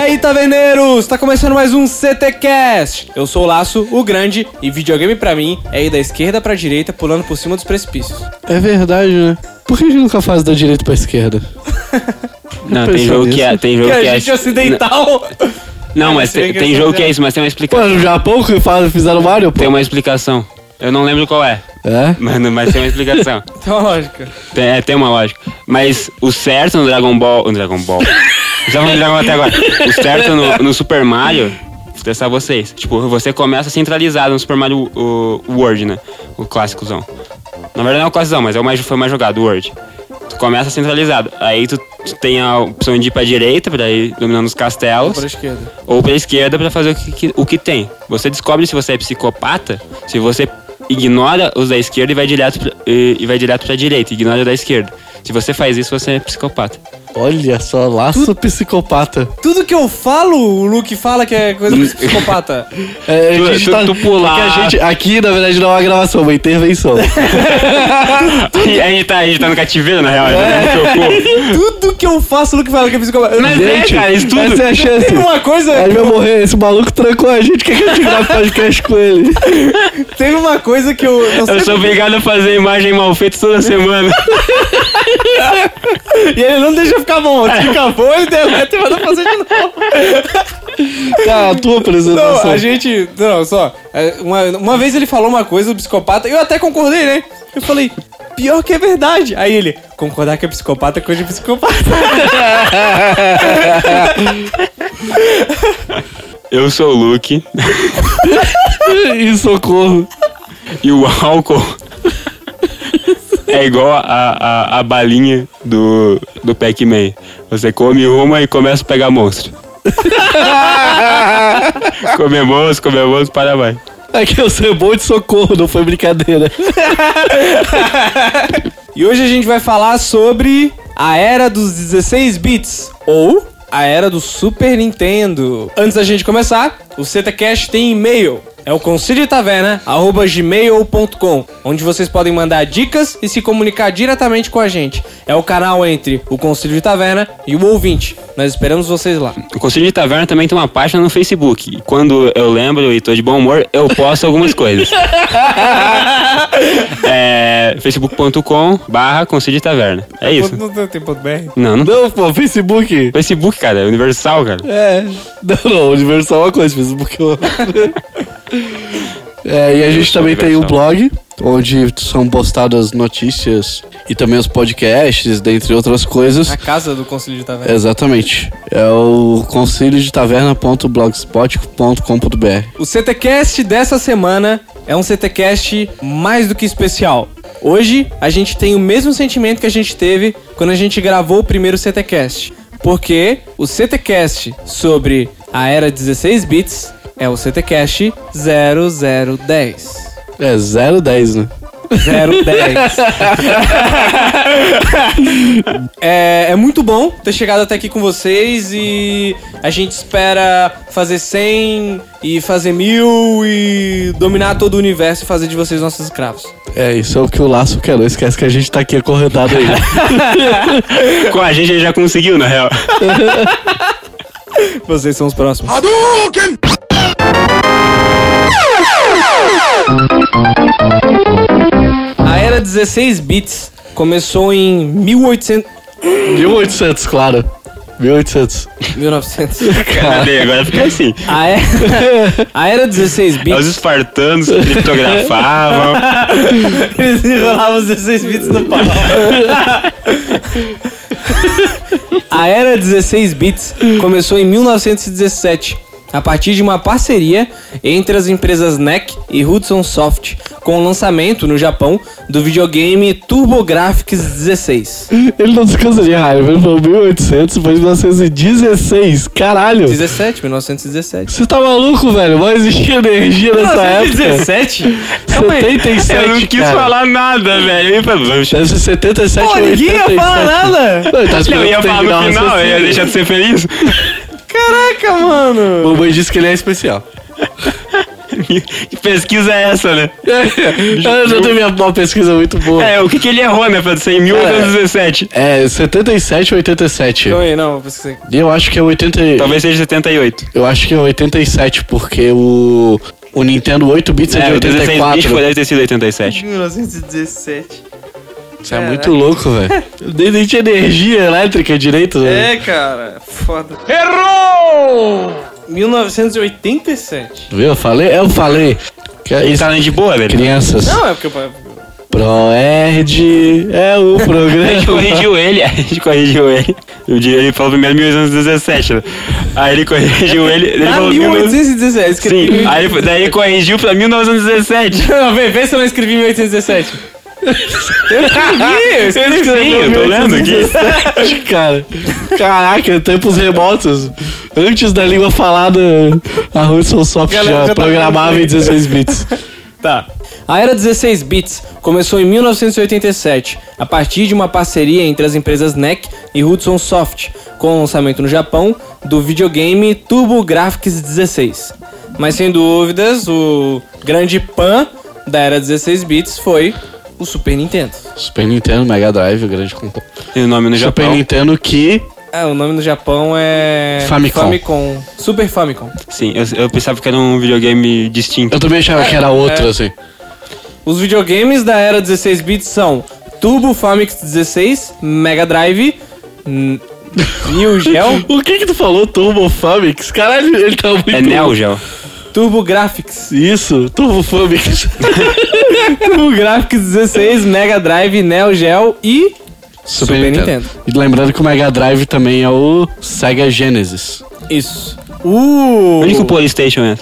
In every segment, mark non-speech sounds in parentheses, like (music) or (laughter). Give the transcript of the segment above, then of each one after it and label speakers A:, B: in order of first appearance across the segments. A: aí, Taverneiros! Tá começando mais um CTcast. Eu sou o Laço, o Grande, e videogame pra mim é ir da esquerda pra direita pulando por cima dos precipícios.
B: É verdade, né? Por que a gente nunca faz da direita pra esquerda?
C: Não, tem
B: pensou
C: jogo que
B: nisso?
C: é, tem jogo
A: Que
C: que
A: a
C: é.
A: gente né? ocidental!
C: Não,
A: Eu
C: mas
A: sei
C: tem,
A: que
C: tem
A: eu tô
C: jogo que é
A: vendo.
C: isso, mas tem uma
B: Pô,
C: explicação.
B: no Japão que faz- fizeram Mario, pô.
C: Tem uma explicação. Eu não lembro qual é, (laughs)
B: É?
C: mas, mas tem uma explicação.
A: (laughs) Tem uma lógica.
C: Tem, é, tem uma lógica. Mas o certo no Dragon Ball. No Dragon Ball. (laughs) Já vamos Dragon Ball até agora. O certo no, no Super Mario. Vou testar vocês. Tipo, você começa centralizado no Super Mario o, World, né? O clássicozão. Na verdade não é o clássicozão, mas é o mais, foi o mais jogado, o World. Tu começa centralizado. Aí tu, tu tem a opção de ir pra direita, pra ir dominando os castelos.
A: Por esquerda.
C: ou pra esquerda pra fazer o que, que- o que tem. Você descobre se você é psicopata, se você ignora os da esquerda e vai direto pra, e, e vai direto pra direita, ignora os da esquerda. Se você faz isso, você é psicopata. (laughs)
B: Olha só, laço psicopata.
A: Tudo que eu falo, o Luke fala que é coisa de psicopata.
B: É,
C: Tu-
B: a gente
C: tu-
B: tá-
C: tu pular.
B: porque a gente- aqui, na verdade, não é uma gravação, é uma intervenção.
C: a, gente tá, a gente tá no cativeiro, na real. É.
A: Tudo que eu faço, o Luke fala que é psicopata.
C: Mas é, cara, isso tudo.
B: essa é a chance. É
A: Tem uma coisa.
B: Aí ele vai morrer, esse maluco trancou a gente, quer que a gente grave podcast com ele?
A: Teve uma coisa que eu não sei.
C: Eu sou obrigado a fazer imagem mal feita toda semana.
A: (laughs) E ele não deixa ficar bom.
B: É.
A: Se fica bom, ele deleta e manda fazer de novo.
B: (laughs) Cara, Tá, a tua apresentação.
A: Não, a gente. Não, só. é, Uma, uma vez ele falou uma coisa do psicopata, eu até concordei, né? Eu falei, pior que é verdade. Aí ele, concordar que é psicopata é coisa de psicopata.
C: Eu sou o Luke
B: Ih, socorro.
C: e o álcool (laughs) é igual a, a, a balinha do, do Pac-Man. Você come uma e começa a pegar monstro. comer monstro, comer monstro, para mais.
B: É que eu sou bom de socorro, não foi brincadeira.
A: E hoje a gente vai falar sobre a era dos 16 bits ou a era do Super Nintendo. Antes da gente começar, o CTcast tem e-mail. É o conselho taverna, arroba gmail.com, onde vocês podem mandar dicas e se comunicar diretamente com a gente. É o canal entre o Conselho de Taverna e o ouvinte. Nós esperamos vocês lá.
C: O Conselho de Taverna também tem uma página no Facebook. E Quando eu lembro e tô de bom humor, eu posto algumas coisas. é, facebook.com barra Conselho de Taverna. É isso.
A: tem ponto BR?
C: Não, não...
B: Não, pô, Facebook.
C: Facebook, cara, é universal, cara.
B: É. Não, não, Universal é uma coisa, Facebook é outra. É, e a gente também tem o blog, onde são postadas notícias e também os podcasts, dentre outras coisas.
A: A casa do Conselho de Taverna.
B: Exatamente. É o conselho de taverna.blogspot.com.br.
A: O CTcast dessa semana é um CTcast mais do que especial. Hoje a gente tem o mesmo sentimento que a gente teve quando a gente gravou o primeiro CTcast, porque o CTcast sobre a era 16 bits é o CTcast 0010.
B: É 010, né?
A: 010. é, é muito bom ter chegado até aqui com vocês e a gente espera fazer 100 e fazer mil e dominar todo o universo e fazer de vocês nossos escravos.
B: É, isso é o que o Laço quer. Não esquece que a gente tá aqui acorrentado ainda.
C: Com a gente ele já conseguiu, na real.
A: Vocês são os próximos. A era 16 bits começou em 1800
B: 1800, claro. 1800.
A: 1900.
C: Cadê? Agora fica assim.
A: A era, a era 16
C: É,
A: bits
C: Os espartanos que
B: (laughs)
C: criptografavam.
A: Eles enrolavam os 16 bits no pau. A era 16 bits começou em 1917, a partir de uma parceria entre as empresas NEC e Hudson Soft, com o lançamento no Japão do videogame TurboGrafx 16.
B: Ele não descansa de raiva. Ele falou 1800, foi 1916. Caralho.
A: 17, 1917.
B: Você tá maluco, velho? Mas existia energia nessa época.
A: 17? É uma...
B: 77,
C: Eu não quis
B: cara.
C: falar nada, velho. Ele falou, "Vamos
B: Deve ser 77
A: Pô,
B: ou
A: ninguém ia
B: 87.
A: falar nada!
B: Não, ele tá esperando
C: Eu ia falar
B: terminar o
C: no final, eu ia
B: raciocínio.
C: deixar de ser feliz. (laughs)
A: Caraca, mano!
B: Mamãe disse que ele é especial.
C: que pesquisa (laughs) é essa, né?
B: eu já teve uma pesquisa muito boa.
C: É, o que, que ele errou, né, Pedro? Isso é Em 1817.
B: É, 77 ou 87?
A: Não, aí, não, eu pensei.
B: E Eu acho que é 80. e-
C: Talvez seja 78.
B: Eu acho que é 87, porque o. O Nintendo 8 bits é,
C: É,
B: de
C: o 16 bicho
B: 84.
C: deve ter sido 87.
A: 1917.
B: Isso é muito louco, velho. Eu nem, nem tinha energia elétrica direito. né?
A: É, cara, foda. Errou! 1987.
B: Viu? Eu falei? Eu falei. Que é isso,
C: Tá nem de boa, velho.
B: crianças.
A: Não, é porque eu.
B: Proerd é (laughs) o
C: A
B: (laughs)
C: gente
B: programa.
C: corrigiu ele, a gente corrigiu ele. O dia ele falou primeiro 1817, né? Aí ele corrigiu ele,
B: Ah,
C: ele
A: Tá
C: falou 1917.
A: 1817.
C: Sim,
A: Escrevi.
C: aí ele- daí ele corrigiu pra 1917.
A: Não, vê, vê se eu não escrevi 1817. Eu escrevi, eu escrevi.
C: Sim, (laughs) eu tô lendo aqui.
B: (laughs) Cara, caraca, tempos remotos. Antes da língua falada, a Russell Soft
A: Galera, já
B: já
A: tá
B: programava em 16 bits.
C: Tá.
A: A era 16 bits começou em 1987, a partir de uma parceria entre as empresas NEC e Hudson Soft, com o lançamento no Japão do videogame Turbo Graphics 16. Mas sem dúvidas, o grande pan da era 16 bits foi o Super Nintendo.
B: (laughs) Super Nintendo, Mega Drive, o grande concorrente.
C: Tem o nome no
B: Super
C: Japão.
B: Nintendo que
A: Ah, o nome no Japão é
B: Famicom.
A: Super Famicom.
C: Sim, eu, eu pensava que era um videogame distinto.
B: eu também achava que era outro,
A: é.
B: assim.
A: Os videogames da era 16 bits são Turbo Famicom 16, Mega Drive,
C: (laughs)
A: N- Neo Geo,
B: O que que tu falou, Turbo Famix? Caralho, ele tá muito...
C: É Neo Geo.
A: Turbo
C: (laughs)
A: Graphics.
B: Isso, Turbo Famix.
A: Turbo Graphics 16, Mega Drive, Neo Geo e Super Nintendo.
B: E lembrando que o Mega Drive também é o Sega Genesis.
A: isso. Uh!
C: O único Playstation é.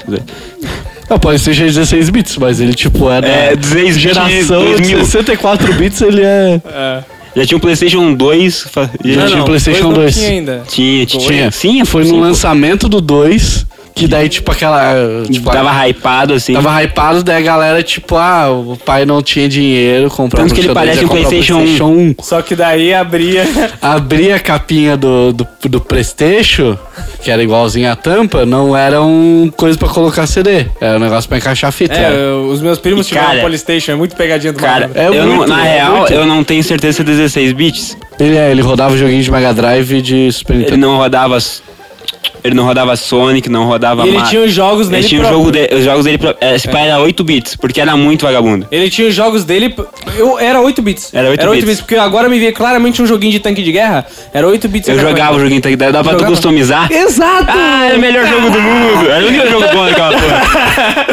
B: Ah, pode ser 16 bits, mas ele tipo era...
C: É, 16 bits de
B: geração de
C: 2000.
B: 64 bits, ele é...
A: É.
C: Já tinha um Playstation 2. fa-
B: Já tinha
C: Já
A: Não,
B: o
A: não,
B: PlayStation
A: dois não
B: 2.
A: tinha ainda.
C: tinha, tinha,
B: Tinha.
C: Sim,
B: é, Foi
C: sim,
B: no
C: pô.
B: lançamento do 2, que daí tipo aquela... Tipo, a-
C: Tava hypado assim.
B: Tava hypado, daí a galera, tipo, ah, o pai não tinha dinheiro, comprava
C: Tanto que ele
B: seu
C: parece
B: ia
C: um
B: comprar o
C: PlayStation
B: 1.
A: Só que daí abria. (laughs)
B: Abrir a capinha do, do, do Playstation, que era igualzinho à tampa, não era um coisa pra colocar CD. Era um negócio pra encaixar a fita. né?
A: É, eu- os meus primos
C: E,
A: tiveram
C: cara-
A: um Polystation, é muito pegadinha do
C: Cara,
A: malandro.
B: É
C: eu não-
B: muito,
C: na
B: é
C: real,
B: muito.
C: eu não tenho certeza se é 16 bits.
B: Ele, é, ele rodava joguinho de Mega Drive e de Super
C: Ele
B: Nintendo.
C: não rodava. s- Ele não rodava Sonic, não rodava
A: E ele
C: Mario.
A: tinha os jogos
C: Ele
A: nele
C: tinha o
A: próprio.
C: jogo de- os jogos dele. pro- é, Esse pai era 8 bits, porque era muito vagabundo.
A: Ele tinha os jogos dele. Eu, era 8 bits.
C: Era 8 bits.
A: porque agora me vê claramente um joguinho de tanque de guerra. Era 8 bits.
C: Eu
A: cada
C: jogava o
A: coisa.
C: joguinho, tá? dava pra tu
A: Jogava.
C: customizar.
A: Exato!
C: Ah, era o melhor jogo do mundo! Era o único jogo bom daquela porra.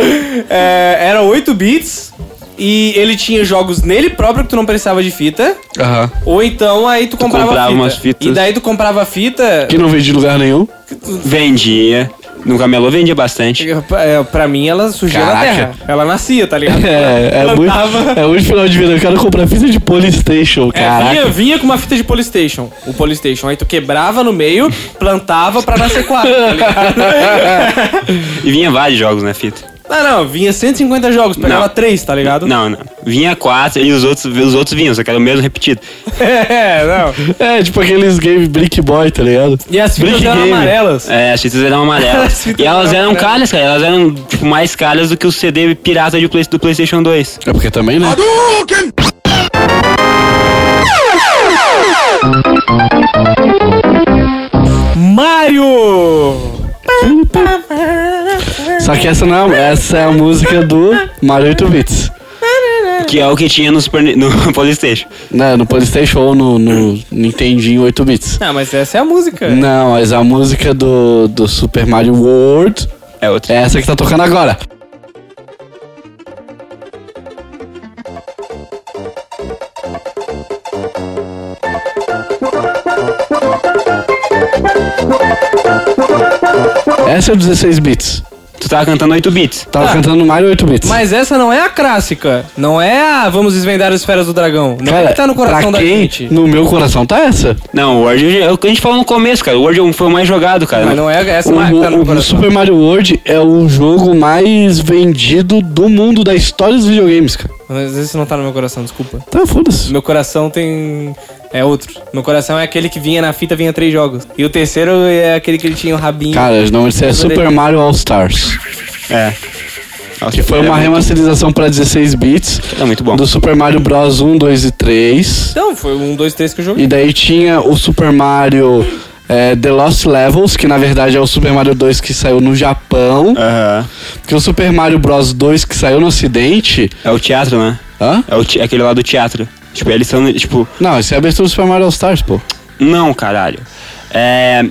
A: (laughs) É, era 8 bits. E ele tinha jogos nele próprio que tu não precisava de fita.
B: Aham.
A: Ou então aí tu comprava,
C: comprava
A: fita.
C: umas fitas.
A: E daí tu comprava a fita.
B: Que não veio de lugar nenhum.
C: Vendia. No camelô vendia bastante.
A: É, Pra mim ela surgia
B: Caraca.
A: na terra. Ela nascia, tá
C: (laughs)
A: ligado?
B: É, é
A: ela
B: muito,
A: tava-
B: é muito final de vida. Eu quero comprar fita de Polystation,
A: É, vinha,
B: caraca.
A: vinha com uma fita de Polystation, o Polystation. Aí tu quebrava no meio, plantava pra nascer quatro, tá ligado?
C: E vinha vários jogos né, na fita.
A: Não, Ah, não, vinha 150 jogos, pegava
C: Não.
A: três, tá ligado?
C: Não, não. Vinha quatro e os outros, os outros vinham, só que era o mesmo repetido.
A: (laughs) É, não.
B: É, tipo aqueles games Brick Boy, tá ligado?
A: E as fitas
B: Brick
A: eram
B: Game.
A: amarelas.
C: É, (laughs) as fitas eram
A: As
C: amarelas.
A: fitas
C: e elas
A: eram
C: eram
A: amarelas.
C: caras, cara. Elas eram, tipo, mais caras do que o CD pirata de Play- do PlayStation 2.
B: É porque também, né?
A: Mario!
B: Só que essa não é, essa é a música do Mario 8 Bits.
C: Que é o que tinha no, Super, Ni- no (laughs) PlayStation.
B: Né, no Playstation ou no, no Nintendinho 8 bits.
A: Não, mas essa é a música.
B: Não, mas a música do, do Super Mario World
C: É outro.
B: é essa que tá tocando agora. Essa é o 16 bits.
C: Tu tava cantando 8 bits.
B: Tava cantando Mario 8 bits.
A: Ah. Mas essa não é a clássica. Não é a Vamos Desvendar as Esferas do Dragão. Não é
B: Cara,
A: que tá no coração da
B: pra quem,
A: gente.
B: No meu coração tá essa.
C: Não, o Word, é o que a gente falou no começo, cara. O Word é um, foi o mais jogado, cara.
A: Mas não é essa
B: O,
A: não é que tá no
B: o- o
A: coração.
B: Super Mario World é o jogo mais vendido do mundo da história dos videogames, cara.
A: Mas esse não tá no meu coração, desculpa.
B: Tá, foda-se.
A: Meu coração tem. É outro. Meu coração é aquele que vinha na fita, vinha três jogos. E o terceiro é aquele que ele tinha o rabinho.
B: Cara, não, isso é
A: Poderia-
B: Super Mario All Stars.
C: É. Nossa,
B: que foi
C: era
B: uma
C: muito-
B: remasterização pra 16 bits
C: Era muito bom.
B: do Super Mario Bros 1, 2 e 3.
A: Então, foi um, dois, três que eu joguei.
B: E daí tinha o Super Mario é, The Lost Levels, que na verdade é o Super Mario 2 que saiu no Japão.
C: Aham.
B: Porque o Super Mario Bros 2 que saiu no Ocidente.
C: É o teatro, né?
B: Hã?
C: É o te- aquele lá do teatro. Tipo, eles são, tipo...
B: Não, isso é a abertura do Super Mario All Stars, pô.
C: Não, caralho. É...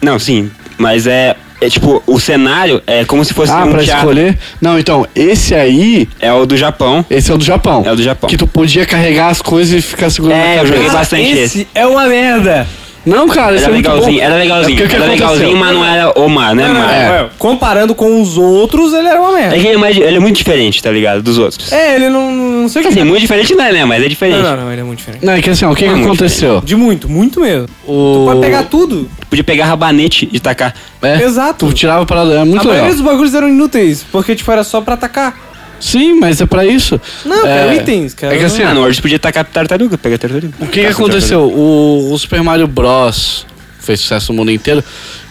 C: Não, sim. Mas é... É tipo, o cenário é como se fosse
B: Ah,
C: um
B: pra
C: teatro.
B: escolher? Não, então, esse aí,
C: É o do Japão.
B: esse é o do Japão.
C: É o do Japão.
B: Que tu podia carregar as coisas e ficar segurando
C: É,
B: a
C: eu
B: cabeça.
C: joguei bastante esse.
A: Esse é uma merda.
B: Não, cara, esse
C: Era
B: é muito
C: legalzinho,
B: bom.
C: era
B: É
C: legalzinho.
B: porque o que
C: era
B: aconteceu?
C: legalzinho, mas não era o mar, né,
A: Não, não,
C: mar? É.
B: é.
A: não, Comparando com os outros, ele era uma merda.
C: que ele é, mais- ele é muito diferente, tá ligado? Dos outros.
A: É, ele não, não sei o
C: Quer
A: que.
C: dizer, muito diferente não é, né? Mas é diferente.
A: Não, não, não, ele é muito diferente.
B: Não, é que assim, ó, o que, que
C: Não, muito
B: aconteceu?
A: De muito, muito mesmo.
B: O...
A: Pode pegar tudo.
C: Podia pegar rabanete e tacar.
B: É,
A: Exato.
B: Tu tirava pra... É
A: A
B: muito
A: maioria
B: legal.
A: dos bagulhos eram inúteis, porque, tipo, era só pra atacar.
B: Sim, mas é pra isso.
A: Não,
B: é...
A: quero itens, cara.
B: É que assim,
C: Ah,
B: ó,
C: no Words podia tacar tartaruga, pegar tartaruga.
B: o que, que aconteceu? O, o Super Mario Bros. fez sucesso no mundo inteiro.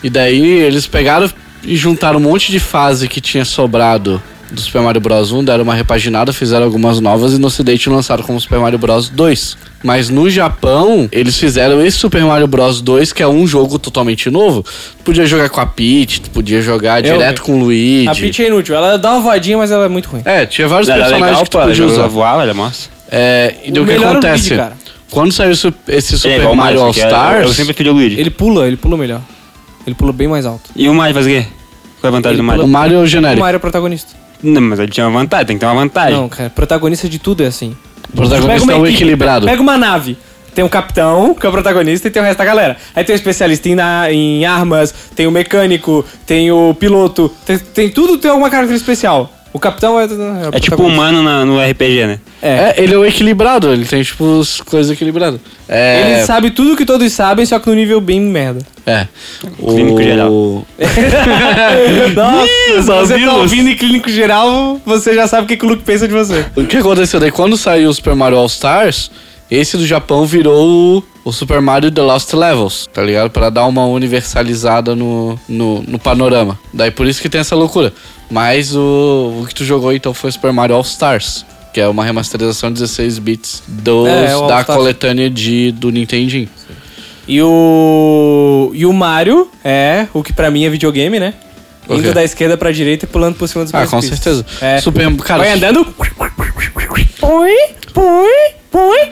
B: E daí eles pegaram e juntaram um monte de fase que tinha sobrado do Super Mario Bros 1, deram uma repaginada, fizeram algumas novas e no ocidente lançaram como Super Mario Bros 2. Mas no Japão, eles fizeram esse Super Mario Bros 2, que é um jogo totalmente novo. Tu podia jogar com a Peach, tu podia jogar direto com o Luigi.
A: É, A Peach é inútil. Ela dá uma voadinha, mas ela é muito ruim.
B: É, tinha vários
C: Era
B: personagens
C: legal,
B: que tu
C: pô.
B: podia usar.
C: Ela voava, ela mostra.
B: É, e daí
A: O
B: o que
A: melhor é o Luigi,
B: acontece?
A: cara.
B: Quando saiu su- esse
C: Ele
B: Super
C: é igual o
B: Mario All
C: Mario, que é-
B: Stars,
C: Eu sempre preferi o Luigi.
A: Ele pula, ele pula melhor. Ele pula bem mais alto.
C: E o Mario faz o quê? Qual é a vantagem
A: Ele
C: do
B: o
C: Mario?
B: Mario é o
A: O
B: genérico.
A: Mario é protagonista.
C: Não, mas ele tinha uma vantagem, tem que ter uma vantagem.
A: Não, cara, protagonista de tudo é assim.
B: O protagonista é o equilibrado.
A: Pega uma nave. Tem um capitão, que é o protagonista, e tem o resto da galera. Aí tem o especialista em, na- em armas, tem o mecânico, tem o piloto. Tem, tem tudo, tem alguma característica especial. O capitão é. É, o
C: É tipo
B: tá
A: protagonista.
C: humano na- no RPG, né?
A: É.
B: É, ele é o equilibrado, ele tem, tipo, as coisas equilibradas. É,
A: Ele sabe tudo que todos sabem, só que no nível bem merda.
B: É.
C: Clínico geral.
B: O...
A: Nossa, se você tá
B: Mamilos.
A: ouvindo em clínico geral, você já sabe o que, que o Luke pensa de você.
B: o que aconteceu daí? Quando saiu o Super Mario All Stars, esse do Japão virou o, o Super Mario The Lost Levels, tá ligado? Pra dar uma universalizada no, no, no panorama. Daí por isso que tem essa loucura. Mas o, o que tu jogou então foi o Super Mario All Stars. Que é uma remasterização 16 bits dos,
A: É, é o
B: da
A: All-Stars.
B: coletânea de, do Nintendinho.
A: E o. E o Mario é o que pra mim é videogame, né?
B: O
A: Indo
B: quê?
A: da esquerda pra direita e pulando por cima dos
B: Ah,
A: meus
B: com
A: pistas.
B: certeza.
A: É.
B: Super. Cara,
A: Vai andando. Põe, põe, põe.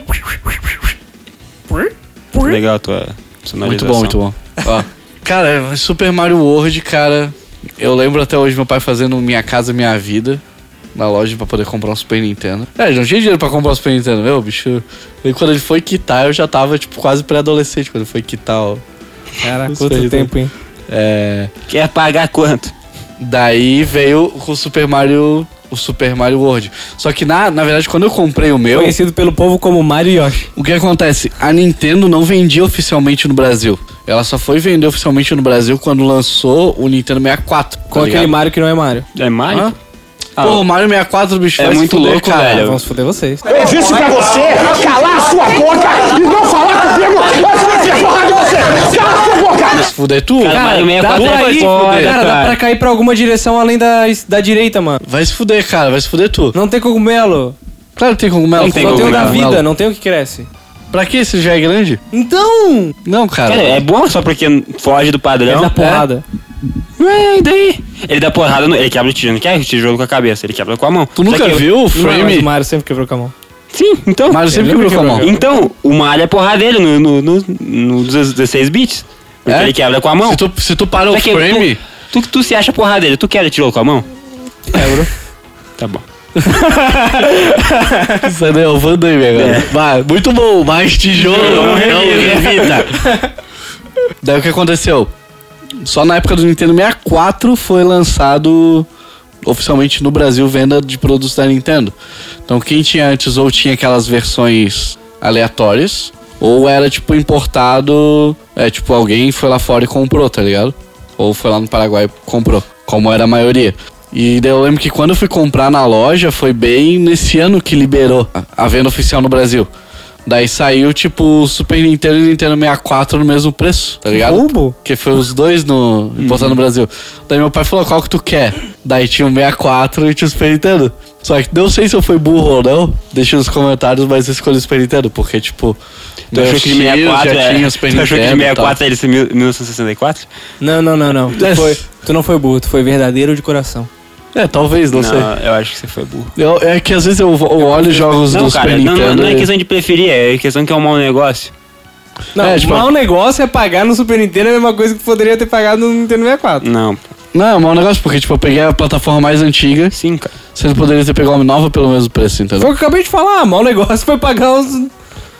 C: Legal a tua
B: Muito
C: sonorização.
B: bom, muito bom. Ó. (laughs) cara, Super Mario World, cara. Eu lembro até hoje meu pai fazendo Minha Casa Minha Vida na loja pra poder comprar um Super Nintendo. É, ele não tinha dinheiro pra comprar um Super Nintendo, meu bicho. E quando ele foi quitar, eu já tava, tipo, quase pré-adolescente quando ele foi quitar, ó.
A: Cara,
B: Isso
A: quanto
B: aí,
A: tempo, hein?
B: É.
C: Quer pagar quanto?
B: Daí veio o Super Mario. O Super Mario World. Só que na, na verdade, quando eu comprei o meu.
A: Conhecido pelo povo como Mario Yoshi.
B: O que acontece? A Nintendo não vendia oficialmente no Brasil. Ela só foi vender oficialmente no Brasil quando lançou o Nintendo 64. tá
A: Com aquele
B: ligado?
A: Mario que não é Mario.
C: É
B: Hã?
C: Mario?
B: Ah, Pô, o Mario 64, bicho,
C: É
B: vai se
C: muito
B: fuder,
C: louco,
B: cara.
C: velho.
A: Vamos foder vocês.
D: Eu disse pra você calar a sua boca e não falar comigo antes de ser porra de você! Cala a sua boca!
B: Vai se fuder tu.
C: Cara, Mario
A: dá
C: 64
A: pra
C: é
A: ir-
C: foda,
A: cara, dá
C: cara.
A: pra cair pra alguma direção além da, da direita, mano.
B: Vai se fuder, cara, vai se fuder tu.
A: Não tem cogumelo.
B: Claro que tem cogumelo.
C: Não tem
A: Só tem o da
C: cogumelo.
A: vida, não tem o que cresce.
B: Pra que esse já é grande?
A: Então!
B: Não, cara.
C: Cara, é bom só porque foge do
A: Ele
C: padrão.
A: dá porrada.
B: É?
C: Ué, e daí? Ele dá porrada no. Ele quebra o tijolo, não quebra o tijolo com a cabeça, ele quebra com a mão.
B: Tu
C: Só
B: nunca
C: que-
B: viu o
A: Não, mas
B: frame?
A: o Mario sempre quebrou com a mão.
C: Sim, então.
B: Mario sempre
A: Ele
B: quebrou com a
A: nunca
B: mão.
C: Então, o Mario é porradeiro no, no, no, no 16 bits. Porque
B: É?
C: ele quebra com a mão.
B: Se tu, se tu para o
C: Só é que (laughs)
B: frame...
C: Tu, tu, tu se acha porradeiro, tu quebra o tijolo com a mão?
A: Quebro.
C: Tá bom.
B: Isso daí é o Van Damme agora. Vai, muito bom, mais tijolo não revida. Daí o que aconteceu? Só na época do Nintendo 64 foi lançado oficialmente no Brasil venda de produtos da Nintendo. Então quem tinha antes ou tinha aquelas versões aleatórias, ou era tipo importado, é tipo alguém foi lá fora e comprou, tá ligado? Ou foi lá no Paraguai e comprou, como era a maioria. E daí eu lembro que quando eu fui comprar na loja foi bem nesse ano que liberou a- a venda oficial no Brasil. Daí saiu tipo o Super Nintendo e o Nintendo 64 no mesmo preço, tá ligado?
A: Roubo?
C: Uhum.
B: Porque foi os dois no. Botar no Brasil. Daí meu pai falou, qual que tu quer? Daí tinha o 64 e tinha o Super Nintendo. Só que não sei se eu fui burro ou não. Deixa nos comentários, mas eu escolhi o Super Nintendo, porque, tipo.
C: Tu achou
B: meus
C: que de
B: tios
C: 64
B: já
C: é...
B: tinha o Super
C: Tu
B: Nintendo.
C: (laughs) achou que de
B: e tal.
C: 64 é esse mil- 1964?
A: Não, não, não, não.
B: (laughs)
A: Tu, foi- tu não foi burro, tu foi verdadeiro de coração.
B: É, talvez, não, sei.
C: eu acho que você foi burro.
B: Eu- é que às vezes eu, eu olho jogos
C: Não,
B: do
C: cara,
B: Super
C: não, não,
B: Nintendo.
C: não é
B: e-
C: questão de preferir, é questão que é um mau negócio.
A: Não,
B: É, tipo-
A: o mau negócio é pagar no Super Nintendo é a mesma coisa que poderia ter pagado no Nintendo 64.
C: Não, pô.
B: Não, é um mau negócio, porque, tipo, eu peguei a plataforma mais antiga,
C: sim, cara.
B: vocês poderiam ter pegado uma nova pelo mesmo preço,
A: Foi
B: entendeu?
A: o que eu acabei de falar, mau negócio foi pagar os.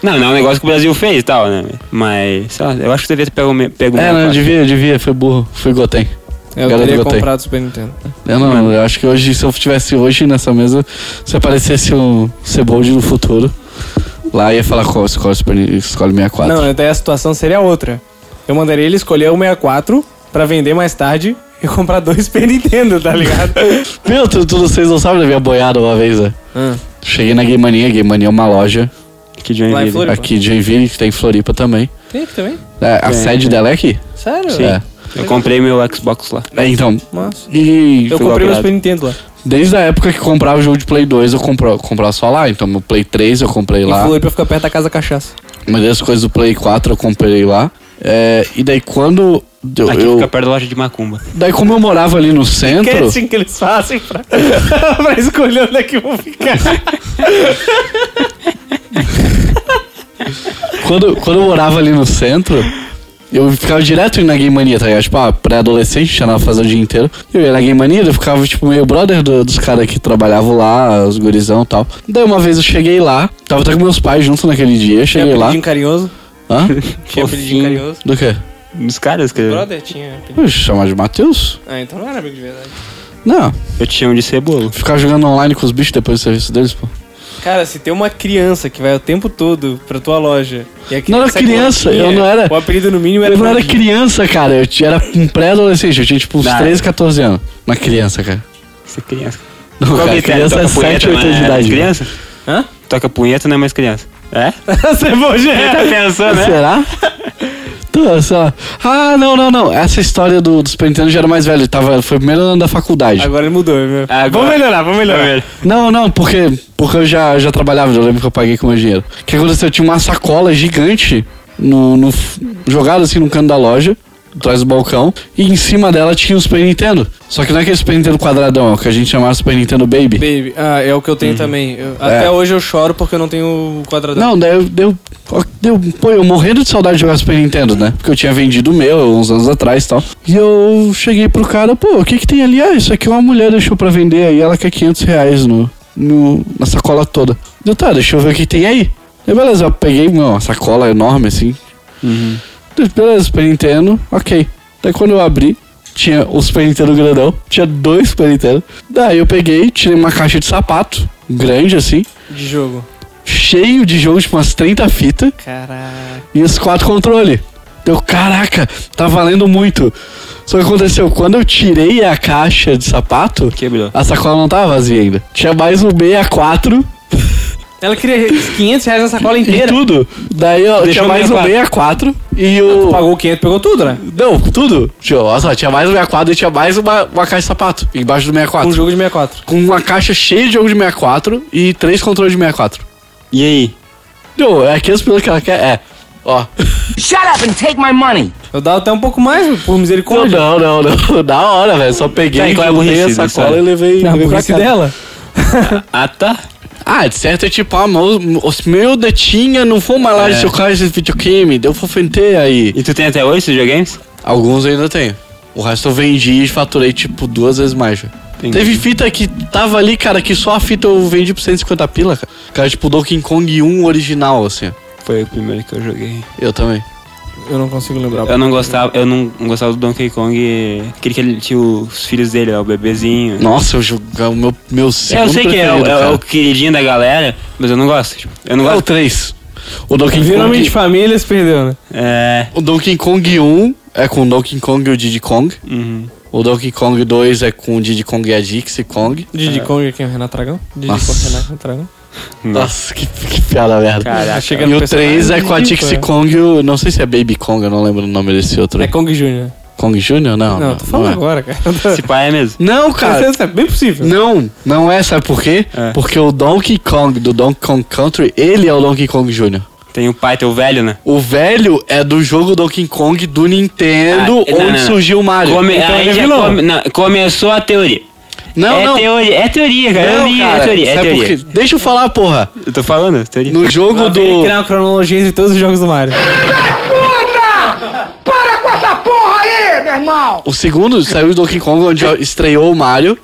C: Não, não é um negócio que o Brasil fez e tal, né? Mas, sei lá, eu acho que devia ter pego, o me- pego o
B: É, não,
C: 64.
B: devia, devia, foi burro, fui gotem.
A: Eu
B: Galera,
A: teria
B: eu gostei.
A: comprado o Super Nintendo.
B: Eu não, eu acho que hoje, se eu tivesse hoje nessa mesa, se aparecesse um Cebold no futuro, lá ia falar qual escolhe, Super Ni- escolhe 64.
A: Não, daí a situação seria outra. Eu mandaria ele escolher o 64 pra vender mais tarde e comprar dois Super Nintendo, tá
B: (laughs)
A: ligado?
B: Meu, tu, tu, vocês não sabem da minha boiada uma vez, né?
A: Ah,
B: Cheguei na Game Mania, Game Mania é uma loja
C: Que Johnny
A: Lá em
C: Ville.
A: Flor- Floripa.
B: aqui de Joinville, que tem em Floripa também.
A: Tem aqui também?
B: É, a
C: É,
B: sede
C: é.
B: dela é aqui?
A: Sério?
B: É.
C: Eu comprei meu Xbox lá.
B: É, então,
A: Nossa.
B: e
A: Eu
C: Fui
A: comprei meu
C: cobrado.
A: Super Nintendo lá.
B: desde a época que comprava o jogo de Play 2, eu compro, comprava só lá. Então, meu Play 3 eu comprei
A: E
B: lá.
A: falou pra ficar perto da casa da cachaça.
B: Uma das coisas do Play 4 eu comprei lá. É, e daí quando. Eu,
C: Aqui
B: eu-
C: fica perto da loja de Macumba.
B: daí como eu morava ali no centro.
A: Que é assim que eles fazem pra, (laughs) pra escolher onde é que vão ficar.
B: quando, quando eu morava ali no centro, eu ficava direto indo na Game Mania, tá ligado? Tipo, ah, pré-adolescente, tinha nada pra fazer o dia inteiro. Eu ia na Game Mania, eu ficava, tipo, meio brother do- dos caras que trabalhavam lá, os gurizão e tal. Daí uma vez eu cheguei lá, tava até com meus pais junto naquele dia, eu cheguei lá.
A: apelidinho carinhoso.
B: Hã?
A: Tinha apelidinho
C: Fofinho. É.
A: carinhoso.
B: Do quê?
C: Dos caras que eu
A: Brother tinha apelidinho.
B: Puxa, chamar de Matheus?
A: Ah, então não era amigo de verdade.
B: Não,
C: te chamo de cebolo.
B: ficar jogando online com os bichos depois do serviço deles, pô.
A: Cara, se tem uma criança que vai o tempo todo pra tua loja. E a é
B: Não era criança, eu não era-
A: O apelido no mínimo era.
B: Eu não era
A: Brandinho.
B: criança, cara, eu tinha- era um pré-adolescente, eu tinha tipo uns
C: Não.
B: 13, 14 anos. Uma criança, cara.
C: Você é criança.
B: Não,
C: Qual
B: cara,
C: critério?
B: criança é
C: Toca punheta
B: 7, 8
C: não é
B: anos de idade.
C: Criança?
A: Hã?
C: Toca punheta não é mais criança. (laughs) É?
A: Você é bom,
C: Tá
A: gente.
C: pensando, né? (laughs)
B: Será? Tô, só. Ah, não, não, não. Essa história do, do Super Nintendo já era mais velho. ele Tava, foi o primeiro ano da faculdade.
A: (laughs) Agora ele mudou,
B: é.
A: meu.
C: Agora-
A: Vamos melhorar, vamos melhorar.
B: Não, não, porque, porque eu já, já trabalhava, eu lembro que eu paguei com o meu dinheiro. O que aconteceu? Eu tinha uma sacola gigante no, no, f- jogada assim no canto da loja, atrás do balcão, e em cima dela tinha o Super Nintendo. Só que não é aquele Super Nintendo quadradão, é o que a gente chamava Super Nintendo Baby.
A: Baby, ah, é o que eu tenho também. Eu- Até hoje eu choro porque eu não tenho o quadradão.
B: Não, daí eu, deu, deu. Pô, eu morrendo de saudade de jogar Super Nintendo, né? Porque eu tinha vendido o meu uns anos atrás e tal. E eu cheguei pro cara, pô, o que que tem ali? Ah, isso aqui uma mulher deixou pra vender aí, ela quer 500 reais no, no, na sacola toda. Eu, tá, deixa eu ver o que que tem aí. Eu, beleza, eu peguei meu, uma sacola enorme assim. Eu, Beleza, Super Nintendo, ok. Daí quando eu abri, tinha o Super Nintendo grandão, tinha dois Super Nintendo. Daí eu peguei, tirei uma caixa de sapato, grande assim,
A: De jogo.
B: cheio de jogos, tipo umas 30 fitas
A: Caraca.
B: e os quatro controles. Eu, caraca, tá valendo muito. Só que aconteceu, quando eu tirei a caixa de sapato,
C: Quebrou.
B: a sacola não tava vazia ainda. Tinha mais um 64
A: Ela queria 500 reais na sacola (laughs)
B: e
A: inteira.
B: tudo. Daí ó, tinha
C: Deixou
B: mais um 64 e o.
A: Pagou 500, pegou tudo, né?
B: Não, tudo. Tinha, ó, só, tinha mais um 64 e tinha mais uma, uma caixa de sapato embaixo do
A: Um
B: 64.
A: jogo de 64.
B: Com uma caixa cheia de jogo de 64 e três controles de 64.
C: E aí?
B: Não, é aqueles pelo que ela quer. É. Ó.
E: Shut up and take my money.
A: Eu dava até um pouco mais, por
B: Não,
A: misericórdia.
B: não, não, não. (laughs) Da hora, velho. Só peguei,
C: Tá, e qual é a
B: juntei
C: burrice da história?
B: levei,
A: Na
B: levei pra
A: burrice
B: casa.
A: dela.
C: Ah, tá.
B: Ah, de certo é tipo, ah, mas os meu detinha não foi mais lá
C: É.
B: de seu carro esse videogame, deu pra frente aí.
C: E tu tem até hoje esses videogames?
B: Alguns eu ainda tenho. O resto eu vendi e faturei tipo duas vezes mais, velho.
C: Entendi.
B: Teve fita que tava ali, cara, que só a fita eu vendi por 150 pila, cara. Cara, tipo, Donkey Kong 1 original, assim. ó.
C: Foi o primeiro que eu joguei.
B: Eu também.
A: Eu não consigo lembrar.
C: Eu não gostava, eu não não gostava do Donkey Kong, aquele que ele tinha os filhos dele, ó, o bebezinho.
B: Nossa, eu jogava o meu, meu
C: É, eu
B: segundo
C: sei que é, o-
B: preferido,
C: é
B: cara.
C: o queridinho da galera, mas eu não gosto. tipo, eu não
B: É o
C: gosto.
B: 3. O Donkey Kong...
A: Viu nome de família, se perdeu, né?
C: É.
B: O Donkey Kong 1 é com o Donkey Kong e o Diddy Kong.
C: uhum.
B: O Donkey Kong 2 é com o Diddy Kong e a Dixie Kong.
A: Diddy Kong, quem é o Renato Dragão? Diddy
B: Nossa.
A: Kong, Renato Dragão.
B: Nossa, que, que piada merda.
C: Caraca.
A: Chega
B: e
A: no
B: o
A: personagem,
B: 3 é com a
A: tipo,
B: Dixie
A: é.
B: Kong e o... Não sei se é Baby Kong, eu não lembro o nome desse outro.
A: É Kong Jr.
B: Kong, Kong Jr.? Não.
A: Não, tô falando
B: não é.
A: agora, cara.
C: Esse pai é mesmo.
B: Não,
A: Cara,
B: cara.
A: isso é bem possível.
B: Não, não é, sabe por quê?
C: É.
B: Porque o Donkey Kong do Donkey Kong Country, ele é o Donkey Kong Jr.
C: Tem o pai, tem o velho, né?
B: O velho é do jogo Donkey Kong do Nintendo,
C: Ah,
B: onde
C: não, não, não.
B: surgiu o Mario.
C: Come-
B: Então
C: aí
B: ele é
C: já
B: vilão.
C: come- não, começou a teoria.
B: Não,
C: é
B: não.
C: teoria, é teoria, cara. eu
B: Não,
C: li,
B: cara,
C: é teoria, é
B: sabe por
C: teoria.
B: quê? Deixa eu falar, porra.
C: Eu tô falando, é teoria. (laughs)
B: No
A: Tem
B: jogo
A: que
C: é
B: do.
A: criar uma cronologia entre todos os jogos do Mario.
D: Para com essa porra aí, meu irmão!
B: O segundo saiu o Donkey Kong, onde estreou o Mario.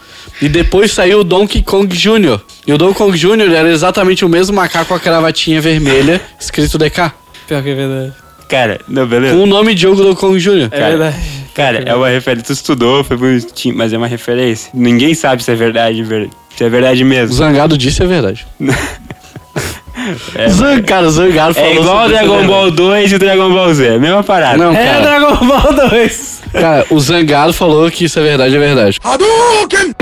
B: E depois saiu o Donkey Kong Jr. E o Donkey Kong Jr. era exatamente o mesmo macaco com a cravatinha vermelha, escrito DK.
A: Pior que é verdade.
C: Cara, não,
B: Com
C: beleza.
B: o nome de jogo Donkey Kong Jr.
A: É
C: Cara,
A: verdade.
C: Cara, é uma referência. Tu estudou, foi bonitinho, mas é uma referência. Ninguém sabe se é verdade, ver- se é verdade
B: O
C: mesmo.
B: Zangado disse é verdade.
C: (laughs) É,
B: Zan, cara, o Zangado falou
C: é igual o
B: sobre isso, é
C: Dragon
B: verdade.
C: Ball 2 e o Dragon Ball Z, é a mesma parada.
B: Não,
A: É
B: cara.
A: (laughs) Dragon Ball 2.
B: Cara, o Zangado falou que isso é verdade, é verdade.
D: Hadouken!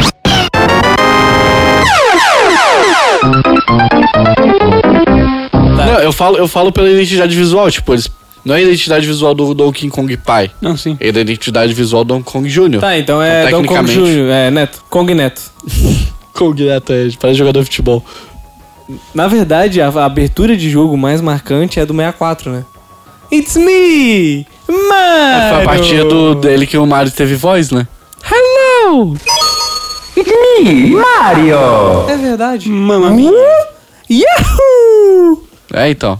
B: Não, eu falo, eu falo pela identidade visual, tipo, eles. Não é a identidade visual do Donkey Kong Pai.
C: Não, sim.
B: É da identidade visual do Donkey Kong Jr.
A: Tá, então é
B: Então,
A: Donkey Kong
B: tecnicamente-
A: Jr. É, Neto. Kong Neto.
B: Kong Neto é, parece jogador de futebol.
A: Na verdade, a, a abertura de jogo mais marcante é do 64, né? It's me! Mario!
B: Foi a partir do, dele que o Mario teve voz, né?
A: Hello! It's me, Mario! É verdade.
C: Mamma mia.
A: Yahoo!
B: É, então.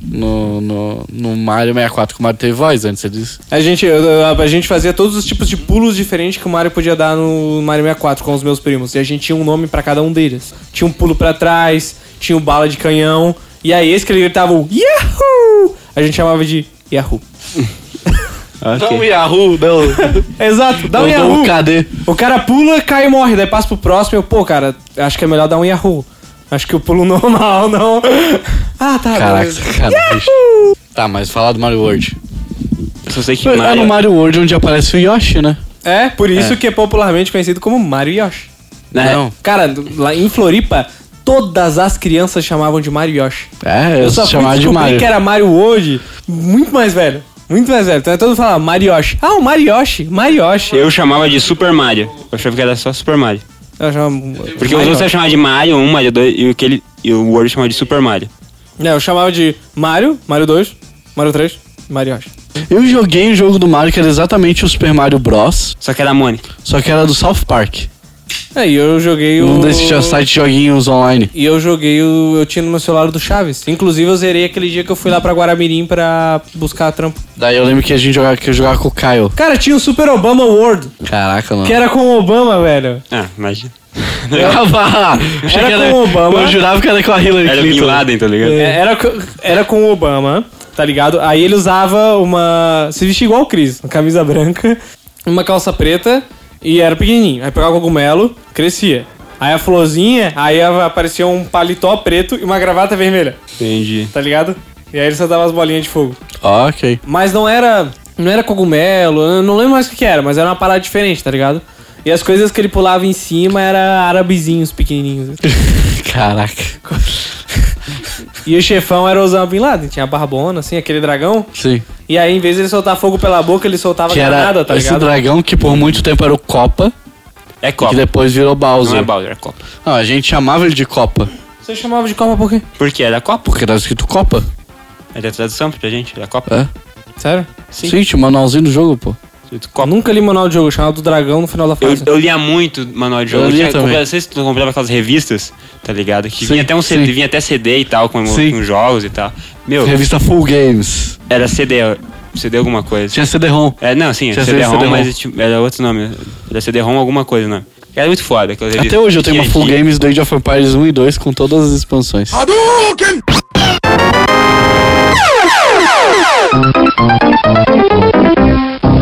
B: No, no, no Mario 64 que o Mario teve voz, antes você disse.
A: A gente, eu- eu- a gente fazia todos os tipos de pulos diferentes que o Mario podia dar no Mario 64 com os meus primos. E a gente tinha um nome pra cada um deles. Tinha um pulo pra trás, tinha um bala de canhão. E aí esse que ele gritava o Yahoo! A gente chamava de Yahoo.
C: Ah, Ok.
B: Yahoo, (laughs) não.
A: Exato, um dá um
B: eu
A: Yahoo!
B: dou um KD.
A: O cara pula, cai e morre, daí passa pro próximo. Eu, pô, cara, acho que é melhor dar um Yahoo. Acho que o pulo (laughs) normal, não. Ah, tá.
B: Caraca,
A: beleza.
B: cara, bicho. Tá, mas falar do Mario World.
C: Eu só sei que
B: É no
C: Mario...
B: Mario World onde aparece o Yoshi, né?
A: É, por isso que é popularmente conhecido como Mario Yoshi.
C: né?
B: Não.
A: Cara, lá em Floripa, todas as crianças chamavam de Mario Yoshi.
B: É, eu,
A: só
B: sou
A: fui
B: chamado de
A: descobrir
B: Mario.
A: que era Mario World muito mais velho. Muito mais velho. Então todo mundo falava Mario Yoshi. Ah, o Mario Yoshi. Mario Yoshi.
C: Eu chamava de Super Mario. Eu achava que era só Super Mario.
A: Eu chamava...
C: Porque os
A: Mario.
C: outros eu chamava de Mario 1, Mario 2 e, aquele, e o World chamava de Super Mario.
A: É, eu chamava de Mario, Mario 2, Mario 3, Mario Yoshi.
B: Eu joguei o jogo do Mario que era exatamente o Super Mario Bros.
C: Só que era Mônica.
B: Só que era do South Park.
A: Aí eu joguei o...
B: Um desses jo- sites de joguinhos online.
A: E eu joguei o. Eu tinha no meu celular o do Chaves. Inclusive, eu zerei aquele dia que eu fui lá pra Guaramirim pra buscar trampo.
B: Daí eu lembro que a gente jogava, que eu jogava com o Kyle.
A: Cara, tinha o Super Obama World,
B: Caraca, mano.
A: que era com o Obama, velho.
C: Ah, imagina.
B: Achei que
A: com o Obama.
B: Eu jurava que era com a Hillary
C: Era o Bin
B: Clinton.
C: Laden, tá ligado?
A: É, Era, co- era com o Obama, tá ligado? Aí ele usava uma. Se vestia igual o Chris, uma camisa branca, uma calça preta e era pequenininho. Aí pegava cogumelo, crescia. Aí a florzinha, aí aparecia um paletó preto e uma gravata vermelha,
C: Entendi.
A: tá ligado? E aí ele só dava as bolinhas de fogo.
B: Ok.
A: Mas não era. Não era cogumelo, eu não lembro mais o que, que era, mas era uma parada diferente, tá ligado? E as coisas que ele pulava em cima eram árabezinhos pequenininhos.
B: Caraca.
A: E o chefão era o Osama Bin Laden, tinha a barbona, assim, aquele dragão.
B: Sim.
A: E aí, em vez de ele soltar fogo pela boca, ele soltava
B: Que era
A: granada, tá
B: esse
A: ligado?
B: dragão que por muito tempo era o Copa,
C: É
B: e que
C: Copa.
B: depois virou Bowser.
C: Não é Bowser, é Copa.
B: Não, a gente chamava ele de Copa,
A: Você chamava de Copa por quê?
C: Por quê? Era Copa.
B: porque tava escrito Copa.
C: Era a tradução pra gente, era Copa.
B: É?
A: Sério?
B: Sim, tinha um manualzinho do jogo, pô.
C: Escrito
A: Eu
C: Copa.
A: nunca li manual de jogo, eu chamava do dragão no final da
C: Eu,
A: fase.
C: eu lia muito manual de jogo.
B: Eu
C: Eu
B: lia
C: tinha-
B: também.
C: Não sei se tu comprava aquelas revistas, tá ligado? Que
B: Sim,
C: vinha até um CD,
B: sim.
C: vinha até CD e tal, com,
B: Sim.
C: com jogos e tal. Meu,
B: Revista Full Games.
C: era CD, ó, CD alguma coisa.
B: Tinha CD-ROM.
C: É, não, sim,
B: Tinha
C: CD-ROM,
B: CD-ROM.
C: mas tipo, era outro nome. Era CD-ROM alguma coisa, não. Era muito foda aquelas
B: Até
C: revistas.
B: hoje eu tenho uma
C: Tinha- Ah,
B: Full
C: tinha-
B: Games do Age of Empires 1 e 2 com todas as expansões.
D: Hadouken!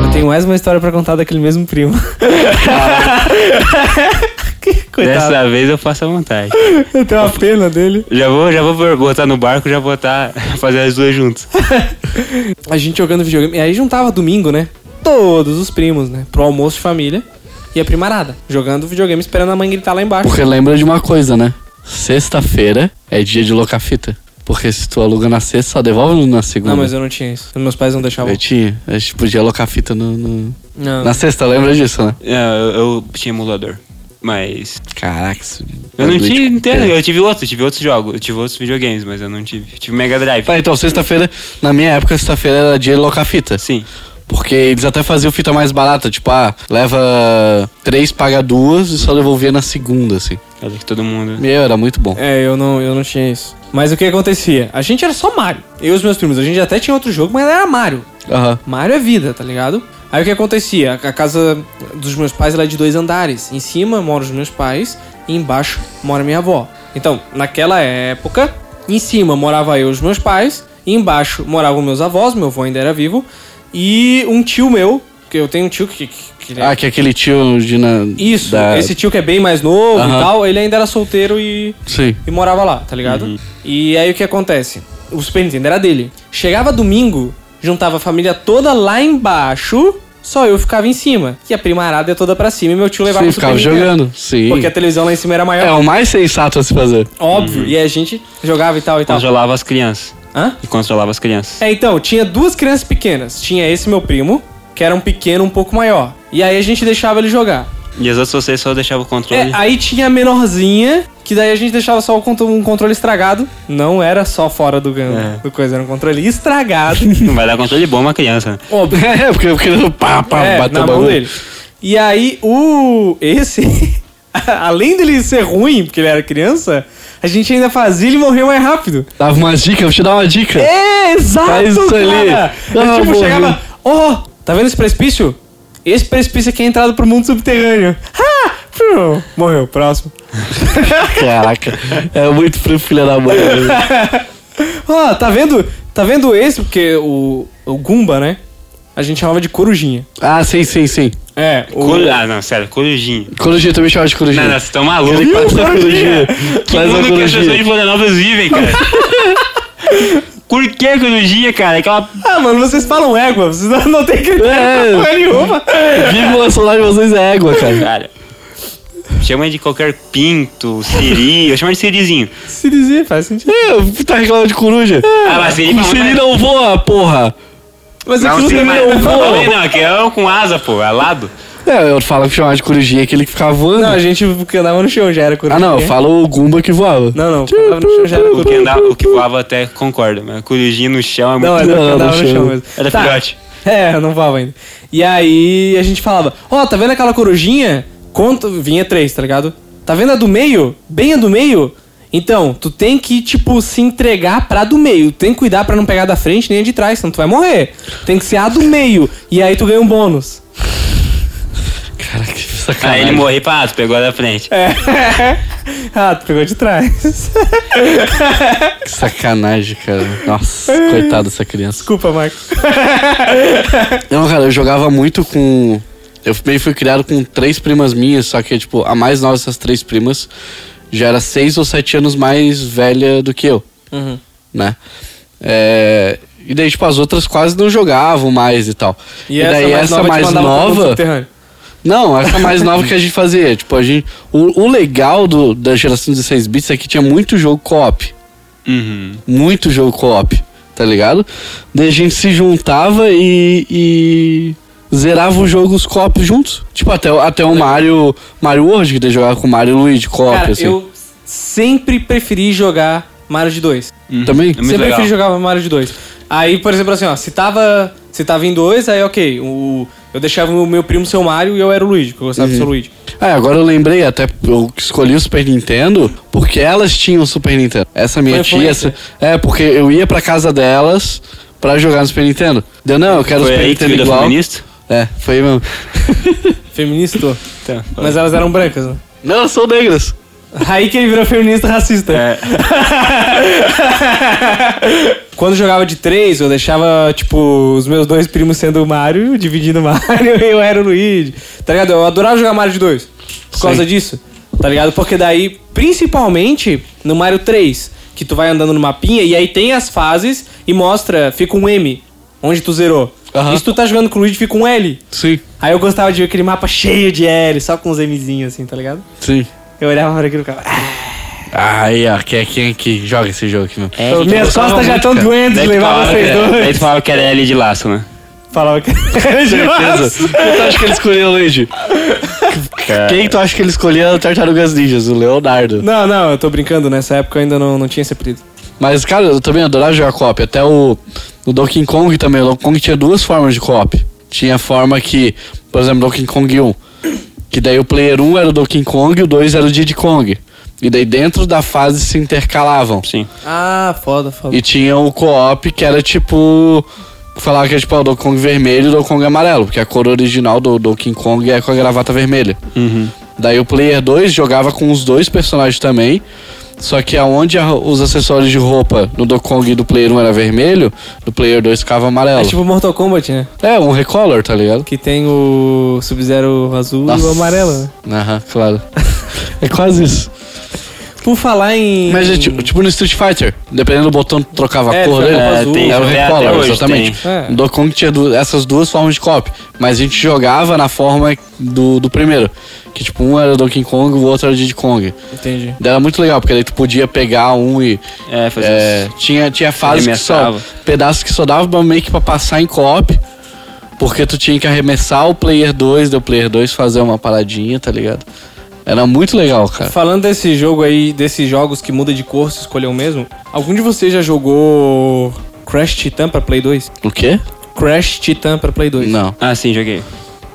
A: Eu tenho mais uma história pra contar daquele mesmo primo. (laughs) que coitado.
C: Dessa vez eu faço à vontade.
A: Eu tenho uma pena dele.
C: Já vou, já vou botar no barco, já botar, (laughs) fazer as duas juntas.
A: a gente jogando videogame. E aí juntava domingo, né? Todos os primos, né? Pro almoço de família. E a primarada. Jogando videogame, esperando a mãe gritar lá embaixo.
B: Porque lembra de uma coisa, né? Sexta-feira é dia de locar fita. Porque se tu aluga na sexta, só devolve na segunda.
A: Não, mas
C: é
A: eu não tinha isso. Meus pais não deixavam.
B: Eu tinha. A gente podia alocar fita no, no-
A: Não.
B: na sexta, lembra disso, né?
C: É, eu, eu tinha emulador. Mas.
B: Caraca, isso. é
C: Eu não
B: bagulho
C: tinha
B: de-
C: Nintendo, eu tive outro, eu tive outros jogos, eu tive outros videogames, mas eu não tive. Eu tive Mega Drive.
B: Tá, então sexta-feira, na minha época, sexta-feira era dia de locar fita.
C: Sim.
B: Porque eles até faziam fita mais barata, tipo, ah, leva três, paga duas e só devolvia na segunda, assim.
C: Era que todo mundo.
B: Meu, era muito bom.
A: É, eu não, eu não tinha isso. Mas o que acontecia? A gente era só Mario. Eu e os meus primos. A gente até tinha outro jogo, mas era Mario.
B: Aham.
A: Mario é vida, tá ligado? Aí o que acontecia? A casa dos meus pais ela é de dois andares. Em cima moram os meus pais e embaixo mora minha avó. Então, naquela época, em cima morava eu e os meus pais, e embaixo moravam meus avós, meu avô ainda era vivo, e um tio meu, que eu tenho um tio que. que, que ele é-
B: Ah, que aquele tio de na.
A: Isso,
B: da-
A: esse tio que é bem mais novo e
B: Aham.
A: tal, ele ainda era solteiro e
B: Sim.
A: e morava lá, tá ligado?
B: Uhum.
A: E aí o que acontece? O Super Nintendo era dele. Chegava domingo, juntava a família toda lá embaixo, só eu ficava em cima. E a primarada ia toda pra cima e meu tio levava
B: Sim,
A: o Super
B: ficava
A: Nintendo.
B: jogando. Sim.
A: Porque a televisão lá em cima era maior,
B: É Uhum. o mais sensato a se fazer. (laughs)
A: óbvio. E aí a gente jogava e tal e tal.
C: Controlava as crianças.
A: Hã?
C: E controlava as crianças.
A: É, então, tinha duas crianças pequenas. Tinha esse meu primo, que era um pequeno um pouco maior. E aí a gente deixava ele jogar.
C: E as outras vocês só deixavam o
A: É,
C: controle.
A: aí tinha a menorzinha, que daí a gente deixava só o contro- um controle estragado. Não era só fora do, gan-
C: É.
A: do coisa, era um controle estragado. (laughs)
C: Não vai dar controle bom uma criança, né?
A: Óbvio.
B: É, porque eu queria pá, pá,
A: É,
B: bater
A: na
B: o
A: mão
B: bagulho.
A: dele. E aí, o. Esse. (laughs) além dele ser ruim, porque ele era criança, a gente ainda fazia ele morrer mais rápido.
B: Dava umas dicas, eu vou te dar uma dica.
A: É, exato,
B: Faz isso
A: cara.
B: ali.
A: Eu,
B: Ah,
A: tipo,
B: morreu.
A: chegava, ó, tá vendo esse precipício? Esse precipício aqui é a entrada pro mundo subterrâneo. (laughs) Ah! pum, Morreu, próximo.
B: Caraca, é muito pro filho da mãe. né?
A: Ó, tá vendo? Tá vendo esse? Porque o, o Goomba, né? A gente chamava de corujinha.
B: Ah, sim, sim, sim.
A: É, o...
C: Coru- Ah, não, sério, corujinha.
B: Corujinha, também chama de corujinha.
C: Não, não, vocês estão malucos.
B: Ele faz a corujinha.
C: Que
B: Faz a
C: mundo que as pessoas de
B: corujinha.
C: Florianópolis vivem, cara.
B: (laughs)
C: Por que corujinha, cara? Aquela
B: Tá.
A: Ah, mano, vocês falam égua, vocês não, não tem critério
B: É.
A: pra porra nenhuma.
B: Viva o celular de vocês é égua, cara.
C: Cara, chama de qualquer pinto, siri, eu chamo de sirizinho.
A: Se dizer, faz sentido.
B: É, tá reclamando de coruja.
A: É.
C: Ah, mas siri
B: O
C: fala
B: Siri
C: mais-
B: não voa, porra.
A: Mas
C: Não,
A: aquilo
C: sim,
A: também
C: mas-
A: é um
C: não,
A: voo.
C: não, não, que é um com asa, pô, alado.
B: É, eu falo que chamava de corujinha aquele que ficava voando.
A: Não, a gente que andava no chão já era corujinha.
B: ah, não, eu falo o Gumba que voava.
A: Não, não, que andava no chão já era
C: O que,
A: corujinha.
C: andava, o que voava até concorda, mas corujinha no chão é muito...
A: Não, era
B: Não,
A: que andava
B: no
A: no chão
B: chão.
A: mesmo.
C: Era
A: Tá.
C: filhote.
A: (laughs) É, eu não falava ainda. E aí a gente falava, ó, tá vendo aquela corujinha? Conta, vinha três, tá ligado? Tá vendo a do meio? Bem a do meio? Então, tu tem que, tipo, se entregar pra do meio. Tem que cuidar pra não pegar da frente nem a de trás, senão tu vai morrer. Tem que ser a do meio. E aí tu ganha um bônus.
B: Cara, que
C: Aí
B: sacanagem.
C: Ah, ele morreu pra asa, pegou a da frente.
A: (laughs) É. ah, tu pegou de trás.
B: Que sacanagem, cara. Nossa, coitada dessa
A: (laughs)
B: criança.
A: Desculpa, Marcos.
B: Não, cara, eu jogava muito com. Eu meio fui criado com três primas minhas, só que, tipo, a mais nova dessas três primas já era seis ou sete anos mais velha do que eu,
A: Uhum.
B: né? É, E daí, tipo, as outras quase não jogavam mais e tal. E, daí, essa
A: te
B: mais
A: mandava pro mundo
B: nova.
A: subterrâneo.
B: Não, essa mais nova que a gente fazia. Tipo, a gente. O, o legal do, da geração 16 bits é que tinha muito jogo co-op.
C: Uhum.
B: Muito jogo co-op, tá ligado? Daí a gente se juntava e. e zerava os jogos co-op juntos. Tipo, até, o- até o Mario. Mario World, que daí jogava com o Mario e o Luigi co-op,
A: Cara,
B: assim.
A: eu sempre preferi jogar Mario de 2.
B: Também.
C: É muito
A: sempre
C: legal.
A: preferi jogar Mario de 2. Aí, por exemplo, assim, ó, se tava, se tava em 2, aí ok, o, eu deixava o meu primo ser o Mario e eu era o Luigi, porque eu gostava
C: Uhum.
A: do seu Luigi.
B: Ah, agora eu lembrei, até eu escolhi o Super Nintendo porque elas tinham o Super Nintendo. Essa minha
A: Foi
B: tia.
A: influência.
B: Essa, é, porque eu ia pra casa delas pra jogar no Super Nintendo. Deu, não, eu quero o
C: Foi
B: Super
C: aí que tu
B: Nintendo
C: virou
B: igual.
C: feminista?
B: É, foi mesmo.
A: Feminista.
C: (laughs) Tá.
A: Mas elas eram brancas, né?
B: Não, eu sou negras.
A: Aí que ele virou feminista racista.
C: É.
A: Quando eu jogava de 3, eu deixava, tipo, os meus dois primos sendo o Mario, (laughs) dividindo o Mario (laughs) e eu era o Luigi. Tá ligado? Eu adorava jogar Mario de 2. Por causa disso. Tá ligado? Porque daí, principalmente no Mario 3, que tu vai andando no mapinha e aí tem as fases e mostra, fica um M, onde tu zerou.
B: Aham.
A: E se tu tá jogando com o Luigi, fica um L.
B: Sim,
A: Aí eu gostava de ver aquele mapa cheio de L, só com os Mzinhos assim, tá ligado?
B: sim.
A: Eu olhava pra aquilo e ficava. (laughs) "Ah,
B: Aí, ó, que é quem que joga esse jogo aqui, meu.
C: É,
A: Minhas
B: Só
A: costas já
B: música.
A: estão doentes de
C: Daí tu
A: levar
C: falava que
A: vocês
C: era- daí
A: dois.
C: tu falava que era L de laço, né?
A: Falava que.
B: Certeza. Quem tu acha que ele escolheu, Luigi?
C: É.
B: Quem tu acha que ele escolheu é o Tartarugas Ninjas? O Leonardo.
A: Não, não, eu tô brincando, nessa época eu ainda não, não tinha esse apelido.
B: Mas, cara, eu também adorava jogar co-op. Até o, o Donkey Kong também. O Donkey Kong tinha duas formas de co-op. Tinha a forma que, por exemplo, Donkey Kong 1. Que daí o player 1 era o Donkey Kong e o 2 era o Diddy Kong. E daí dentro da fase se intercalavam.
C: Sim.
A: Ah, foda, foda.
B: E tinha o co-op que era tipo. Falava que era tipo ah, o Donkey Kong vermelho e o Donkey Kong amarelo, porque a cor original do Donkey Kong é com a gravata vermelha. Daí o Player 2 jogava com os dois personagens também. Só que aonde a- os acessórios de roupa do Donkey Kong e do Player 1 era vermelho, do Player 2 ficava amarelo.
A: É
B: É,
A: tipo Mortal Kombat, né?
B: um recolor, tá ligado?
A: Que tem o Sub-Zero azul e o amarelo. né?
B: Aham,
A: (laughs)
B: claro. é quase isso.
A: Por falar em.
B: Mas é tipo, tipo no Street Fighter, dependendo do botão tu trocava
A: É,
B: a cor
A: ele
B: dele.
A: ficava
C: É,
A: azul.
C: tem,
B: Era o
C: até- até
B: Recolor,
C: hoje
B: exatamente.
C: tem.
A: É.
B: O Donkey Kong tinha du- essas duas formas de copy, mas a gente jogava na forma do, do primeiro. Que tipo, um era Donkey Kong, o outro era Diddy Kong.
A: Entendi.
B: Daí Era muito legal, porque daí tu podia pegar um e.
C: É, fazer
B: é, tinha, tinha fases que só.
C: Arremessava.
B: Pedaços que só dava meio que pra passar em co-op. Porque tu tinha que arremessar o player 2, do player 2 fazer uma paradinha, tá ligado? Era muito legal, cara.
A: Falando desse jogo aí, desses jogos que muda de cor, se escolher o mesmo, algum de vocês já jogou Crash Titan pra Play 2?
B: O quê?
A: Crash Titan pra Play 2.
B: Não.
C: Ah, sim, joguei.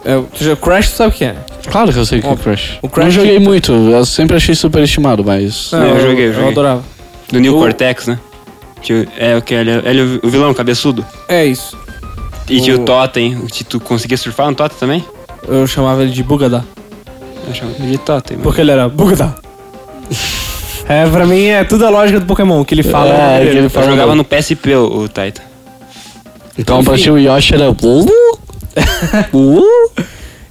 A: É, tu já- Crash tu sabe o que é, né?
B: Claro que eu sei o que é
A: Óbvio.
B: Crash.
A: O Crash-
B: Não joguei muito, eu sempre achei superestimado, mas.
C: eu joguei,
A: Ah, eu,
C: joguei.
A: adorava.
C: Do New
A: O-
C: Cortex, né? Tinha, o- é o que? Ele, ele é o vilão, cabeçudo.
A: É isso.
C: E tinha
A: O-
C: o Totem. O que Tu conseguia surfar no Totem também?
A: Eu chamava ele de Bugadá.
C: Eu chamo de Totem. mas-
A: Porque ele era Bugadá. (laughs) é, pra mim é tudo a lógica do Pokémon, que ele fala.
B: É, que ele
C: Eu
B: fala.
C: jogava no PSP o, o Titan.
B: Então pra ti o Yoshi era. Uh, uh.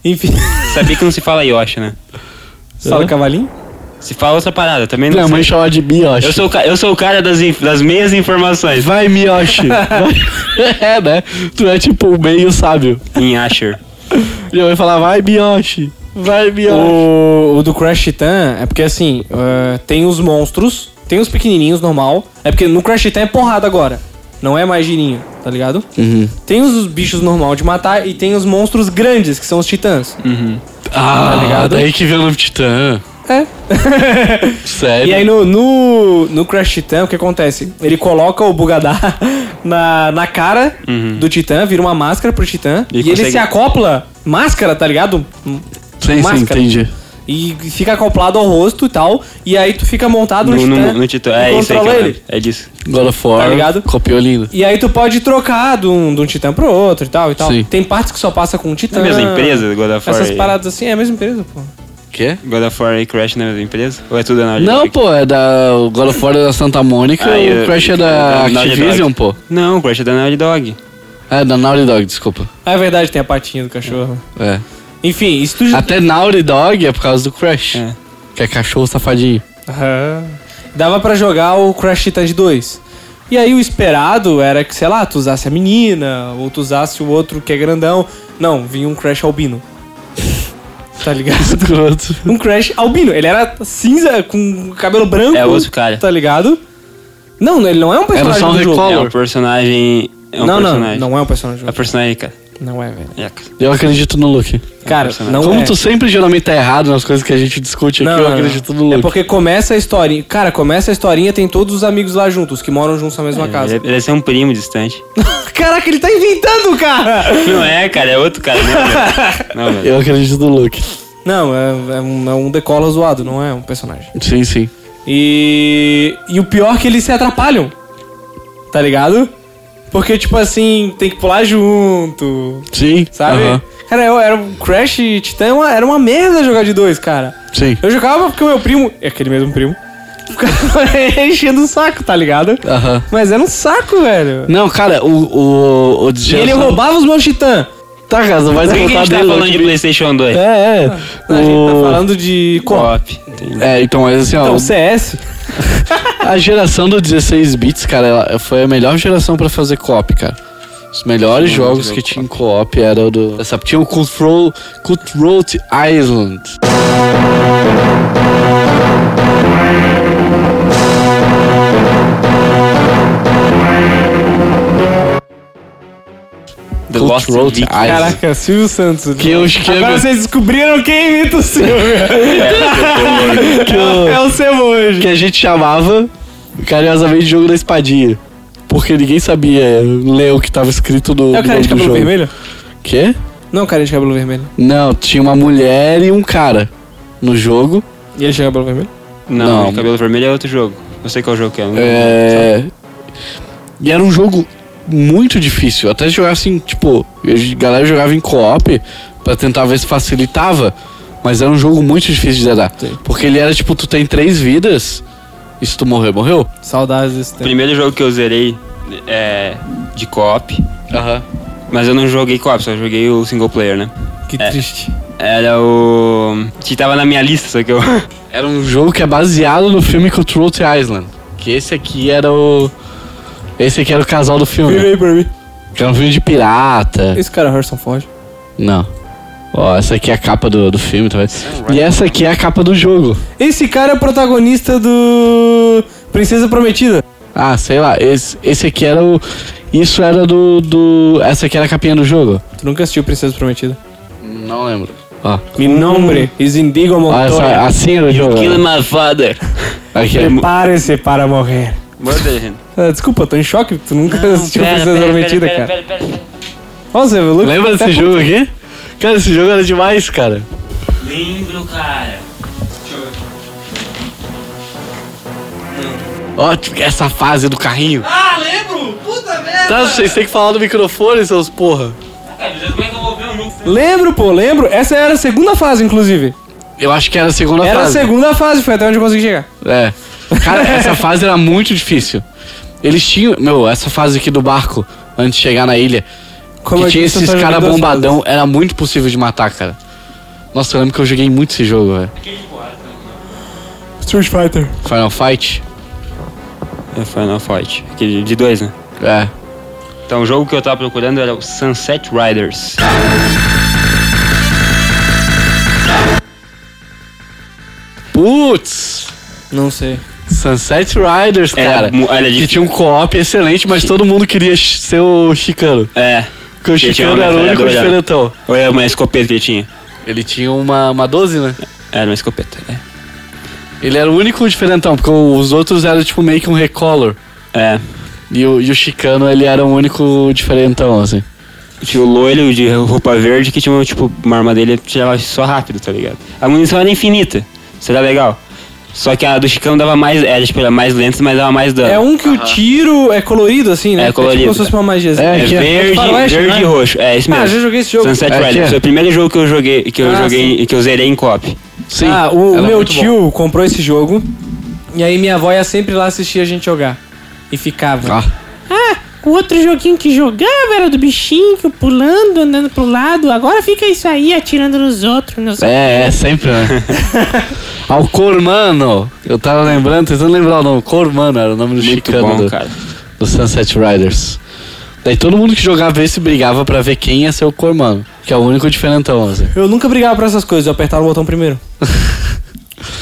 A: Enfim,
C: Sabia que não se fala Yoshi, né?
B: É.
A: fala cavalinho.
C: Se fala outra parada, também não
B: Minha mãe
C: sei.
B: chamava de Miyoshi.
C: Eu sou, o ca- eu sou o cara das, inf- das
B: (laughs)
C: meias informações.
B: Vai, Miyoshi. Vai. é, né? Tu é tipo o meio sábio.
C: Em Asher.
B: Minha mãe falava, vai, Miyoshi. Vai, Miyoshi.
A: O, o do Crash Titan é porque assim, é, tem os monstros, tem os pequenininhos normal. É porque no Crash Titan é porrada agora. Não é mais girinho, tá ligado?
B: Uhum.
A: Tem os bichos normal de matar e tem os monstros grandes, que são os titãs.
B: Hum. Ah,
A: ligado?
B: daí que veio o nome Titã. (laughs)
A: É.
B: Sério.
A: E aí no, no, no Crash Titan, o que acontece? Ele coloca o Bugadá (laughs) na, na cara
B: Uhum.
A: do Titã, vira uma máscara pro Titã. E,
C: E
A: ele
C: consegue-
A: se acopla, máscara, tá ligado?
B: Sim, sim,
A: máscara.
B: entendi.
A: E fica acoplado ao rosto e tal. E aí tu fica montado no,
C: No,
A: Titã.
C: no, no Titã.
A: e
C: É isso aí que
A: controla
C: eu
A: ele.
C: lembro. É disso.
B: God of War.
A: Tá ligado?
B: Copiou lindo.
A: E aí tu pode trocar de um, de um titã pro outro e tal e tal.
B: Sim.
A: Tem partes que só passa com um titã.
C: É a mesma empresa, God of War
A: Essas
C: e-
A: paradas assim, é a mesma empresa, pô.
B: Quê?
C: God of War e Crash na mesma empresa? Ou é tudo na
B: Não, pô, é da. O God of War é da Santa Mônica
C: Ah,
B: e o
C: eu-
B: Crash é da
C: Naughty Dog.
B: Activision, pô.
C: Não, o Crash é da Naughty Dog.
B: É, da Naughty Dog, desculpa.
A: Ah, é verdade, tem a patinha do cachorro.
B: É.
A: Enfim, isso tudo...
B: Até Naughty Dog é por causa do Crash.
C: É.
B: Que é cachorro safadinho.
A: Aham. Dava pra jogar o Crash Titan de 2. E aí o esperado era que, sei lá, tu usasse a menina, ou tu usasse o outro que é grandão. Não, vinha um Crash albino. Tá
B: (laughs)
A: ligado?
B: Escroto.
A: Um Crash albino. Ele era cinza, com cabelo branco.
C: É outro cara.
A: Tá ligado? Não, ele não é um personagem
B: só um
A: do jogo.
B: recall.
C: É um personagem. É um
A: não,
C: personagem.
A: não, não é um personagem.
C: É personagem, cara.
A: Não é, velho.
C: Yaca.
B: Eu acredito no Luke.
A: Cara,
C: personagem.
A: não
B: Como
A: é.
B: tu sempre geralmente tá errado nas coisas que a gente discute aqui,
A: Não,
B: eu
A: não, não.
B: acredito no
A: É
B: Luke.
A: porque começa a historinha. Cara, começa a historinha, tem todos os amigos lá juntos, que moram juntos na mesma
C: Ele,
A: casa.
C: ele deve ser um primo distante.
A: (laughs) Caraca, ele tá inventando, cara!
C: não é, cara, é outro cara. né? Não, velho. Não, velho.
B: Eu acredito no Luke.
A: Não, é, é um, é um decola zoado, não é um personagem.
B: Sim, sim.
A: E. E o pior é que eles se atrapalham. Tá ligado? Porque, tipo assim, tem que pular junto.
B: Sim.
A: Sabe?
B: aham,
A: Cara, eu era um Crash Titan, era uma- era uma merda jogar de dois, cara.
B: Sim.
A: Eu jogava porque o meu primo, é aquele mesmo primo, (laughs) ficava enchendo o saco, tá ligado?
B: Aham.
A: Mas era um saco, velho.
B: Não, cara, o. o, o
A: E ele é roubava os meus titãs.
B: Tá, cara, não vai
C: Por que, que a
B: contar
C: gente tá
B: dele.
C: falando de
B: Luke.
C: PlayStation 2?
B: É, é.
A: A gente tá
B: O-
A: falando de co
C: Co-op. entendi.
B: É, então, mas assim, ó.
A: Então, CS.
B: A geração do 16 bits, cara, ela foi a melhor geração pra fazer co-op, cara. Os melhores jogos que tinha em co-op era o do. Essa, tinha o Control, Cutthroat Island.
C: The Lost
B: Cutthroat
C: Leak.
B: Island.
A: Caraca, Silvio Santos.
B: Que eu esquema-
A: Agora vocês descobriram quem imita o Silvio.
B: (laughs) que, eu-
A: é o Cebojo.
B: que a gente chamava carinhosamente de jogo da espadinha. Porque ninguém sabia ler o que tava escrito no.
A: É o cara
B: no nome
A: de
B: do
A: cabelo
B: jogo.
A: vermelho?
B: Quê?
A: Não, o cara de cabelo vermelho.
B: Não, tinha uma mulher e um cara no jogo.
A: E ele tinha cabelo vermelho?
C: Não,
B: Não.
C: o Cabelo Vermelho é outro jogo. Não sei qual jogo que é. não-
B: É... E era um jogo muito difícil. Até jogar assim, tipo, a galera jogava em co-op pra tentar ver se facilitava. Mas era um jogo muito difícil de zerar.
A: Sim.
B: Porque ele era tipo, tu tem três vidas. E se tu morrer, morreu?
A: Saudades desse
C: O
A: tempo.
C: primeiro jogo que eu zerei é de co-op,
B: Aham.
C: mas eu não joguei co-op, só joguei o single player, né?
A: Que
C: É.
A: triste.
C: Era o. Que tava na minha lista, só que eu. (laughs)
B: Era um jogo que é baseado no filme Control the Island. Que esse aqui era o. Esse aqui era o casal do
A: Vira
B: filme. né?
A: aí pra mim.
B: Que era um filme de pirata.
A: Esse cara é o Harrison Ford.
B: Não. Ó, essa aqui é a capa do, do filme, talvez. E essa aqui é a capa do jogo.
A: Esse cara é o protagonista do Princesa Prometida.
B: Ah, sei lá. Esse, esse aqui era o. Isso era do, do. Essa aqui era a capinha do jogo?
A: Tu nunca assistiu Princesa Prometida?
B: Não lembro. Ó.
A: Mi nombre is Indigo
B: Ó, Hum. essa,
A: Montoya.
B: assim era o jogo. né?
C: my father.
B: Aqui.
A: Prepare-se para morrer.
C: Manda, gente.
A: Ah, Desculpa, tô em choque. Tu nunca assistiu Princesa Prometida, cara.
E: pera, pera.
A: Olha o Zé Veluco.
B: Lembra desse jogo aqui? Cara, esse jogo era demais, cara.
C: Lembro, cara.
B: Ó, tipo, essa fase do carrinho. Ah, lembro! Puta merda! Tá, vocês têm que falar do microfone, seus porra.
A: Lembro, pô, lembro. Essa era a segunda fase, inclusive.
B: Eu acho que era a segunda
A: Era
B: fase.
A: a segunda fase, foi até onde eu consegui chegar.
B: É. Cara, essa fase era muito difícil. Eles tinham. Meu, essa fase aqui do barco, antes de chegar na ilha,
A: Como eu
B: que tinha
A: disse, eu
B: esses
A: só
B: caras
A: joguei duas
B: bombadão, era muito possível de matar, cara. Nossa, eu lembro que eu joguei muito esse jogo, velho.
A: fases. Street Fighter.
B: Final Fight?
C: É Final Fight. Aquele de dois, né?
B: É.
C: Então o jogo que eu tava procurando era o Sunset Riders.
B: Putz!
A: Não sei.
B: Sunset Riders,
C: Era
B: cara.
C: mu- era
B: que
C: difícil.
B: tinha um co-op excelente, mas todo mundo queria ch- ser o Chicano.
C: É.
B: Porque o
C: Que tinha
B: Chicano
C: uma
B: era o único
C: metralhadora.
B: diferentão.
C: Ou era uma escopeta que ele tinha?
B: Ele tinha uma, uma 12, né?
C: Era uma escopeta, é.
B: Ele era o único diferentão, porque os outros eram tipo meio que um recolor.
C: É.
B: E o, e o Chicano, ele era o único diferentão, assim.
C: Tinha o loiro de roupa verde que tinha, tipo, uma arma dele tirava só rápido, tá ligado? A munição era infinita. Isso era legal. Só que a do Chicão dava mais. Era, tipo, era mais lenta, mas dava mais dano.
A: É um que o tiro é colorido, assim, né?
C: É
A: É tipo
C: colorido,
A: como se fosse uma magia. assim.
B: É,
C: É
B: que é-
C: verde,
A: faroeste,
C: verde
A: né?
C: e roxo. É isso
A: Ah,
C: mesmo.
A: já joguei esse jogo.
C: Sunset
B: É, que
C: Riders.
B: é-
C: Foi o primeiro jogo que eu joguei, que eu
A: Ah,
C: joguei, que eu zerei em cop.
B: Sim.
A: ah, o
B: era
A: meu
B: é muito bom.
A: tio comprou esse jogo. E aí minha avó ia sempre lá assistir a gente jogar. E ficava.
B: Ah,
F: O outro joguinho que jogava era do bichinho que pulando, andando pro lado. Agora fica isso aí, atirando nos outros. Nos...
B: é, é sempre, né? Ao Cormano. Eu tava lembrando, tentando lembrar o nome. Cormano era o nome do
C: Muito
B: Chicano
C: bom,
B: do,
C: cara.
B: do Sunset Riders. Daí todo mundo que jogava esse brigava pra ver quem ia ser o Cormano. Que é o único diferentão, assim.
A: Eu nunca brigava por essas coisas, eu apertava o botão primeiro.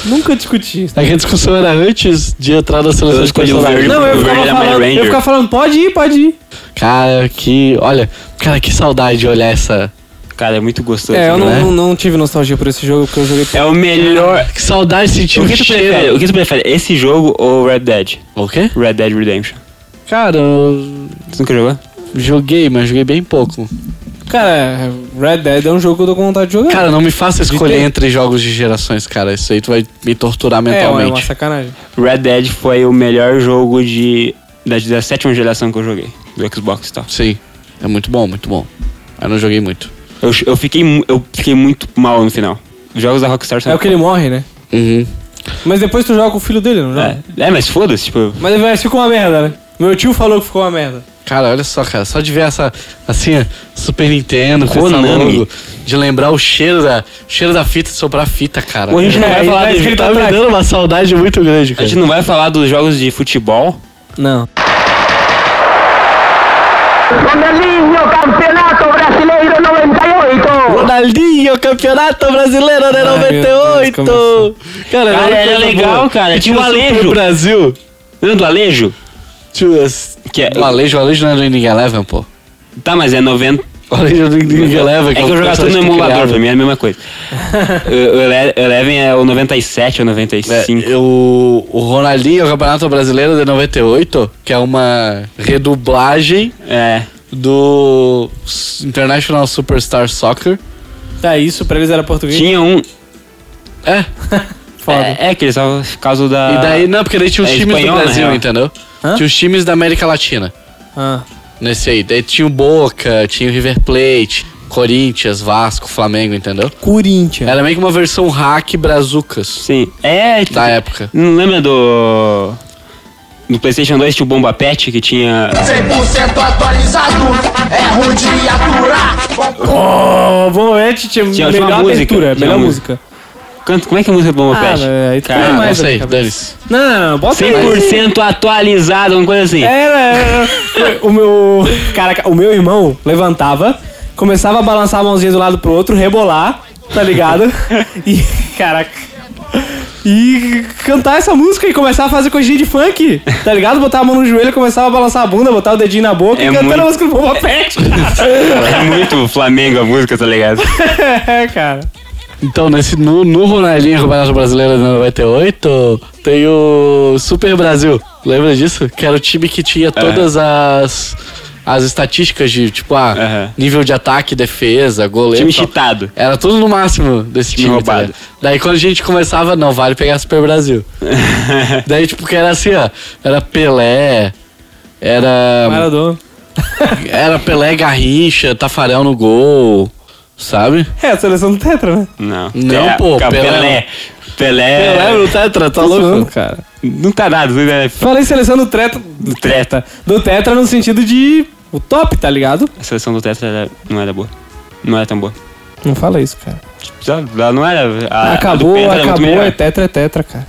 A: nunca discuti.
B: É que a discussão era antes de entrar na seleção
C: Eu
B: de
C: escolhi o
B: personagens.
C: verde.
A: Não, eu
C: O
A: ficava,
C: Vermelho é
A: falando,
C: Ranger.
A: eu ficava falando, pode ir, pode ir.
B: Cara, que. Olha, cara, que saudade de olhar essa.
C: Cara, é muito gostoso.
A: É, eu não,
B: né?
A: não, não tive nostalgia por esse jogo, porque eu joguei...
C: É o melhor.
B: Que saudade de sentir
C: O que tu
B: cheiro.
C: prefere? O que tu prefere? Esse jogo ou Red Dead?
B: O quê?
C: Red Dead Redemption.
B: Cara, eu
C: Tu nunca jogou?
B: joguei, mas joguei bem pouco.
A: Hum. Cara, Red Dead é um jogo que eu tô com vontade de jogar.
B: Cara, não me faça escolher
A: ter-
B: entre jogos de gerações, cara. Isso aí tu vai me torturar
A: é, é uma
B: mentalmente.
A: sacanagem.
C: Red Dead foi o melhor jogo de da, da sétima geração que eu joguei do Xbox e tal.
B: Sim. É muito bom, muito bom. Mas não joguei muito.
C: Eu, eu fiquei mu- eu fiquei muito mal no final. Os jogos da Rockstar são
A: É o que ele morre, né?
B: Uhum.
A: Mas depois tu joga com o filho dele, não joga?
C: é, é, mas foda-se, tipo,
A: Mas Mas ficou uma merda, né? Meu tio falou que ficou uma merda.
B: Cara, olha só, cara. Só de ver essa, assim, Super Nintendo, com essa
C: Konami.
B: logo, de lembrar o cheiro da, o cheiro da fita, de sobrar fita, cara.
C: Hoje é, a gente não vai falar
A: tá
C: dele,
A: escrito
B: tá me
A: atrás.
B: dando uma saudade muito grande,
C: a
B: cara.
C: gente não vai falar dos jogos de futebol,
A: Não.
D: Ronaldinho, campeonato brasileiro 98.
B: Ronaldinho, campeonato brasileiro né? de
A: Deus,
B: 98!
A: começou.
B: cara,
C: Cara,
B: uma
C: era
B: coisa
C: legal, cara,
B: E
C: tinha o
B: o Super
C: Alejo.
B: Brasil.
C: Lembra do Alejo?
B: Tinha
C: Que é-
B: O Alejo, o Alejo não era do Inning Eleven, pô.
C: Tá, mas é 90.
B: O Alejo era do Inning Eleven.
C: É que eu jogava tudo no emulador, pra mim era a mesma (laughs) coisa. o o Ele- Eleven é o 97 ou 95.
B: o, É, o Ronaldinho, o Campeonato Brasileiro de 98, que é uma redublagem
C: É.
B: do S- International Superstar Soccer.
A: Tá, isso pra eles era português.
C: Tinha um.
B: É,
A: Foda.
C: É, é que eles estavam por causa da.
B: e daí, não, porque daí tinha os
C: é
B: times
C: espanhol,
B: do
C: na
B: Brasil,
C: real.
B: entendeu?
A: Hã?
B: Tinha os times da América Latina.
A: Ah.
B: Nesse aí. Daí tinha o Boca, tinha o River Plate, Corinthians, Vasco, Flamengo, entendeu?
C: É.
A: Corinthians.
B: Era meio que uma versão hack brazucas
C: Sim. É.
B: da época.
C: Não lembra do. No PlayStation 2 tinha o Bomba Pet que tinha.
D: 100% atualizado, é ruim de aturar.
A: Oh, bom, é, tinha
C: Tinha- tinha
A: melhor
C: uma música,
A: abertura,
C: tinha
A: melhor
C: uma
A: música.
C: Canto, como é que é a música do Bomba
A: Ah,
C: Pet?
A: velho, aí tu
C: Cara,
A: tem
B: Não
A: mais
B: sei,
A: aí, cabeça.
B: dane-se.
A: Não, não, não, bota aí.
C: 100% atualizado, uma coisa assim.
A: Era, era. (laughs) O meu. Caraca, o meu irmão levantava, começava a balançar a mãozinha do lado pro outro, rebolar, tá ligado? E. Caraca. E cantar essa música e começar a fazer coisinha de funk, tá ligado? Botar a mão no joelho, começava a balançar a bunda, botar o dedinho na boca
C: (laughs) É
A: e cantando
C: muito-
A: a música do Boba Pet.
C: É muito Flamengo a música, tá ligado?
A: (laughs) é, cara.
C: Tá
B: Então, nesse, no, no Ronaldinho Campeonato Brasileiro de 98, tem o Super Brasil. Lembra disso? Que era o time que tinha todas as, as estatísticas de, tipo, ah,
C: Aham.
B: nível de ataque, defesa, goleiro.
C: Time
B: tal.
C: cheatado.
B: Era tudo no máximo desse time. tá
C: roubado.
B: ligado? Daí quando a gente começava, não, vale pegar Super Brasil. Daí, tipo, que era assim, ó. Era Pelé, era.
A: Maradona.
B: Era Pelé Garrincha, Tafarel no gol, sabe?
A: É, a seleção do Tetra, né?
C: (laughs) Não.
B: Não, pô,
C: Pelé.
B: Pelé.
C: Pelé. Pelé.
B: Pelé no Tetra, tá
A: Tô zoando,
B: louco?
A: é cara.
C: Não tá nada, né?
A: Falei seleção do Tetra. Do
C: Tetra.
A: Do Tetra no sentido de. O top, tá ligado?
C: A seleção do Tetra era- não era boa. Não era tão boa.
A: Não fala isso, cara.
C: Já- Ela não era. a- a Ah, do
A: acabou,
C: Pedro era muito
A: acabou,
C: melhor.
A: é tetra, é tetra, cara.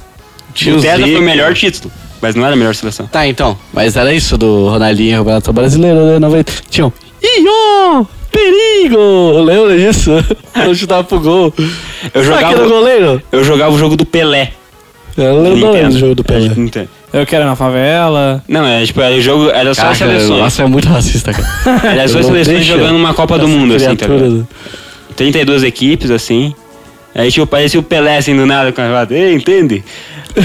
B: Tinha
C: O Tetra
B: Zico.
C: foi o melhor título, mas não era a melhor seleção.
B: Tá, então. Mas era isso do Ronaldinho e Roberto Brasileiro, né? 90. Tinha um... Iô! Perigo! Lembra disso? (laughs) Eu chutava pro gol. Saque
C: Eu jogava-
B: do goleiro.
C: Eu jogava o jogo do Pelé.
B: Eu lembro não lembro
C: Nintendo.
B: do jogo do Pelé.
C: Nintendo.
A: Eu quero na favela.
C: Não, é tipo, era o jogo, era só as seleções.
B: nossa, é muito racista,
C: (laughs)
B: cara.
C: Era só as
B: não
C: seleções
B: deixa
C: jogando uma Copa do
B: essa
C: Mundo, assim, tá
B: criatura
C: ligado?
B: do-
C: 32 equipes, assim. Aí, tipo, parecia o Pelé, assim, do nada, com a gravata. Ei, entende?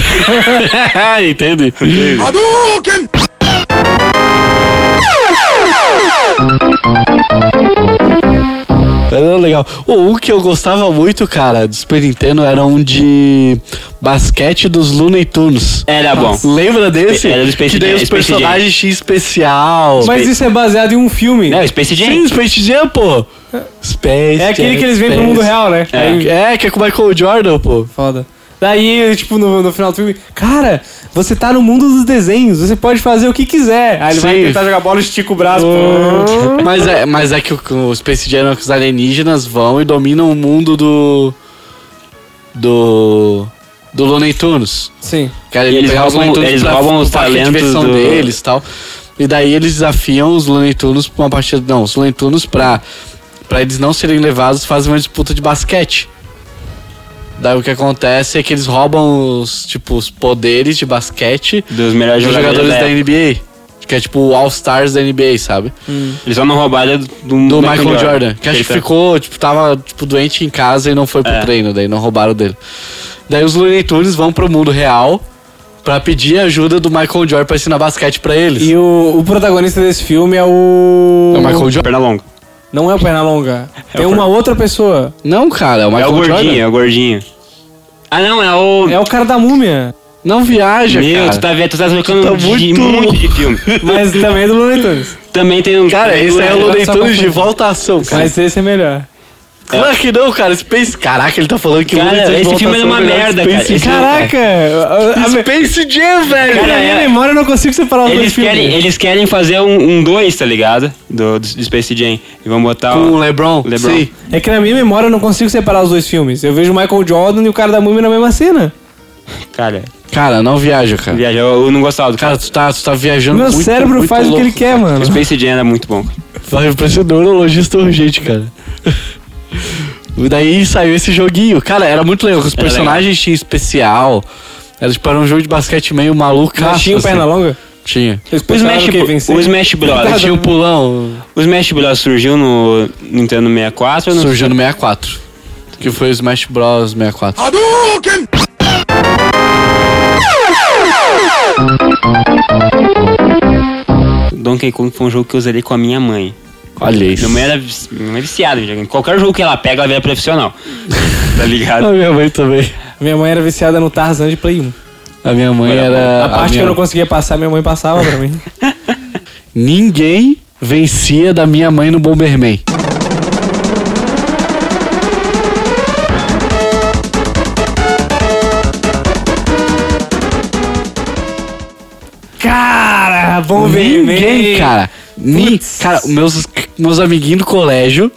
B: (laughs)
C: (laughs) entende?
B: Era legal. O um que eu gostava muito, cara, do Super Nintendo era um de basquete dos Looney Tunes.
C: Era bom.
B: Lembra desse?
C: Era do Space
B: que daí
C: Jam, é
B: os
C: Space Jam.
B: personagens tinham especial.
A: Mas isso é baseado em um filme.
C: É, o Space Jam.
B: Sim, Space Jam, pô. Space
A: É aquele
B: Jam,
A: que eles vêm pro
B: Space-
A: mundo real, né?
C: É.
A: Aí,
B: É, que é com o Michael Jordan, pô.
A: foda. Daí, tipo, no, no final do filme, cara, você tá no mundo dos desenhos, você pode fazer o que quiser. Aí ele vai
B: Sim.
A: tentar jogar bola, estica o braço.
B: (laughs) mas, é, mas é que o, o Space Jam é que os alienígenas vão e dominam o mundo do. Do. Do Looney Tunes.
A: Sim.
B: Cara,
C: E eles
B: pegava
C: roubam-
B: Looney Tunes
C: eles
B: pra-
C: roubam os
B: pra
C: talentos
B: diversão
C: do-
B: deles e tal. E daí eles desafiam os Looney Tunes pra uma partida. Não, os Looney Tunes pra, pra eles não serem levados fazem uma disputa de basquete. Daí o que acontece é que eles roubam os, tipo, os poderes de basquete
C: Dos melhores
B: dos
C: jogadores,
B: jogadores
C: da
B: da
C: época.
B: NBA. Que é tipo o All-Stars da NBA, sabe?
C: Eles só não roubaram do,
B: Do Michael Jordan. Que acho que
C: Ele tá-
B: ficou, tipo, tava tipo, doente em casa e não foi pro
C: É.
B: treino, daí não roubaram dele. Daí os Looney Tunes vão pro mundo real pra pedir ajuda do Michael Jordan pra ensinar basquete pra eles.
A: E o, o protagonista desse filme é o.
B: É o Michael Jordan?
C: Perna longa.
A: Não é o Pernalonga.
C: É
A: Tem
C: o
A: uma outra pessoa.
B: Não, cara, é o
C: É
B: Michael
C: o gordinho,
B: Jordan.
C: é o gordinho. Ah, não, é o...
A: É o cara da múmia.
B: Não viaja,
C: Meu,
B: cara.
C: tu tá vendo, tu tá trocando
B: tá
C: de
B: muito-
C: monte de filme.
A: Mas também é do Looney Tunes.
C: Também tem
B: (laughs)
C: um...
B: Cara, esse aí é o Looney
A: Só
B: Tunes de
A: confundindo.
B: volta à ação, cara.
A: Mas esse é melhor.
B: Claro que não, cara. Space... Caraca, ele tá falando que
C: Cara,
B: o Looney Tunes de
C: esse
B: volta à
C: filme é
B: ação
C: uma
B: melhor que
C: merda,
B: Space
C: cara. Esse- (laughs)
A: Caraca! a- a- a-
B: Space Jam, velho!
A: Cara,
C: Cara,
A: na minha
C: é-
A: memória eu não consigo separar os dois
C: Eles
A: filmes.
C: querem, eles querem fazer um 2, tá ligado? Do, do, do Space Jam. E vão botar...
B: Com o
C: o-
B: LeBron.
C: LeBron.
B: Sim.
A: É que na minha memória eu não consigo separar os dois filmes. Eu vejo o Michael Jordan e o cara da múmia na mesma cena.
C: Cara,
B: Cara, não viaja, cara.
C: Viaja, eu, eu não gostava do cara.
B: Cara, tu tá, tu tá viajando
A: Meu
B: muito,
A: cérebro
B: muito
A: faz o que ele
B: louco.
A: quer, mano.
C: O Space Jam era muito bom.
B: Vai pra ser neurologista urgente, cara. (laughs) E Daí saiu esse joguinho. Cara, era muito legal. Os personagens tinham especial. Era tipo era um jogo de basquete meio maluco. assim.
A: Machinho, perna longa.
B: Tinha.
C: O Smash, o Smash Bros.
B: Tinha o pulão.
C: O Smash Bros surgiu no Nintendo 64. ou no-
B: Surgiu no 64. Que foi o Smash Bros
A: Ah,
B: 64.
C: Donkey Kong foi um jogo que eu zerei com a minha mãe.
B: Olha isso.
C: Minha mãe era vici- minha mãe é viciada em videogame. Qualquer jogo que ela pega, ela vira profissional. tá
B: A
C: ligado?
B: minha mãe também.
A: Minha mãe era viciada no Tarzan de Play 1.
B: É, A minha mãe era.
A: A parte que
B: minha-
A: eu não conseguia passar, minha mãe passava pra mim.
B: Ninguém vencia da minha mãe no Bomberman.
A: Cara, bom
B: Ninguém, cara. Ni,
A: Putz.
B: cara, meus, meus amiguinhos do colégio.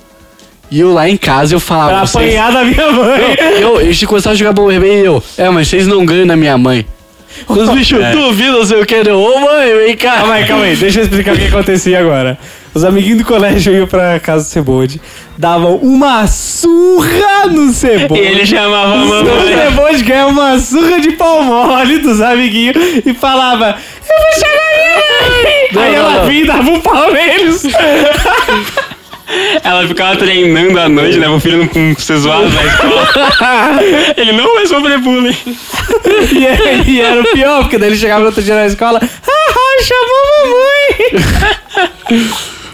B: E eu lá em casa eu
A: Pra
B: falava. "Vocês-
A: apanhar da minha mãe.
B: Eu, eles começaram a jogar Bomberman e eu. É, mas vocês não ganham na minha mãe.
A: (laughs)
B: Os bichos duvidam, não sei o que. Eu, ô mãe, vem cá.
A: É. Calma aí, calma aí. Deixa eu explicar o que acontecia agora. Os amiguinhos do colégio iam pra casa do Cebode, davam uma surra no Cebode.
C: Ele chamava a
A: O
C: mamãe.
A: Cebode ganhava uma surra de pau mole dos amiguinhos e falava: Eu vou chegar minha mãe! aí
B: não,
A: ela
B: não.
A: vinha e dava um pau neles.
C: Ela ficava treinando à noite, né? O filho não com ser zoado na escola. Ele não vai sofrer bullying.
A: E, é- e era o pior, porque daí ele chegava no outro dia na escola: Haha, chamou a mamãe!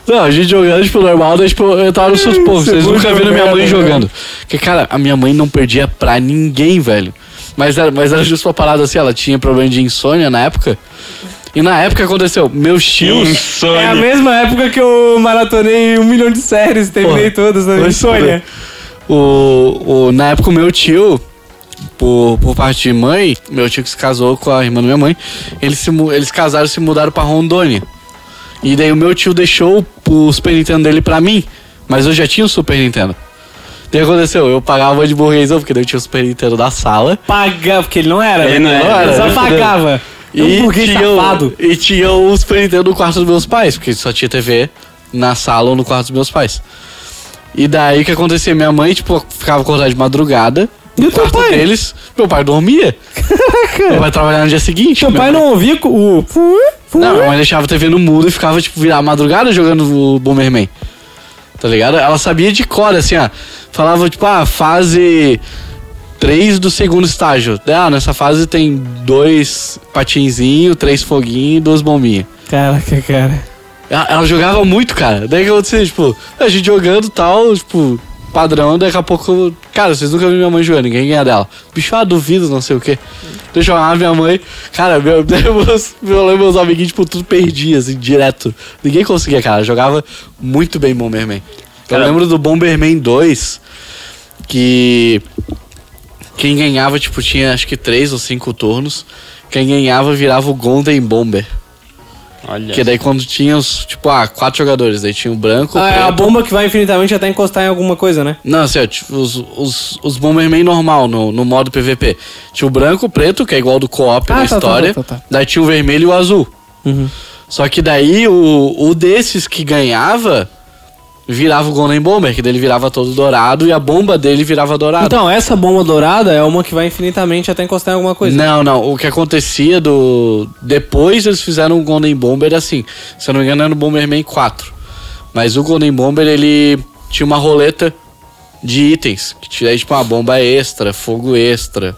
B: Não, a gente jogando, tipo, normal, daí, tipo, eu tava nos seus povos. Vocês
A: Cebola
B: nunca viram minha mãe
A: jogada,
B: jogando. Porque, cara, a minha mãe não perdia pra ninguém, velho. Mas era, mas era justo uma parada assim, ela tinha problema de insônia na época. E na época aconteceu, meus
C: um
B: tios.
A: É a
C: Insônia.
A: mesma época que eu maratonei um milhão de séries, terminei
B: Porra.
A: todas, né?
B: Vai se
A: Insônia.
B: O, o, na época, o meu tio, por, por parte de mãe, meu tio que se casou com a irmã da minha mãe, eles, se, mu- eles casaram e se mudaram pra Rondônia. E daí o meu tio deixou o Super Nintendo dele pra mim, mas eu já tinha o Super Nintendo. Daí aconteceu, eu pagava de burguesão, porque daí eu tinha o Super Nintendo da sala.
A: Pagava, porque ele não era.
C: Ele
A: né?
C: não era.
A: Ele só
B: Ele não era.
A: pagava. É um burguês
B: tinha, o- (laughs)
A: safado.
B: e tinha o Super Nintendo no quarto dos meus pais, porque só tinha TV na sala ou no quarto dos meus pais. E daí o que acontecia? Minha mãe, tipo, ficava acordada de madrugada.
A: E o
B: no
A: teu
B: quarto
A: pai?
B: Deles, meu pai dormia. meu pai trabalhava no dia seguinte.
A: Seu
B: meu
A: pai não ouvia o. fu- fu-
B: Não, minha mãe deixava a TV no mudo e ficava, tipo, virar a madrugada jogando o Bomberman. Tá ligado? Ela sabia de cor, assim, ó. Falava, tipo, ah, fase 3 do segundo estágio. Ah, nessa fase tem dois patinzinhos, três foguinhos e duas bombinhas.
A: Caraca, cara.
B: Ela, ela jogava muito, cara. Daí o que aconteceu, tipo, a gente jogando e tal, tipo, padrão, daqui a pouco. Cara, vocês nunca viram minha mãe jogando, ninguém ganha dela. Bicho, ah, duvido, não sei o quê. Deixa eu chamar minha mãe. Cara, meu, (laughs) meus, meu, meus amiguinhos, tipo, tudo perdia, assim, direto. Ninguém conseguia, cara. Jogava muito bem Bomberman.
C: Cara-
B: Eu lembro do Bomberman 2, que. Quem ganhava, tipo, tinha acho que três ou cinco turnos. Quem ganhava virava o Golden Bomber.
C: Olha.
B: Que daí quando tinha os, tipo, ah, quatro jogadores, daí tinha o branco, o
A: Ah, é a
B: preto-
A: bomba que vai infinitamente até encostar em alguma coisa, né?
B: Não, assim, ó, tipo, os, os, os Bomberman normal, no, no modo PVP. Tinha o branco, o preto, que é igual do co-op
A: Ah,
B: na
A: tá, tá,
B: história.
A: tá, tá, tá.
B: Daí tinha o vermelho e o azul.
A: Uhum.
B: Só que daí o, o desses que ganhava virava o Golden Bomber, que daí ele virava todo dourado e a bomba dele virava dourada.
A: Então, essa bomba dourada é uma que vai infinitamente até encostar em alguma coisa.
B: Não, não. O que acontecia do. Depois eles fizeram o Golden Bomber assim. Se eu não me engano, era no Bomberman 4. Mas o Golden Bomber, ele tinha uma roleta de itens. Que tinha tipo uma bomba extra, fogo extra,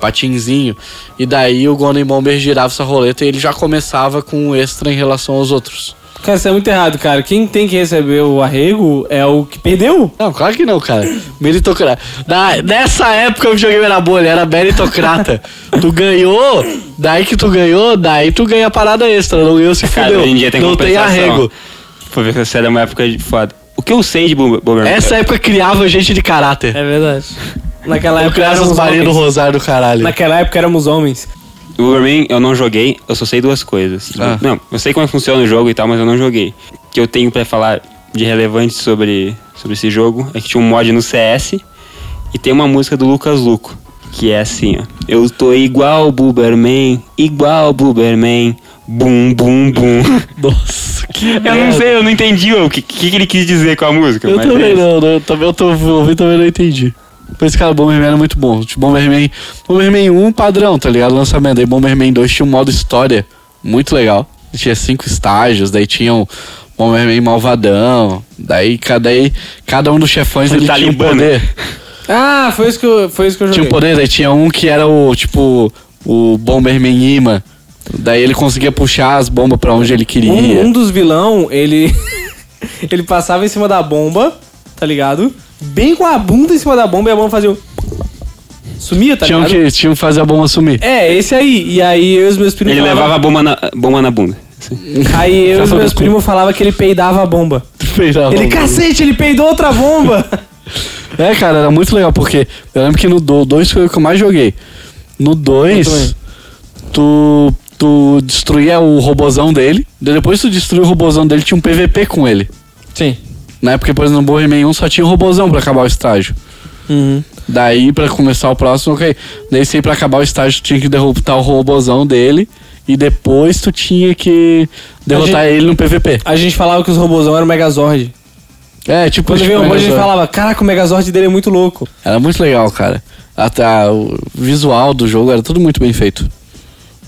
B: patinzinho. E daí o Golden Bomber girava essa roleta e ele já começava com um extra em relação aos outros.
A: Cara, isso é muito errado, cara. Quem tem que receber o arrego é o que perdeu.
B: Não, claro que não, cara. Meritocrata. Na, nessa época o videogame era bolha, era meritocrata. tu ganhou, daí que tu ganhou, daí tu ganha a parada extra. Não ganhou, se
C: Cara,
B: fudeu.
C: hoje em dia tem
B: não tem
C: compensação.
B: arrego.
C: Foi ver que essa era uma época de foda. O que eu sei de Bomber- Bomberman?
B: Essa época criava gente de caráter.
A: É verdade.
B: (laughs)
A: Naquela
B: Eu
A: época
B: criava os
A: éramos
B: Maria do
A: homens.
B: Rosário do caralho.
A: Naquela época éramos homens.
C: O Bomberman eu não joguei, eu só sei duas coisas.
B: Ah.
C: Não, eu sei como é funciona o jogo e tal, mas eu não joguei. O que eu tenho pra falar de relevante sobre, sobre esse jogo é que tinha um mod no CS e tem uma música do Lucas Luco, que é assim, ó. Eu tô igual o Buberman, igual o Buberman, bum,
B: (laughs)
C: bum, bum.
B: Nossa, que
C: Eu não sei, eu não entendi ó, o que, que ele quis dizer com a música.
B: Eu
C: mas é
B: também
C: isso.
B: não, não, eu também eu tô ouvindo, também não entendi. Por isso, cara, Bomberman era muito bom. Tipo, Bomberman, Bomberman 1 padrão, tá ligado? Lançamento. Aí Bomberman 2 tinha um modo história muito legal. Tinha cinco estágios, daí tinha um Bomberman malvadão. Daí cada, aí, cada um dos chefões
C: Um
B: ele tinha
C: talibã,
B: um poder.
A: Ah, foi isso que eu, foi isso que eu
B: Tinha um
A: joguei.
B: poder, daí tinha um que era o, tipo, o Bomberman imã. Daí ele conseguia puxar as bombas pra onde ele queria.
A: Um, um dos vilão, ele. (laughs) ele passava em cima da bomba, tá ligado? Bem com a bunda em cima da bomba e a bomba fazia. um Sumia, tá
B: tinham,
A: ligado?
B: um que, tinham que fazer a bomba sumir. (laughs)
A: É, esse aí. E aí eu e os meus primos.
C: Ele
A: falavam-
C: levava a bomba na, bomba na bunda. Assim.
A: Aí eu e os
B: Caçador
A: meus
B: do cu. um
A: primos falavam que ele peidava a bomba.
B: Feijão.
A: Ele, cacete, ele peidou outra bomba!
B: É, cara, era muito legal, porque eu lembro que no 2 foi o que eu mais joguei. No
A: Eu
B: 2,
A: também.
B: tu, tu destruía o robozão dele, daí depois tu destruía o robozão dele, tinha um PVP com ele.
A: Sim.
B: Na época, depois no Borremem 1 só tinha o robozão pra acabar o estágio. Daí, pra começar o próximo, ok. Daí, se pra acabar o estágio, tu tinha que derrotar o robozão dele. E depois tu tinha que derrotar ele no PVP.
A: A gente falava que os robôzão eram o Megazord.
B: É, tipo...
A: Quando
B: tipo,
A: veio um robô, a gente
B: era-
A: falava, caraca, o Megazord dele é muito louco.
B: Era muito legal, cara. Até a- o visual do jogo era tudo muito bem feito.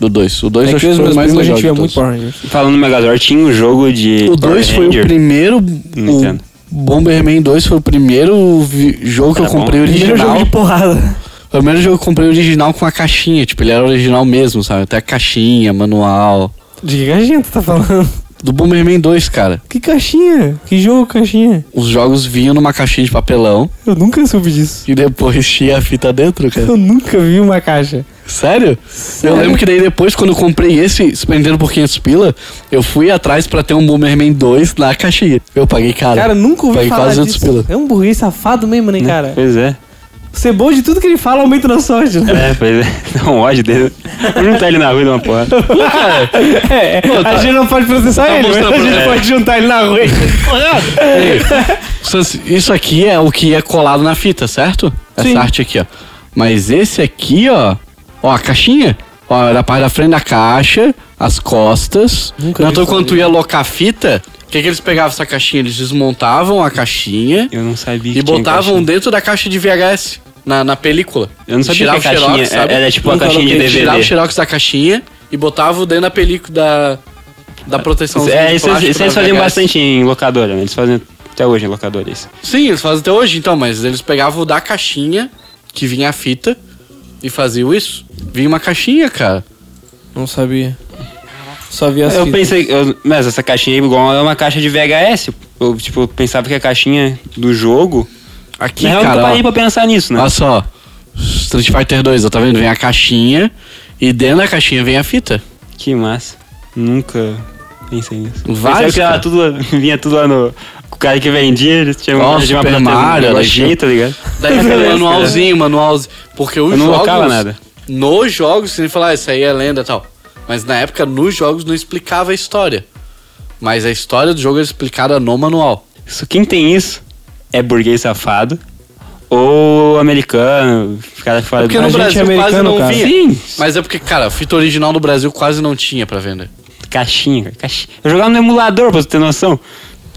B: Do 2. O 2
A: É que
B: eu acho
A: eu e
B: que
A: os
B: foi o
A: meus
B: mais
A: primos a
B: legal
A: gente
B: de
A: via
B: todos.
A: muito Power Rangers.
C: Falando no Megazord, tinha um jogo de.
B: O 2
C: Power
B: foi o
C: Ranger.
B: primeiro...
C: Nintendo.
B: O Bomberman 2 foi o primeiro vi- jogo que eu
C: Era bom.
B: comprei original.
A: porrada.
B: Foi o primeiro jogo que eu comprei original com a caixinha. Tipo, ele era original mesmo, sabe? Até a caixinha, manual...
A: De que caixinha tu tá falando?
B: Do Bomberman 2, cara.
A: Que caixinha? Que jogo caixinha?
B: Os jogos vinham numa caixinha de papelão
A: Eu nunca soube disso.
B: e depois (laughs) tinha a fita dentro, cara.
A: Eu nunca vi uma caixa.
B: Sério? Eu lembro que daí depois, quando eu comprei esse, se vendendo por 500 pila, eu fui atrás pra ter um Bomberman 2 na caixinha. Eu paguei caro.
A: Cara, eu nunca ouvi
B: Paguei
A: falar
B: quase
A: disso.
B: pila.
A: É um burguês safado mesmo, né, cara?
C: Pois é.
A: Você é bom de tudo que ele fala, aumenta na sorte, né?
C: É, pois é. (laughs) Dá um ódio dele. Vou juntar ele tá na rua e dar uma porrada.
A: É, a gente não pode processar ele, mas a
B: mostrando,
A: gente
B: é.
A: pode juntar ele na rua.
B: Isso- Isso aqui é o que é colado na fita, certo?
A: Sim.
B: Essa arte aqui, ó. Mas esse aqui, ó. Ó, a caixinha. Ó, era a parte da frente da caixa, as costas.
A: Nunca
B: Não
A: vi
B: tô
A: isso
B: quando tu ia alocar a fita. O que, que eles pegavam essa caixinha? Eles desmontavam a caixinha
C: Eu não sabia que
B: e
C: tinha
B: botavam
C: caixinha.
B: dentro da caixa de VHS, na, na película.
C: Eu não sabia
B: Tirava
C: que
B: o
C: a
B: xerox,
C: caixinha
B: sabe?
C: era tipo a
B: Nunca
C: caixinha de
B: coloquei. Tirava o
C: DVD.
B: xerox da caixinha e botava dentro da película da, da proteção.
C: É, isso, isso eles faziam bastante em locadora, né? Eles fazem até hoje em locadora isso.
B: Sim, eles fazem até hoje, então, mas eles pegavam da caixinha que vinha a fita e faziam isso. Vinha uma caixinha, cara.
A: Não sabia. Só vi as
C: Eu
A: fitas.
C: pensei, eu- mas essa caixinha aí igual é uma caixa de VHS. Eu, tipo, eu pensava que a caixinha do jogo.
B: Aqui,
C: Na real, eu
B: cara.
C: nunca
B: ó,
C: parei pra pensar nisso, um né?
B: Olha só. Street Fighter 2, ó, tá vendo? Vem a caixinha e dentro da caixinha vem a fita.
C: Que massa. Nunca pensei nisso.
B: Vários,
C: Pensava que era
B: cara.
C: tudo, (laughs) vinha tudo lá no. O cara que vendia, eles tinham
B: Ó,
C: tinha
B: Super
C: plataforma,
B: Mario,
C: um
B: ela
C: negocinho,
B: tinha-
C: tá ligado?
B: Daí aquele
C: (laughs)
B: manualzinho, manualzinho. Porque os
C: Eu não
B: jogos.
C: colocava nada.
B: Nos jogos, você falar, ah, isso aí é lenda e tal. Mas na época, nos jogos, não explicava a história. Mas a história do jogo era explicada no manual.
C: Isso, quem tem isso é burguês safado ou americano, cara fora
B: Porque
C: do
B: no
A: gente é
B: Brasil quase
A: americano,
B: não
A: cara.
B: vinha.
C: Sim.
B: Mas é porque, cara, a fita original no Brasil quase não tinha pra vender.
C: Caixinha, cara, caixinha. Eu jogava no emulador, pra você ter noção.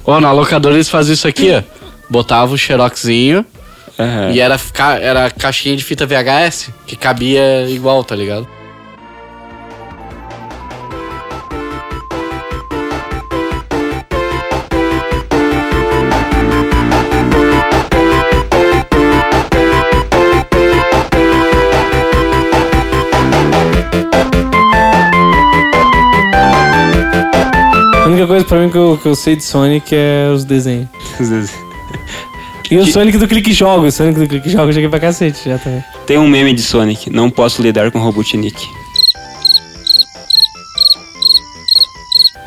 B: Ó, na locadora eles faziam isso aqui, ó. Botava o xeroxinho
C: Aham.
B: e era, ca- era caixinha de fita VHS, que cabia igual, tá ligado?
A: A única coisa pra mim que eu, que eu sei de Sonic é os desenhos. E o
C: Que-
A: Sonic do Clique Jogo, o Sonic do Clique Jogo eu joguei pra cacete já tá. também.
C: Tem um meme de Sonic, não posso lidar com Robotnik.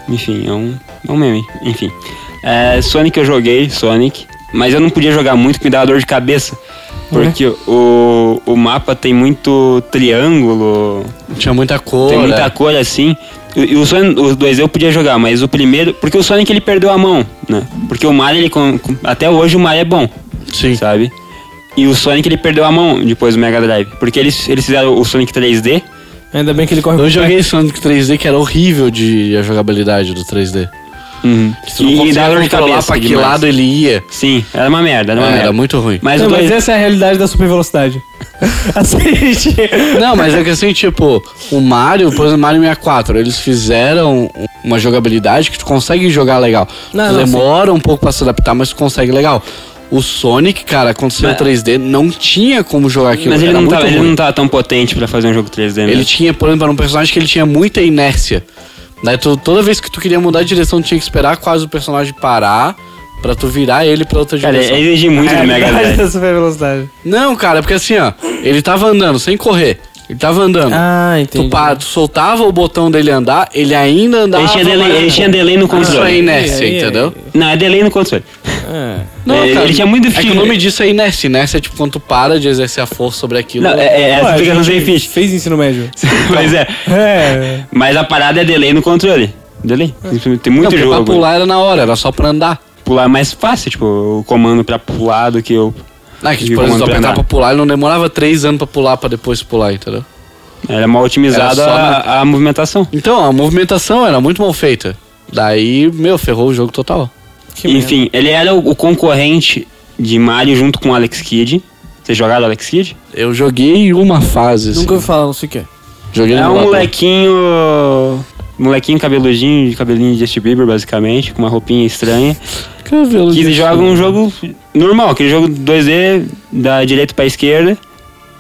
C: Enfim, é um, é um meme, enfim. É, Sonic eu joguei, Sonic, mas eu não podia jogar muito que me dava dor de cabeça. Porque o, o mapa tem muito triângulo,
B: Tinha muita cor.
C: tem muita
B: né?
C: cor assim. E, e o Sonic, os dois eu podia jogar, mas o primeiro. Porque o Sonic ele perdeu a mão, né? Porque o Mario, ele. com- com- até hoje o Mario é bom
B: Sim.
C: sabe? E o Sonic ele perdeu a mão depois do Mega Drive. Porque eles, eles fizeram o Sonic 3D.
A: Ainda bem que ele corre
B: Eu
A: com-
B: joguei Sonic 3D que era horrível de a jogabilidade do 3D. Que tu não
C: E- e
B: conseguia
C: dá dor de
B: controlar
C: cabeça
B: Uhum. pra que
C: demais.
B: lado ele ia.
C: Sim, era uma merda, era uma
B: É,
C: merda.
B: era muito
C: (laughs)
B: ruim.
C: Mas,
A: Não,
C: o
A: mas
C: dois-
A: essa é a realidade da super velocidade. Assiste.
B: Não, mas é que assim, tipo, o Mario, por exemplo, Mario 64, eles fizeram uma jogabilidade que tu consegue jogar legal.
A: Não,
B: tu
A: não,
B: demora um pouco pra se adaptar, mas tu consegue legal. O Sonic, cara, aconteceu em
C: Mas-
B: 3D, não tinha como jogar aquilo.
C: mas ele,
B: era
C: não
B: muito
C: tava, ele
B: ruim.
C: não tava tão potente pra fazer um jogo 3D mesmo.
B: Ele tinha, por exemplo, era um personagem que ele tinha muita inércia. Daí tu- toda vez que tu queria mudar de direção, tu tinha que esperar quase o personagem parar pra tu virar ele pra outra
C: Cara,
B: direção.
C: ele exige muito
B: É,
C: do Mega
A: realidade
C: Drive.
A: da super velocidade.
B: Não, cara, porque assim, ó, ele tava andando sem correr. Ele tava andando.
A: Ah, entendi.
B: Tu, pá, tu soltava o botão dele andar, ele ainda andava.
C: Ele tinha, delay,
B: mas-
C: ele tinha delay no
B: Isso é
C: controle.
B: inércia,
A: Aí, aí,
B: entendeu?
C: Não, é delay no controle.
A: Ah.
C: É, ele tinha muito
B: é que
C: definido.
B: o nome disso é inércia. Inércia é tipo quando tu para de exercer a força sobre aquilo.
C: Não, é, é, essa
A: Ué, a
C: explicação
A: gente
C: sem
B: (laughs)
C: fim.
A: Fez ensino médio.
C: Mas é.
A: É.
C: Mas a parada é delay no controle. Delay. Tem
B: É. Não,
C: muito
B: porque
C: jogo.
B: pra pular era na hora, era só pra andar.
C: pular é mais fácil, tipo, o comando pra pular do que eu.
B: Ah, que
C: E
B: tipo, por
C: como
B: exemplo, tu
C: treinar.
B: apertava pra pular, ele não demorava três anos pra pular pra depois pular, entendeu?
C: Era mal
B: Era
C: otimizada
B: só
C: a, a movimentação.
B: Então, a movimentação era muito mal feita. Daí, meu, ferrou o jogo total.
A: Que merda.
C: Enfim, ele era o, o concorrente de Mario junto com o Alex Kidd. Vocês jogaram Alex Kidd?
B: Eu joguei uma fase. assim.
A: Nunca ouvi falar, não sei o que é.
B: Joguei
C: É
B: no
C: um
B: emulador.
C: molequinho. Molequinho cabeludinho, de cabelinho de Justin Bieber, basicamente, com uma roupinha estranha.
B: Cabelo
C: Que
B: de-
C: ele joga um jogo normal, aquele jogo 2D da direita pra esquerda.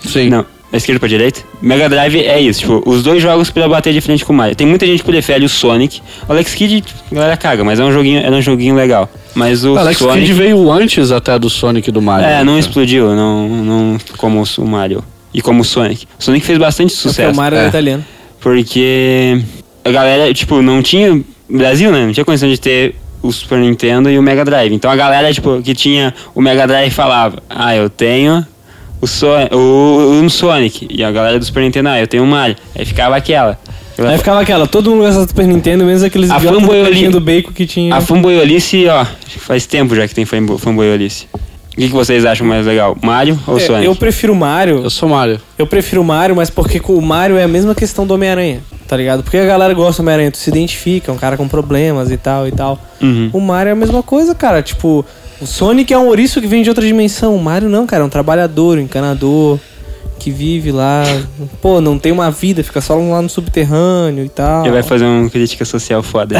B: Sim.
C: Não, da esquerda pra direita. Mega Drive é isso, tipo, os dois jogos pra bater de frente com o Mario. Tem muita gente que prefere o Sonic. O Alex Kidd, a galera caga, mas é um joguinho, era um joguinho legal. Mas o
B: Alex
C: Sonic.
B: Kidd veio antes até do Sonic e do Mario.
C: É, não
B: Né?
C: explodiu, não, não como o Mario. E como o Sonic. O Sonic fez bastante
A: Porque o
C: sucesso.
A: Mario era
B: É.
A: italiano.
C: Porque a galera, tipo, não tinha. Brasil, né? Não tinha condição de ter o Super Nintendo e o Mega Drive. Então a galera, tipo, que tinha o Mega Drive falava, ah, eu tenho o, so o, o Sonic. E a galera do Super Nintendo, ah, eu tenho o Mario. Aí ficava aquela.
A: Aí ficava aquela, todo mundo gostava do Super Nintendo, menos aqueles
C: A
A: idiotas do
C: fanboy
A: Pequeno
C: ali-
A: do Bacon que tinha.
C: A fanboyolice, ó, faz tempo já que tem fanbo- fanboyolice. O que, que vocês acham mais legal, Mario ou
A: É,
C: Sonic?
A: eu prefiro o Mario.
B: Eu sou Mario.
A: Eu prefiro o Mario, mas porque com o Mario é a mesma questão do Homem-Aranha, tá ligado? Porque a galera gosta do Homem-Aranha, tu se identifica, é um cara com problemas e tal e tal.
C: Uhum.
A: O Mario é a mesma coisa, cara. Tipo, o Sonic é um ouriço que vem de outra dimensão. O Mario não, cara, é um trabalhador, um encanador, que vive lá. Pô, não tem uma vida, fica só lá no subterrâneo e tal.
C: Ele vai fazer uma crítica social foda.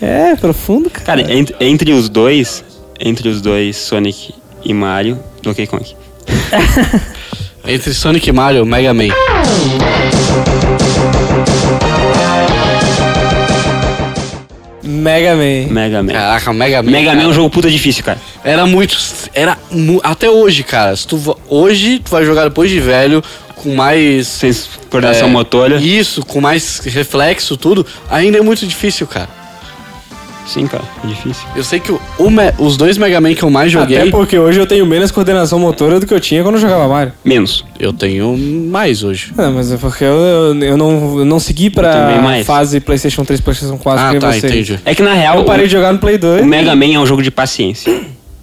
A: É, profundo, cara.
C: Cara, ent- entre os dois, entre os dois, Sonic e Mario, Donkey Kong.
B: Entre Sonic e Mario, Mega Man.
A: Mega Man.
C: Mega Man.
B: Caraca, Mega Man.
C: Mega Man é
B: cara.
C: um jogo puta difícil, cara.
B: Era muito. Era. mu- Até hoje, cara. Se tu, vo- hoje tu vai jogar depois de velho, com mais.
C: Sem coordenação
B: é,
C: motora.
B: Isso, com mais reflexo, tudo. Ainda é muito difícil, cara.
C: Sim, cara, é difícil.
B: Eu sei que o- o Me- os dois Mega Man que eu mais joguei.
A: Até porque hoje eu tenho menos coordenação motora do que eu tinha quando eu jogava Mario.
C: Menos.
B: Eu tenho mais hoje.
A: Não, mas é porque eu, eu, eu não, eu não segui
C: também
A: pra
C: mais.
A: fase PlayStation 3, PlayStation 4
B: ah,
A: que
B: tá,
A: você.
B: entendi.
C: É que na real,
A: Eu parei de jogar no Play
C: o
A: 2.
C: Mega Man é um jogo de paciência.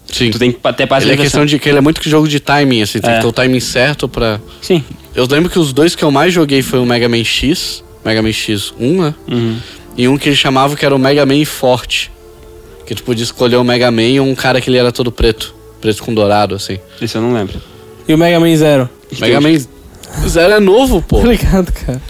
B: Sim.
C: Tu tem que ter
B: Ele
C: paciência.
B: é questão de que ele é muito que jogo de timing, assim, tem
C: É.
B: que ter o timing certo pra.
C: Sim.
B: Eu lembro que os dois que eu mais joguei foi o Mega Man X, Mega Man X1, né?
C: Uhum.
B: E um que ele chamava que era o Mega Man Forte. Que tu podia escolher o Mega Man e um cara que ele era todo preto. Preto com dourado, assim.
C: Isso eu não lembro.
A: E o Mega Man Zero.
B: Mega Man Zero é novo, pô.
A: Tá ligado, cara.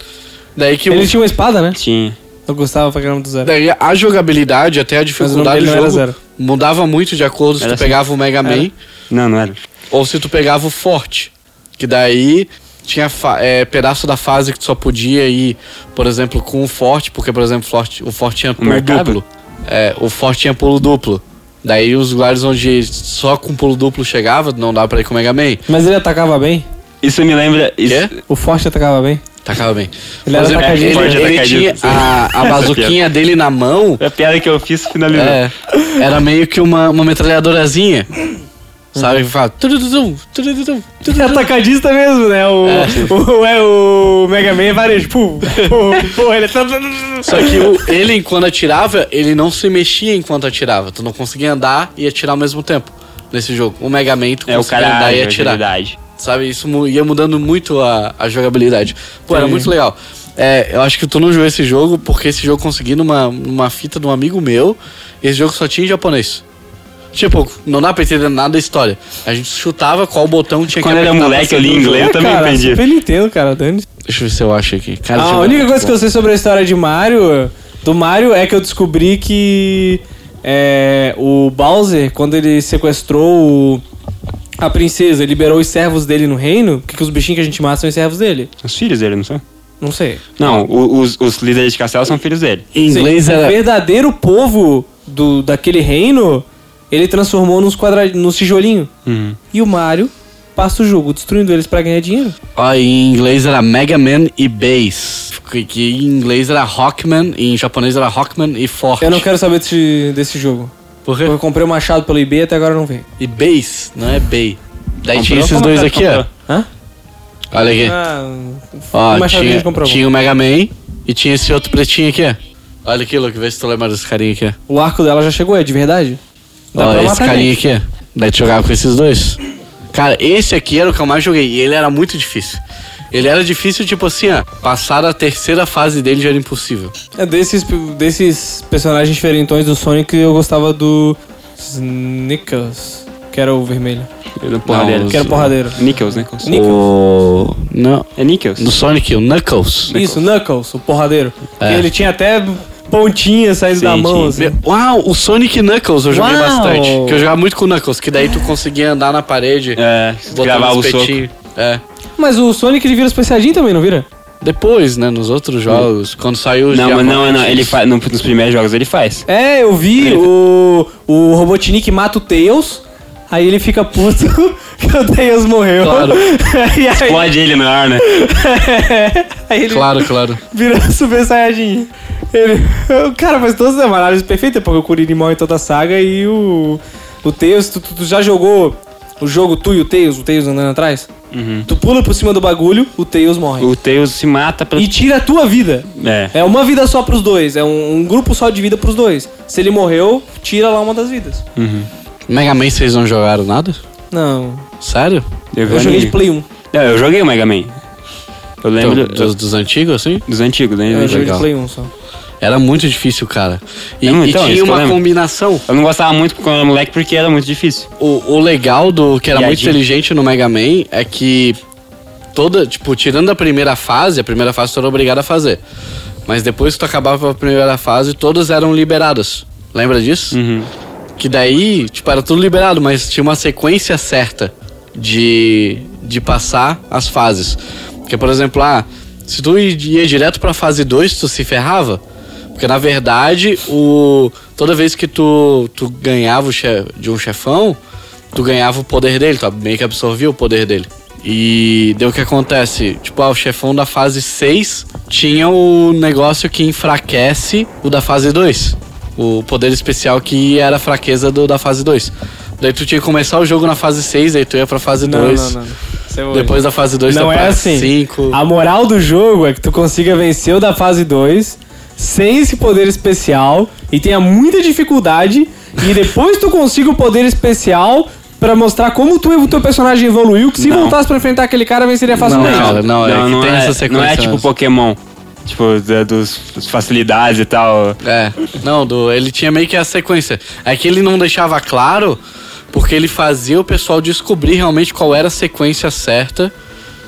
B: Daí que
A: Ele tinha uma espada, né?
C: Tinha.
A: Eu gostava pra caramba do Zero.
B: daí a jogabilidade, até a dificuldade
A: dele
B: do
A: não era
B: jogo,
A: Zero.
B: mudava muito de acordo se tu
C: Era assim.
B: pegava o Mega Man
C: Não, não era.
B: ou se tu pegava o forte. Que daí tinha fa- é, pedaço da fase que tu só podia ir, por exemplo, com o forte, porque, por exemplo, o forte, o forte tinha pulo
C: mercado?
B: duplo. É, o forte tinha pulo duplo. Daí os lugares onde só com pulo duplo chegava, não dava pra ir com o Mega Man.
A: Mas ele atacava bem?
C: Isso me lembra. Isso,
B: Quê?
A: O Forte atacava bem?
B: Tacava Tá, bem.
A: Ele
B: Por
A: era
B: exemplo,
A: atacadista.
B: ele-
C: Forte
B: ele
C: atacadista,
B: tinha
C: sim. (laughs)
B: a, a bazuquinha dele na mão,
C: é A piada que eu fiz finalizou.
B: é, era meio que uma, uma metralhadorazinha. Sabe, que fala... "Turudutum, turudutum, turudutum".
A: É Atacadista mesmo, né? O,
B: É.
A: o, é, o Mega Man é varejo. Pum, pum, pum, ele é...
B: Só que o- ele, quando atirava, ele não se mexia enquanto atirava. Tu não conseguia andar e atirar ao mesmo tempo. Daí nesse jogo. O Mega Man tu
C: É o
B: conseguia
C: cara
B: andar e
C: ágil,
B: atirar.
C: agilidade.
B: Sabe, isso mu- ia mudando muito a, a jogabilidade. Pô, era
A: Sim.
B: muito legal. É, eu acho que tu não jogou esse jogo porque esse jogo consegui numa, numa fita de um amigo meu. Esse jogo só tinha em japonês. Tipo, não dá pra entender nada da história. A gente chutava qual botão tinha
C: Quando
B: que
C: eu era
B: apertar pra
C: moleque, eu li
B: sair do
C: inglês.
B: jogo.
C: Eu também
A: cara,
C: entendi.
A: Super Nintendo, cara, dane
B: Deixa eu ver se eu acho aqui. Cara,
A: Ah, A
B: esse jogo é
A: única
B: muito
A: coisa que
B: bom.
A: eu sei sobre a história de Mario, do Mario, é que eu descobri que é, o Bowser, quando ele sequestrou o- a princesa e liberou os servos dele no reino, que, que os bichinhos que a gente mata são os servos dele?
C: Os filhos dele, não são?
A: Não sei.
C: Não, o- os, os líderes de castelo são filhos dele.
B: Em inglês
A: Sim, O
B: era.
A: verdadeiro povo do, daquele reino, ele transformou nos, quadra... nos tijolinhos.
C: Uhum.
A: E o Mario passa o jogo destruindo eles pra ganhar dinheiro.
B: Ó, em inglês era Mega Man e Bass. Que, que em inglês era Rockman, e em japonês era Rockman e Forte.
A: Eu não quero saber desse, desse jogo.
B: Por quê?
A: Eu comprei o machado pelo eBay e até agora eu não veio.
B: E Bass, não é Bay. Daí
C: Comprou?
B: tinha esses
C: Como
B: dois
C: tá?
B: aqui, ó.
C: Comprou.
A: Hã?
B: Olha aqui.
A: Ah,
B: Ó,
A: machado que a
B: tinha,
A: gente comprou.
B: tinha o Mega Man e tinha esse outro pretinho aqui, ó. Olha aqui, Luke, vê se tu lembra desse carinha aqui, ó.
A: O arco dela já chegou, é de verdade? Dá
B: Ó,
A: pra
B: esse
A: matar
B: carinha
A: gente.
B: aqui, ó. Daí tu jogava com esses dois. Cara, esse aqui era o que eu mais joguei e ele era muito difícil. Ele era difícil, tipo assim, ó. Passar a terceira fase dele já era impossível.
A: É, desses, desses personagens diferentões do Sonic, eu gostava do Snickers, que era o vermelho.
C: Eu dou porra
B: Não,
C: dele.
B: os- né?
A: Que era o porradeiro.
C: Nickels, Nickels.
A: Nickels.
B: O... Não.
C: É Nickels.
B: Do Sonic, o Knuckles.
A: Isso, Knuckles, o porradeiro.
B: É.
A: E ele tinha até pontinha saindo
C: Sim,
A: da mão,
C: sim.
A: assim.
B: Uau, o Sonic Knuckles eu joguei
A: Uau!
B: bastante. Que eu jogava muito com o Knuckles, que daí tu conseguia andar na parede,
C: É, gravar
B: os
C: o soco.
B: petinhos. É.
A: Mas o Sonic ele vira os Saiyajin também, não vira?
B: Depois, né, nos outros jogos, quando saiu os
C: Não, mas não,
B: diamantes.
C: não, ele faz. no- Nos primeiros jogos ele faz.
A: É, eu vi o, o Robotnik mata o Tails, aí ele fica puto (laughs) que o Tails morreu.
B: Claro.
A: (laughs) e
B: É.
A: aí,
C: Explode ele na ar, né?
A: aí ele
B: Claro, claro.
A: Vira (laughs) Super Saiyajin. Ele... O cara faz todas as análises perfeitas, porque o Kuririn morre em toda a saga e o. O Tails, tu, tu- tu já jogou o jogo tu e o Tails, o Tails andando atrás? Tu pula por cima do bagulho, o Tails morre.
C: O Tails se mata pelo.
A: E tira a tua vida.
C: É.
A: É uma vida só pros dois, é um, um grupo só de vida pros dois. Se ele morreu, tira lá uma das vidas.
B: Mega Man vocês não jogaram nada?
A: Não.
B: Sério?
C: Eu,
A: Eu joguei de Play 1.
C: Não, eu joguei o Mega Man. Eu
B: Então,
C: lembro
B: dos, dos antigos, assim?
C: dos antigos, né?
A: Eu joguei
C: Eu,
A: de
B: legal.
A: Play 1 só.
B: Era muito difícil, cara. E,
C: Não,
B: e
C: então, isso
B: tinha
C: que eu
B: uma
C: lembro.
B: combinação.
C: não gostava muito quando eu era moleque porque era muito difícil.
B: O, o legal do que era
C: E a
B: muito
C: gente-
B: inteligente no Mega Man é que toda, tipo, tirando a primeira fase, a primeira fase tu era obrigado a fazer. Mas depois que tu acabava a primeira fase, todas eram liberadas. Lembra disso?
C: Uhum.
B: Que daí, tipo, era tudo liberado, mas tinha uma sequência certa de, de passar as fases. Porque, por exemplo, ah, se tu i- ia direto pra fase 2, tu se ferrava. Porque, na verdade, o, toda vez que tu, tu ganhava o che- de um chefão, tu ganhava o poder dele, tu meio que absorvia o poder dele. E deu o que acontece? Tipo, ah, o chefão da fase 6 tinha o negócio que enfraquece o da fase 2. O poder especial que era a fraqueza do, da fase 2. Daí tu tinha que começar o jogo na fase 6, aí tu ia pra fase
A: Não,
B: 2.
A: não, não. Isso é hoje.
B: Depois da fase 2
A: Não
B: tu ia
A: é
B: pra
A: assim.
B: 5.
A: A moral do jogo é que tu consiga vencer o da fase 2 sem esse poder especial e tenha muita dificuldade e depois tu consiga o poder especial pra mostrar como tu, o teu personagem evoluiu, que se
C: Não.
A: voltasse pra enfrentar aquele cara, venceria facilmente.
B: Não, cara, não, é que tem essa
C: Não é
B: sequência
C: tipo
B: mesmo.
C: Pokémon. Tipo, da- dos, dos facilidades e tal.
B: É, não, do, ele tinha meio que a sequência. É que ele não deixava claro, porque ele fazia o pessoal descobrir realmente qual era a sequência certa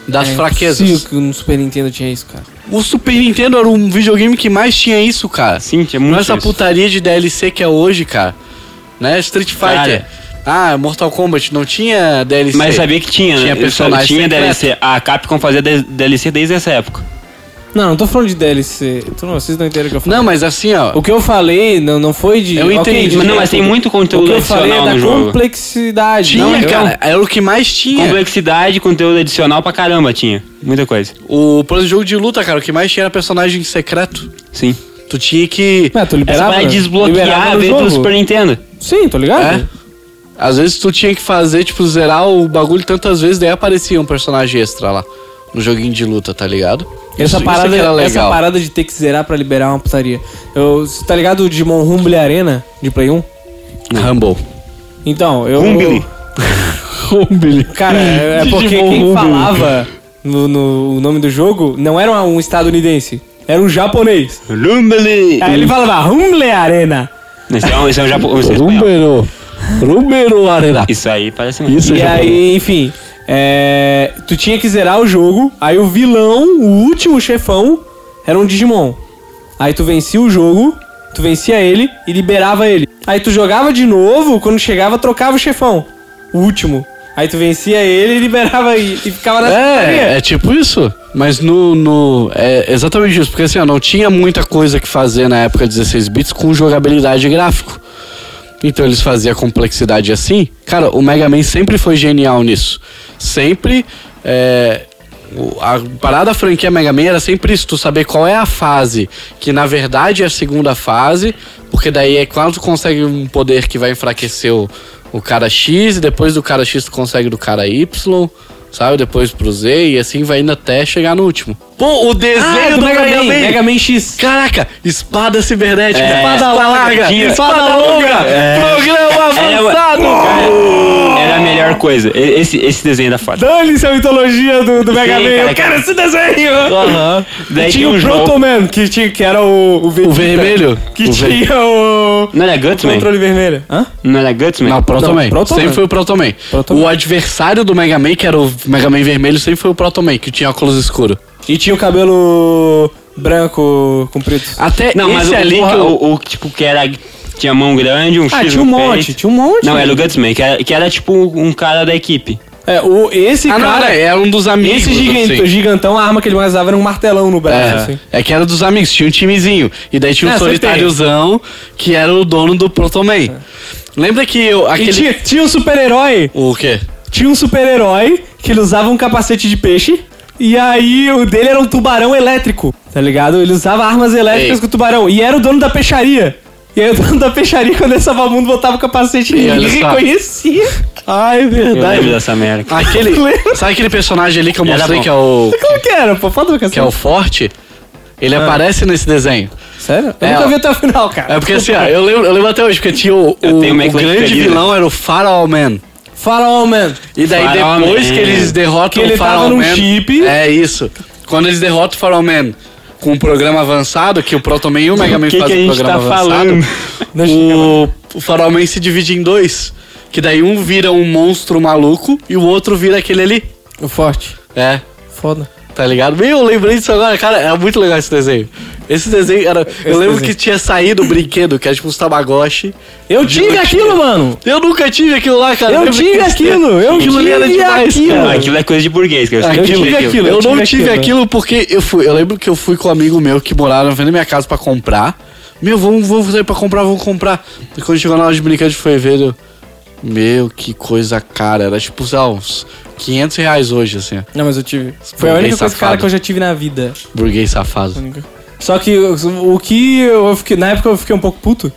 C: É
B: das fraquezas.
A: Sim, que no Super Nintendo tinha isso, cara.
B: O Super Nintendo era um videogame que mais tinha isso, cara.
C: Sim, tinha
B: Não é
C: muito
B: essa
C: isso.
B: putaria de DLC que é hoje, cara. Né? Street Fighter.
C: Cara.
B: Ah, Mortal Kombat não tinha DLC.
C: Mas sabia que tinha, né?
B: Tinha
C: Eu
B: personagem
C: Tinha
B: secreto.
C: DLC. A Capcom fazia de- DLC desde essa época.
A: Não, não tô falando de DLC. Tu não, vocês não entenderam o que eu falei.
B: Não, mas assim, ó.
A: O que eu falei não, não foi de.
B: Eu
A: Ok,
B: entendi,
A: de-
C: Mas não, mas tem muito
A: O que
C: conteúdo
A: eu falei é
C: adicional no
A: da
C: jogo.
A: complexidade.
B: Tinha,
A: não, eu-
B: cara. Era o que mais tinha.
C: Complexidade, conteúdo adicional pra caramba tinha. Muita coisa.
B: O plano de jogo de luta, cara, o que mais tinha era personagem secreto.
C: Sim.
B: Tu tinha que.
A: Ué, tu
C: Essa
A: liberava?
C: vai
A: Liberava
C: desbloquear
A: no
C: veio
A: jogo?
C: do Super Nintendo.
A: Sim, tô ligado?
B: É. Às vezes tu tinha que fazer, tipo, zerar o bagulho tantas vezes, daí aparecia um personagem extra lá. No joguinho de luta, tá ligado? Isso-
A: Essa
B: isso
A: parada, é
B: que era legal.
A: essa parada de ter que zerar pra liberar uma putaria. Eu, cê tá ligado o Digimon Rumble Arena de Play 1?
B: Rumble.
A: Então, eu.
C: Rumble.
B: (laughs) Rumble.
A: Cara,
B: (laughs)
A: é é porque
B: Digimon
A: quem
B: Rumble.
A: falava no, no- o nome do jogo não era um estadunidense, era um japonês.
C: Lumbly!
A: Aí ele falava Rumble Arena.
C: Esse é um, esse é um japo- esse é espanhol.
B: Rumbero. Rumbero Arena.
C: Isso aí parece um.
B: Isso
A: E
B: já
A: aí, enfim, é, tu tinha que zerar o jogo, aí o vilão, o último chefão, era um Digimon. Aí tu vencia o jogo, tu vencia ele e liberava ele. Aí tu jogava de novo, quando chegava, trocava o chefão, o último. Aí tu vencia ele e liberava e, e ficava nessa putaria.
B: É, é tipo isso. Mas no. no é exatamente isso. Porque assim, ó, não tinha muita coisa que fazer na época 16 bits com jogabilidade e gráfico. Então eles faziam a complexidade assim. Cara, o Mega Man sempre foi genial nisso. Sempre. é, o- a parada da franquia Mega Man era sempre isso, tu saber qual é a fase, que na verdade é a segunda fase, porque daí é quando tu consegue um poder que vai enfraquecer o, o cara X, e depois do cara X tu consegue do cara Y, sabe? Depois pro Z, e assim vai indo até chegar no último. Pô, o desenho
A: Ah,
B: do, Mega, Man.
A: Mega Man X. É,
B: Caraca, espada cibernética, espada
A: Espada É.
B: larga,
A: larga,
B: espada longa, programa avançado.
C: Era a melhor coisa. E- Esse, esse desenho da foda.
A: Dane-se a mitologia do, do Mega
C: Sim,
A: Man,
C: cara,
A: eu quero esse desenho!
C: Daí
A: tinha
C: tem
A: o
C: um
A: Proto
C: jogo.
A: Man, que, tinha, que era o, o,
B: O vermelho?
A: Que
B: O ver-
A: tinha o.
C: Não era Gutsman?
A: Controle vermelho. Hã?
C: Não era Gutsman?
B: Não, Então, Proto
A: Não,
B: Man.
A: Proto
B: sempre
A: Man.
B: foi o Proto Man.
A: Proto
B: o
A: Man.
B: adversário do Mega Man, que era o Mega Man vermelho, sempre foi o Proto Man, que tinha óculos escuros.
A: E tinha o cabelo branco comprido.
B: Até
C: Não, mas
B: esse
C: o,
B: ali que eu...
C: o, o tipo que era. Tinha mão grande, um X.
A: Ah, tinha
C: no
A: um monte,
C: peito.
A: tinha um monte.
C: Não, é- era o Gutsman, que era, que era tipo um cara da equipe.
A: É, o, esse
B: Ah, não,
A: cara.
B: é, era um dos amigos.
A: esse gigante-
B: assim.
A: gigantão, a arma que ele mais usava era um martelão no braço,
B: É,
A: assim.
B: é que era dos amigos, tinha um timezinho. E daí tinha um
A: É, sempre tem.
B: solitáriozão, que era o dono do Proto Man. Lembra que eu... Aquele...
A: É. E tinha, tinha um super-herói.
B: O quê?
A: Tinha um super-herói que ele usava um capacete de peixe. E aí o dele era um tubarão elétrico, tá ligado? Ele usava armas elétricas
B: Ei.
A: com o tubarão. E era o dono da peixaria. E aí o dono da peixaria, (laughs) quando ele salvava o mundo, botava o capacete e
B: olha
A: ninguém
B: só.
A: reconhecia. Ai,
C: Eu lembro
A: verdade.
C: dessa merda.
B: Aquele...
A: (laughs) Lembra?
B: Sabe aquele personagem ali que eu
C: Era
B: mostrei
C: bom.
B: que é o...
A: Como que era, pô? Foda pra
B: Que é o
A: cacete.
B: Forte? Ele
A: Ah.
B: aparece nesse desenho.
A: Sério? Eu
B: É,
A: nunca
B: ó.
A: vi até o final, cara.
B: É porque assim, ó, eu lembro, eu lembro até hoje, porque tinha o,
C: Eu
B: o-
C: tenho uma né?
B: o
C: eclipse
B: grande
C: feliz.
B: vilão era o Faraó Man.
A: Faraó Man.
B: E daí
C: Faraó
B: depois
C: Man.
B: que eles
A: Que
B: derrotam
A: ele
B: o Faraó
A: tava num
B: Man.
A: chip.
B: É isso. Quando eles derrotam o Faraó Man com um programa avançado, que o Proto Man e o Mega Man
C: que
B: fazem
C: que a
B: um
C: gente
B: programa
C: tá
B: avançado,
A: Deixa
B: (laughs) o, o Faraó Man se divide em dois. Que daí um vira um monstro maluco e o outro vira aquele ali.
A: O forte.
B: É.
A: Foda.
B: Tá ligado? Meu, eu lembrei disso agora, cara. Era muito legal esse desenho. Esse desenho era. eu lembro
A: desenho.
B: que tinha saído o brinquedo, que era tipo os Tamagotchi.
A: Eu tive aquilo, mano.
B: Eu nunca tive aquilo lá, cara.
A: Eu
B: lembro
A: tive
B: que-
A: aquilo, eu tive aquilo.
B: cara.
C: Não, aquilo é coisa de burguês, que eu
B: Aquilo-
A: tive aquilo.
B: Eu,
A: eu
B: não
A: tive
B: tive aquilo,
A: aquilo.
B: porque eu fui. Eu lembro que eu fui com um amigo meu que morava na frente da minha casa pra comprar. Meu, vamos, vamos sair pra comprar, vamos comprar. E quando chegou na hora de brinquedo, foi ver. Eu, meu, que coisa cara. Era tipo, sei lá, uns 500 reais hoje, assim. ó.
A: Não, mas eu tive. Foi a
B: Bem
A: única coisa, cara,
B: safado.
A: que eu já tive na vida.
B: Burguês safado.
A: Só que o o que eu fiquei. Na época eu fiquei um pouco puto.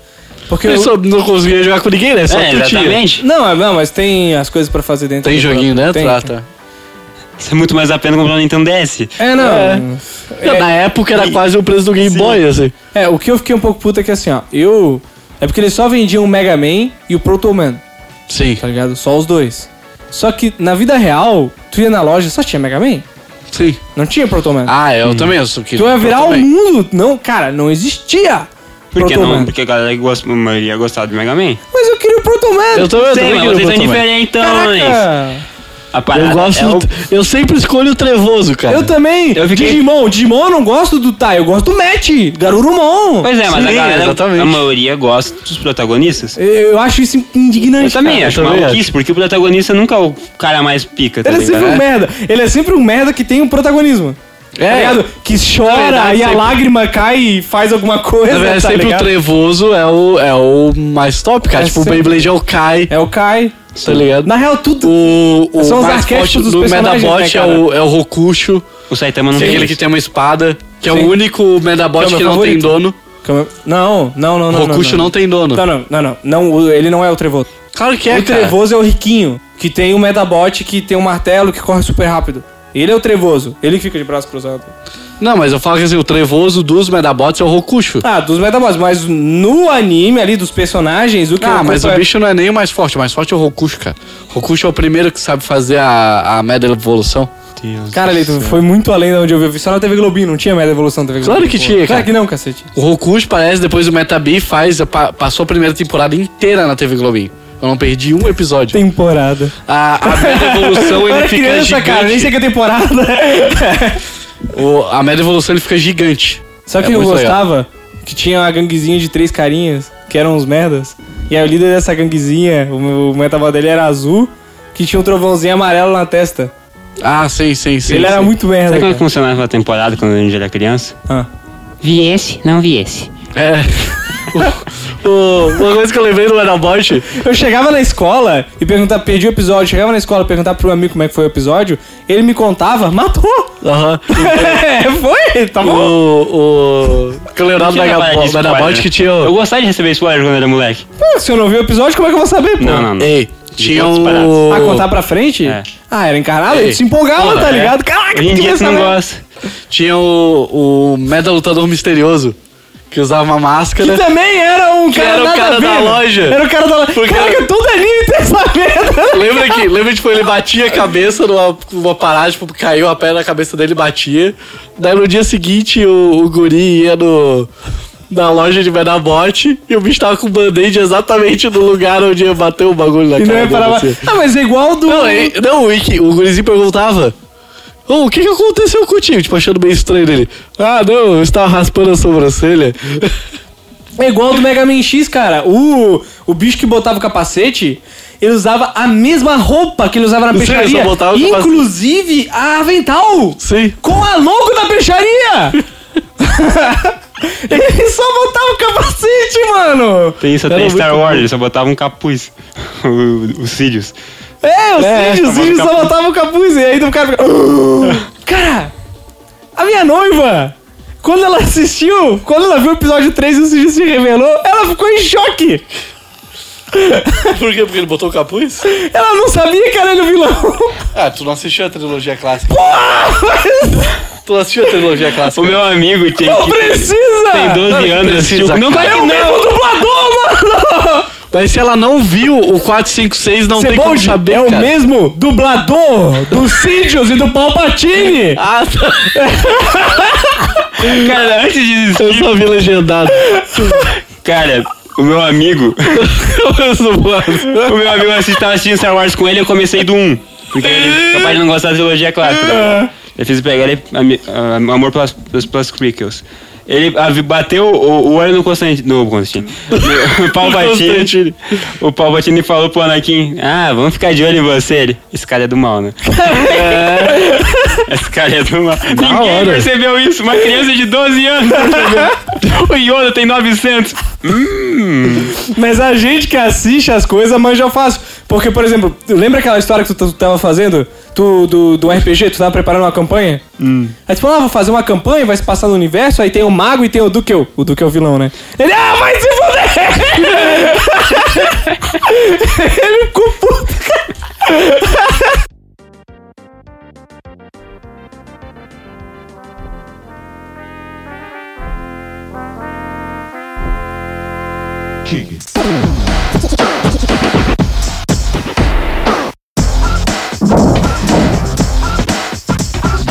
A: Porque
B: Eu
A: eu.
B: só não conseguia jogar com ninguém, né? Só
C: É,
B: tu tinha.
C: exatamente.
A: Não, é- não, mas tem as coisas pra fazer dentro
B: Tem
A: do-
B: joguinho dentro?
A: Tem.
B: Ah, tá.
C: Isso é muito mais a pena comprar um Nintendo DS.
A: É, não.
B: Não, Na época era quase o preço do Game Boy, assim.
A: É, o que eu fiquei um pouco puto é que assim, ó. Eu. É porque eles só vendiam o Mega Man e o Proto Man,
B: Sim,
A: tá ligado? Só os dois. Só que na vida real, tu ia na loja só tinha Mega Man.
B: sim.
A: Não tinha Proto Man.
B: Ah, eu também, eu sou que.
A: tu ia virar
B: eu
A: o
B: também.
A: mundo. Não, cara, não existia.
C: Por que
A: Proto Man.
C: não? Porque a galera gosta, a maioria gostava do Mega Man.
A: Mas eu queria o Proto Man.
B: Eu também, eu
C: Sim,
B: também
C: mas
B: queria o
C: vocês são
B: Proto Man.
C: diferentões.
A: Caraca.
C: A
B: Eu
C: parada
B: gosto
C: é o-
B: do- Eu sempre escolho o trevoso, cara.
A: Eu também.
C: Eu fiquei-
A: Digimon, Digimon eu não gosto do Tai, eu gosto do Matt, Garurumon.
C: Pois é, mas a
B: Sim,
C: galera,
B: exatamente.
C: a maioria gosta dos protagonistas. Eu,
A: Eu acho isso indignante.
C: também
A: cara.
C: acho
B: também
C: maluquice, porque o protagonista nunca é o cara mais pica, tá
A: Ele é sempre um
C: ligado?
A: merda. Ele é sempre um merda que tem um protagonismo.
B: né? É.
A: Tá ligado? Que chora
B: Na verdade,
A: e a
B: sempre-
A: lágrima cai e faz alguma coisa.
B: Na verdade,
A: tá
B: é sempre um o
A: ligado?
B: trevoso é o, é o mais top, cara.
A: É
B: tipo,
A: sempre-
B: o Beyblade é o Kai,
A: É o Kai.
B: tá ligado?
A: Na real, tudo.
B: O, o
A: São os
B: mais
A: arquétipos
B: forte
A: dos
B: do
A: personagens,
B: Medabot
A: né,
B: é,
A: cara?
B: o, é o Rokusho,
C: O Saitama não
B: que é
C: tem
B: aquele
C: isso.
B: que tem uma espada, que é
A: Sim.
B: o único Medabot
A: Que é o
B: que,
A: meu
B: não tem
A: favorito.
B: dono.
A: Como- Não, não, não,
B: O
A: não.
B: Rokusho não,
A: não,
B: tem dono.
A: Não, não, não, não. Não, o- ele não é o Trevoso.
B: Claro que
A: o Trevoso é o Riquinho, que tem o Medabot, que tem um martelo que corre super rápido. Ele é o Trevoso. Ele que fica de braço cruzado.
B: Não, mas eu falo que assim, o trevoso dos Medabots é o Rokusho.
A: Ah, dos Metabots, mas no anime ali dos personagens, o que
B: Ah,
A: eu
B: mas o
A: compre-
B: bicho não é nem o mais forte, o mais forte é o Rokusho, cara. O Rokusho é o primeiro que sabe fazer a, a mega evolução.
A: Cara, Leito, foi muito além de onde eu vi. Eu vi só na TV Globinho, não tinha mais evolução na TV
B: Claro
A: Globinho.
B: que
A: pô. Claro
B: tinha, cara.
A: que não, cacete.
B: O Rokusho parece, depois do Metabi, faz, pa- passou a primeira temporada inteira na TV Globinho. Eu não perdi um episódio.
A: Temporada.
B: A, a
A: (laughs)
B: mega evolução
A: Eu
B: ele
A: era
B: fica
A: criança,
B: gigante.
A: cara, nem sei que é temporada.
B: (laughs) O- a mega evolução ele fica gigante.
A: Sabe o
B: É
A: que eu
B: muito legal.
A: gostava? Que tinha uma ganguezinha de três carinhas, que eram uns merdas. E aí o líder dessa ganguezinha, o, o metabol dele era azul, que tinha um trovãozinho amarelo na testa.
B: Ah, sim, sim, sim.
A: Ele era
B: sim. é
A: muito merda,
C: Sabe como
A: cara.
C: funcionava a temporada quando a gente era criança?
A: Ah.
E: Vi esse, não vi esse.
B: É. (laughs) O- uma coisa que eu lembrei do Medabot.
A: Eu chegava na escola e perguntava, perdi o episódio, chegava na escola e perguntava pro amigo como é que foi o episódio, ele me contava,
B: (laughs)
A: matou!
B: Aham.
A: É, foi, tá
B: O.
A: bom.
B: O. Que eu lembrava do
C: Tinha na parte
B: Megabo-
C: de spoiler,
B: Medabot
C: né?
B: que tinha.
C: Eu
B: o-
C: gostava de receber spoiler quando
B: (laughs)
C: era moleque.
A: Pô, se eu não vi o episódio, como é que eu vou saber, pô?
C: Não, não, não.
B: Ei, tinha
C: outros
B: o.
C: parados.
A: Ah, contar pra frente?
C: É.
A: Ah, era encarnado?
B: Ei.
A: Ele se empolgava,
B: Porra,
A: tá
B: é.
A: ligado? Caraca,
C: Hoje em
A: que
C: dia você não
A: saber.
C: gosta.
B: Tinha o. O Mega Lutador Misterioso. Que usava uma
A: Que
B: máscara.
A: também era um cara,
B: né?" era o
A: nada
B: cara
A: a ver.
B: da loja.
A: Era o cara da loja.
B: Porque
A: Caraca,
B: era-
A: todo anime tem (laughs) essa merda.
B: Lembra que, lembra tipo, ele batia a cabeça numa, numa parada, tipo, caiu a pedra na cabeça dele e batia. Daí no dia seguinte o, o guri ia no, na loja de Medabote e o bicho tava com o band-aid exatamente no lugar onde ia bater o bagulho
A: E
B: na
A: não
B: cara
A: reparava.
B: dele. assim.
A: Ah, mas é igual do.
B: Não, ele- não, o, Iki- o gurizinho perguntava. "Ô, o que que aconteceu contigo? Tipo, achando bem estranho ele. Ah, não, eu estava raspando a sobrancelha. (laughs)
A: É igual do Mega Man X, cara. O, o bicho que botava o capacete, ele usava a mesma roupa que ele usava na
B: Sim,
A: peixaria.
B: só botava o capacete.
A: inclusive a avental.
B: Sim.
A: Com a logo da peixaria. ele só botava o capacete, mano.
C: Tem isso até
B: Era
C: em Star
B: muito
C: Wars, ele só botava um capuz. (laughs) o, os cílios.
A: É, os
B: É,
A: vídeos, os
C: botava
A: vídeos
C: o
A: só
C: capuz.
A: botavam o capuz e aí o cara fica. "Ah!" cara, a minha noiva, quando ela assistiu, quando ela viu o episódio 3 e o Cid se revelou, ela ficou em choque.
B: Por quê? Porque ele botou o capuz?
A: Ela não sabia que era ele o vilão.
B: Ah, tu não assistiu a trilogia clássica. Tu não assistiu a trilogia clássica.
C: (laughs) O meu amigo tinha
A: Não
C: que.
A: precisa! É
C: Tem 12
B: Não, não
C: anos.
B: precisa,
C: assistiu- Não, tá né?
B: cara.
C: claro que não!
A: dublador, mano!
B: Mas se ela não viu o 456, não tem como
A: Sebald
B: saber,
A: é o
B: cara.
A: mesmo dublador do Sidious e do Palpatine!
B: Ah, tá.
C: Cara, antes de
B: Eu
C: desistir.
B: só vi legendado.
C: (laughs) Cara, o meu amigo.
B: Eu sou boato.
C: (laughs) O meu amigo assist- tava assistindo Star Wars com ele e eu comecei do 1. Porque ele capaz de não gostar da trilogia clássica. Eu fiz pegar ele ami- ah, Amor pelas, pelas, pelas Prequels. Ele ah, vi- bateu o, o olho no Constantino. No Constantino. (laughs) No Palpatine.
B: Constantine.
C: o Palpatine falou pro Anakin: Ah, vamos ficar de olho em você. Ele, Esse cara é do mal, né? (laughs) Esse cara é do mal. Ninguém
B: hora.
C: percebeu isso. Uma criança de 12 anos percebeu. (laughs) o Yoda tem 900.
A: Mas a gente que assiste as coisas manja fácil. Porque, por exemplo, lembra aquela história que tu, tu tava fazendo? Tu, do, do RPG, tu tava preparando uma campanha?
B: Hum.
A: Aí tu falou, ah, vou fazer uma campanha, vai se passar no universo, aí tem o mago e tem o Duque. O Duque é o vilão, né? Ele, ah, vai se fuder! (laughs) Ele ficou puto, cara.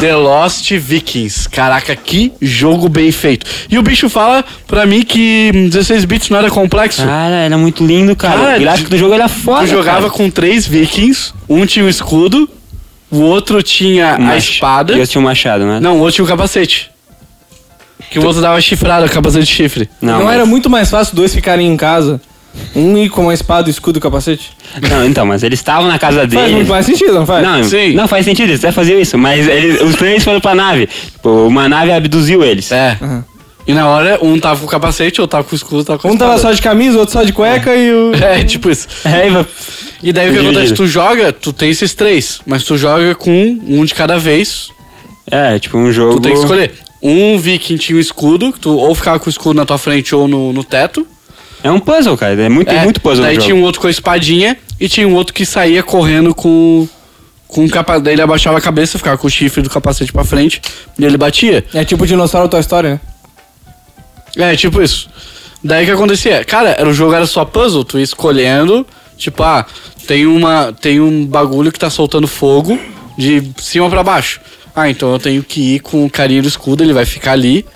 B: The Lost Vikings. Caraca, que jogo bem feito. E o bicho fala pra mim que 16 bits não era complexo.
C: Cara, era muito lindo, cara.
B: Cara,
C: o gráfico do jogo era Ah, foda.
B: Tu jogava
C: cara.
B: com três vikings, um tinha o escudo, o outro tinha a
C: Mach-
B: espada.
C: E eu tinha um machado, né?
B: Não, o outro tinha o capacete. Que o outro dava chifrada, o capacete de chifre.
A: Não,
C: mas-
A: era muito mais fácil dois ficarem em casa. Um ir com uma espada, o escudo e o capacete?
C: Não, então, mas eles estavam na casa
A: Faz
C: deles.
A: muito mais sentido, não faz?
C: Não,
B: Sim.
C: não faz sentido, eles até faziam isso. Mas eles, os três foram pra nave. Pô, uma nave abduziu eles.
B: É. E na hora, um tava com o capacete, outro tava com o escudo, outro tava com a
A: Um tava só
B: espada.
A: de camisa, outro só de cueca e o...
B: (laughs) É, tipo isso.
C: É, e-
B: E daí o que
C: Dividido.
B: acontece? Tu joga, tu tem esses três, mas tu joga com um de cada vez,
C: é, tipo um jogo.
B: tu tem que escolher. Um viking tinha o escudo, que tu ou ficava com o escudo na tua frente ou no, no teto.
C: É um puzzle, cara. É muito, tem
B: É,
C: muito puzzle
B: Daí
C: no
B: tinha
C: jogo.
B: um outro com a espadinha e tinha um outro que saía correndo com, Com o capa... Daí ele abaixava a cabeça, ficava com o chifre do capacete pra frente e ele batia.
A: É tipo dinossauro Toy Story, né?
B: É, tipo isso. Daí o que acontecia? Cara, era, o jogo era só puzzle, tu ia escolhendo, tipo, ah, tem, uma, tem um bagulho que tá soltando fogo de cima pra baixo. Ah, então eu tenho que ir com o carinha do escudo, ele vai ficar ali,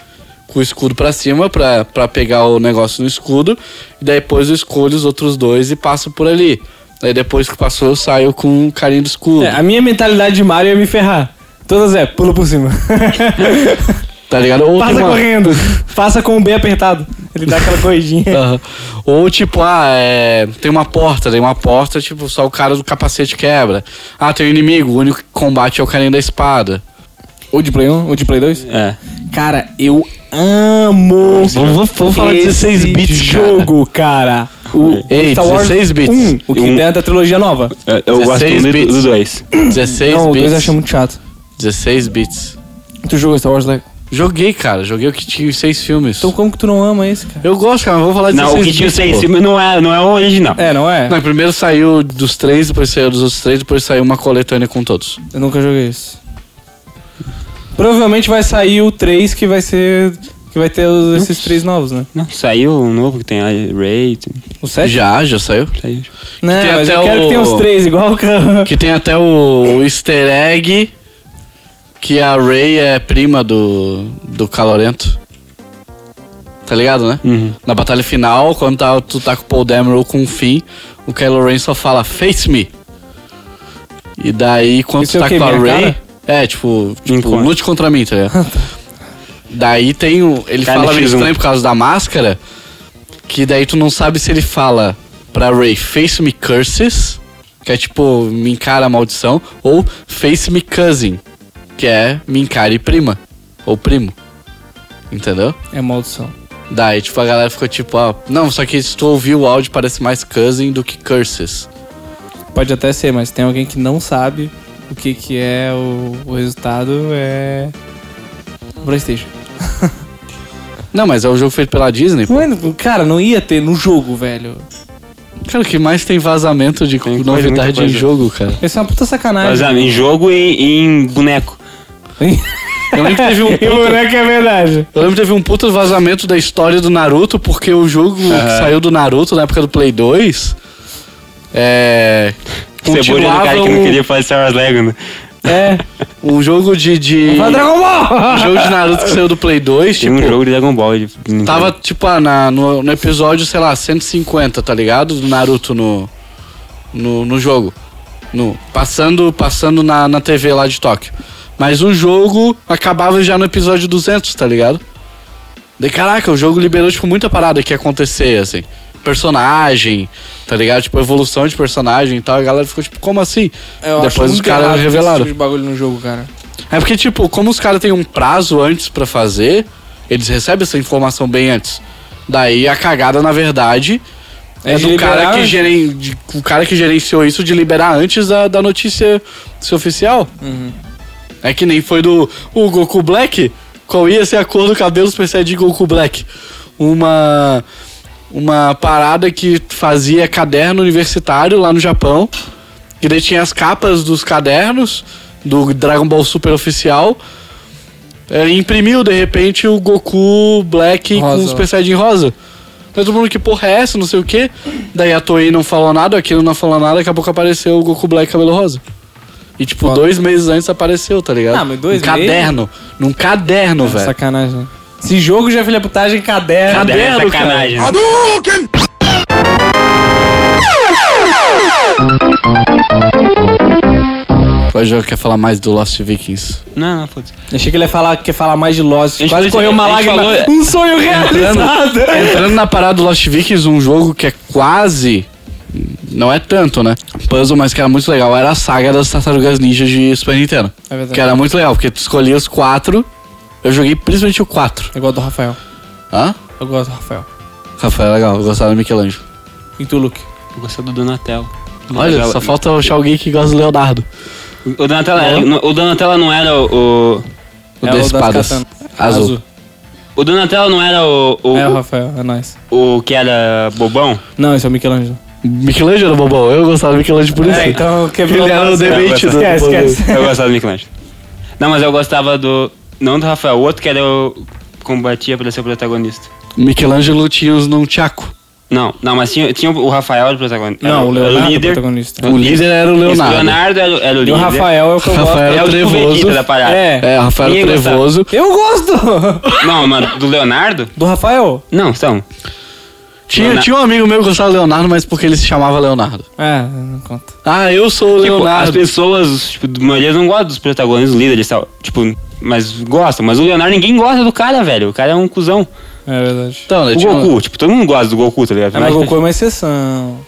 B: com o escudo pra cima, pra, pra pegar o negócio no escudo, e daí depois eu escolho os outros dois e passo por ali. Daí depois que passou, eu saio com o carinha do escudo,
A: É, a minha mentalidade de Mario é me ferrar. Todas é, pula por
B: (laughs)
A: cima.
B: tá ligado? Ou tem
A: Passa
B: uma-
A: correndo. Passa com o B apertado. Ele dá aquela
B: (laughs)
A: corridinha.
B: Aham. Ou tipo, ah, é, tem uma porta, tem uma porta, tipo, só o cara do capacete quebra. Ah, tem um inimigo, o único que combate é o carinha
A: (clears throat)
B: da espada.
A: Ou de Play 1, ou de Play 2.
C: É.
A: Cara, eu amo.
B: Vamos- vamos falar de
A: esse
B: 16 bits,
A: jogo, cara. O
B: Ei, 16 bits.
A: 1, o que
C: Um.
A: tem da trilogia nova.
C: Eu- Eu gosto
B: 16
C: muito do-
B: bits.
C: do dois.
B: 16
A: Não, o 2 eu
B: bits.
A: achei muito chato.
B: 16 bits.
A: Tu jogou Star Wars né? Lego?
B: Joguei, cara, joguei o que tinha os seis filmes.
A: Então como que tu não ama esse, cara?
B: Eu gosto, cara, mas vamos falar de
C: Não, o
B: 16
C: que tinha
B: bits,
C: seis
B: pô.
C: filmes não é, não é o original.
A: É, não é?
B: Não, primeiro saiu dos três, depois saiu dos outros três, depois saiu uma coletânea com todos.
A: Eu nunca joguei esse. Provavelmente vai sair o 3 que vai ser... Que vai ter os- esses três novos, né?
C: Não, saiu um novo que tem a Ray. tem-
A: O 7?
B: Já, já saiu.
C: saiu.
A: Não,
B: Tem
A: mas eu
B: até
A: quero que
B: o-
A: tenha os três, igual que...
B: Que tem até o, o easter egg que a Ray é prima do, do Calorento. Tá ligado, né?
C: Uhum.
B: Na batalha final, quando tá- tu tá com o Paul Dameron com o Finn, o Kylo Ren só fala Face Me. E daí, quando
A: Isso
B: tu
A: é o
B: tá
A: quê,
B: com a
A: minha
B: Ray.
A: cara?
B: É, tipo, tipo
C: Enquanto.
B: lute contra mim, tá
A: (laughs)
B: ligado? daí tem o. Ele
C: Carne
B: fala meio
C: X1.
B: estranho por causa da máscara. Que daí tu não sabe se ele fala pra Ray Face Me Curses, que é tipo, me encara a maldição, ou Face Me Cousin, que é me encare prima, ou primo. Entendeu?
A: É maldição.
B: Daí, tipo, a galera ficou tipo, ah, não, só que se tu ouvir o áudio parece mais Cousin do que Curses.
A: Pode até ser, mas tem alguém que não sabe o que, que é o, o resultado é. o PlayStation.
B: Não, mas é um jogo feito pela Disney. pô.
A: Mano, cara, não ia ter no jogo, velho.
B: Cara, o que mais tem vazamento de
C: Tem coisa,
B: novidade
C: muita
B: em
C: coisa.
B: jogo, cara?
A: Isso é uma puta
C: Mas,
A: sacanagem.
C: ah, em jogo e e em boneco.
A: é.
B: (laughs) Eu lembro que teve um
A: E o boneco é verdade.
B: Eu lembro que teve um puta vazamento da história do Naruto, porque o jogo que saiu do Naruto na época do Play 2. É.
C: Cebolinha do
B: Continuava
C: cara que não
B: um,
C: queria fazer Star Wars Lego, né?
A: (laughs) É.
B: um jogo de. de
A: Vai Dragon
B: um
A: Ball!
B: jogo de Naruto que saiu do Play 2,
C: Tem
B: tipo.
C: um jogo de Dragon Ball. de-
B: Tava, tipo, ah, na, no, no episódio, sei lá, 150, tá ligado? Do Naruto no. No, no jogo. No, passando passando na, na TV lá de Tóquio. Mas o jogo acabava já no episódio 200, tá ligado? Daí, caraca, o jogo liberou, tipo, muita parada que ia acontecer, assim. Personagem, tá ligado? Tipo, evolução de personagem e tal. A galera ficou, tipo, como assim? Depois os caras revelaram.
A: um de bagulho no jogo, cara.
B: É porque, tipo, como os caras têm um prazo antes pra fazer, eles recebem essa informação bem antes. Daí a cagada, na verdade, é,
A: É de
B: do cara
A: liberar
B: que,
A: antes.
B: geren... de- o cara que gerenciou isso de liberar antes da, da notícia ser oficial.
A: Uhum.
B: É que nem foi do o Goku Black. Qual ia ser a cor do cabelo especial de Goku Black? Uma. Uma parada que fazia caderno universitário lá no Japão. Que daí tinha as capas dos cadernos do Dragon Ball Super oficial. É, imprimiu de repente o Goku Black
A: Rosa.
B: com o Super Saiyajin rosa. Daí todo mundo que porra é essa, não sei o que. Daí a Toei não falou nada, aquilo não falou nada, daqui a pouco apareceu o Goku Black cabelo rosa. E tipo,
A: Foda.
B: dois meses antes apareceu, tá ligado?
A: Ah, mas dois
B: Num
A: meses?
B: caderno. Num caderno, velho.
A: Sacanagem. né? Esse jogo já é filha putagem caderno.
C: Cadê
B: Caderno,
C: a sacanagem? né?
B: Qual jogo quer falar mais do Lost Vikings?
C: Não, não, foda-se.
A: Achei que ele ia falar, quer falar mais de Lost.
C: gente
A: Quase
C: falou-
A: correu uma
C: a gente
A: lágrima.
C: falou-
A: Um sonho realizado.
B: (laughs) Entrando na parada do Lost Vikings, um jogo que é quase. Não é tanto, né? Puzzle, mas que era muito legal. Era a saga das Tartarugas Ninjas de Super Nintendo.
A: É verdade.
B: que era muito legal, porque tu escolhia os quatro. Eu joguei principalmente o quatro. tá?
A: Eu gosto do Rafael.
B: Hã?
A: Eu gosto do Rafael.
B: Rafael, legal. Eu gostava do Michelangelo.
A: E tu, Luke?
C: Eu gostei do Donatello.
B: Olha, só falta eu achar alguém que gosta do Leonardo.
C: O Donatello, era- o Donatello não era o. o-
B: O
A: É
B: das
A: das
B: espadas.
A: katanas.
B: Azul.
C: O Donatello não era o. o-
A: É o Rafael, é nóis.
C: o que era bobão?
A: Não, esse é o Michelangelo.
B: Michelangelo, bobão. Eu gostava do Michelangelo por isso.
A: É, então quebrou
B: Ele
A: a
B: era o
A: nossa-
B: debate do...
A: Esquece, esquece.
C: Eu gostava do Michelangelo. Não, mas eu gostava do. Não do Rafael, o outro que era o. Combatia pra ser o protagonista.
B: Michelangelo tinha os não tchaco.
C: Não, não, mas tinha, tinha o Rafael de
A: (laughs)
C: protagonista.
A: Não, o Leonardo é o
C: líder.
A: protagonista.
B: O líder era o
C: Isso,
B: Leonardo.
C: Leonardo era, o- era o
A: E
C: líder.
A: o Rafael é o que eu gosto.
B: Rafael
C: É o tipo
B: Trevoso.
C: Vegeta da parada.
A: É.
B: É, Rafael
C: Ninguém gostava.
B: Trevoso.
A: Eu gosto (laughs)
C: Não, mas do Leonardo?
A: do Rafael.
C: Não, então.
B: Tinha,
C: Leonardo.
B: tinha um amigo meu que gostava do Leonardo, mas porque ele se chamava Leonardo.
A: É, não conta.
B: Ah, eu sou o
C: Tipo, as
B: Leonardo.
C: pessoas, tipo, a maioria não gosta dos protagonistas, dos líderes e tal. Tipo, mas gostam. Mas o Leonardo, ninguém gosta do cara, velho. O cara é um cuzão.
A: É verdade.
B: Então, né,
C: O
B: tinha um-
C: Goku, tipo, todo mundo gosta do Goku, tá ligado?
A: Mas o Goku é uma exceção.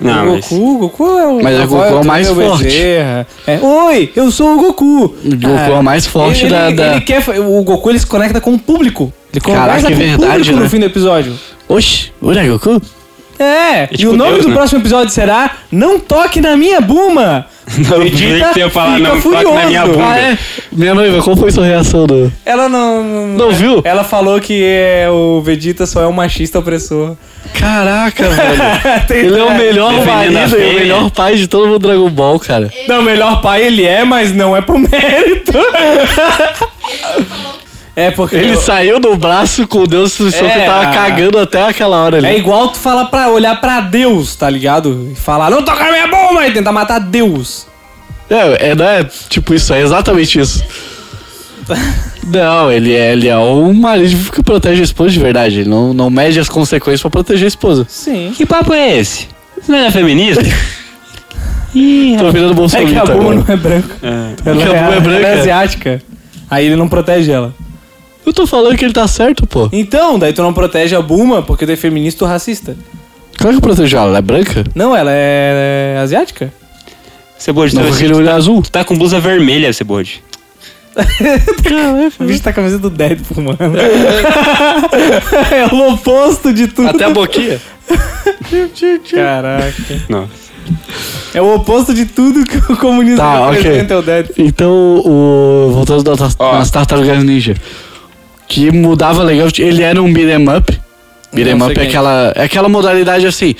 C: Não,
A: o
C: mas...
A: Goku, Goku é o.
B: Mas é o Goku é o mais
A: Antônio
B: forte.
A: Bezerra. É, Oi, eu sou o Goku. Ah,
B: O Goku é o mais forte
A: ele,
B: da-
A: ele-
B: da-
A: ele quer, fa- o Goku ele se conecta com o público. Ele conversa
B: Caraca,
A: com
B: é
A: o
B: verdade,
A: público no
B: né?
A: fim do episódio.
B: Oxi, olha Goku.
A: É, e
C: tipo
A: o nome
C: Deus,
A: do
C: né?
A: próximo episódio será Não Toque na Minha
B: (laughs)
A: Buma.
C: Não,
A: Vegeta
C: eu ia falar,
A: fica
C: não, toque na minha
A: furioso.
C: bunda.
B: Ah, é? Minha noiva, qual foi sua reação? né? Do...
A: Ela não. Não, é.
B: Não viu?
A: Ela falou que é, o Vegeta só é um machista opressor.
B: Caraca, velho. (laughs) Ele é
A: (laughs)
B: o melhor
C: Defendendo a
B: marido e o
C: fêmea.
B: melhor pai de todo mundo do Dragon Ball, cara.
A: Não, melhor pai ele é, mas não é por mérito. é porque.
B: Ele
A: eu-
B: saiu do braço com Deus do céu
A: É,
B: que tava
A: a-
B: cagando até aquela hora ali.
A: É igual tu falar pra olhar pra Deus, tá ligado? E falar, não toca na minha bomba! E tentar matar Deus.
B: É, é, não é tipo isso, é exatamente
A: (laughs)
B: isso. Não, ele é, ele é um marido que protege a esposa de verdade. Ele não, não mede as consequências pra proteger a esposa.
A: Sim.
C: Que papo é esse? Você não era feminista?
B: Tô virando
A: É que
B: bolsonarista
A: a bomba
B: agora.
A: não é branca.
C: É.
A: Ela
B: Que a
A: é,
B: bomba é branca.
A: ela é asiática. Aí ele não protege ela.
B: Eu tô falando que ele tá certo, pô.
A: Então, daí tu não protege a Buma porque tu é feminista ou racista.
B: Como é que protegeu ela? Ela é branca?
A: Não, ela é, é (laughs) asiática.
C: Cebode,
B: Não,
C: tu,
B: com aquele olho azul.
C: tu tá com blusa vermelha, Cebode.
A: O bicho tá com a camisa do Deadpool, (laughs) mano. é o oposto de tudo.
B: Até a boquinha.
A: Caraca.
C: Não.
A: É o oposto de tudo que o comunismo
B: Tá,
A: (laughs)
B: ok.
A: representa, é o Deadpool.
B: Então, o, voltando das,
C: Ó.
B: nas Tartarugas Ninja, que mudava legal, ele era um beat'em up. Beat'em
A: Não sei
B: up
A: quem
B: é
A: é.
B: aquela, é aquela modalidade assim,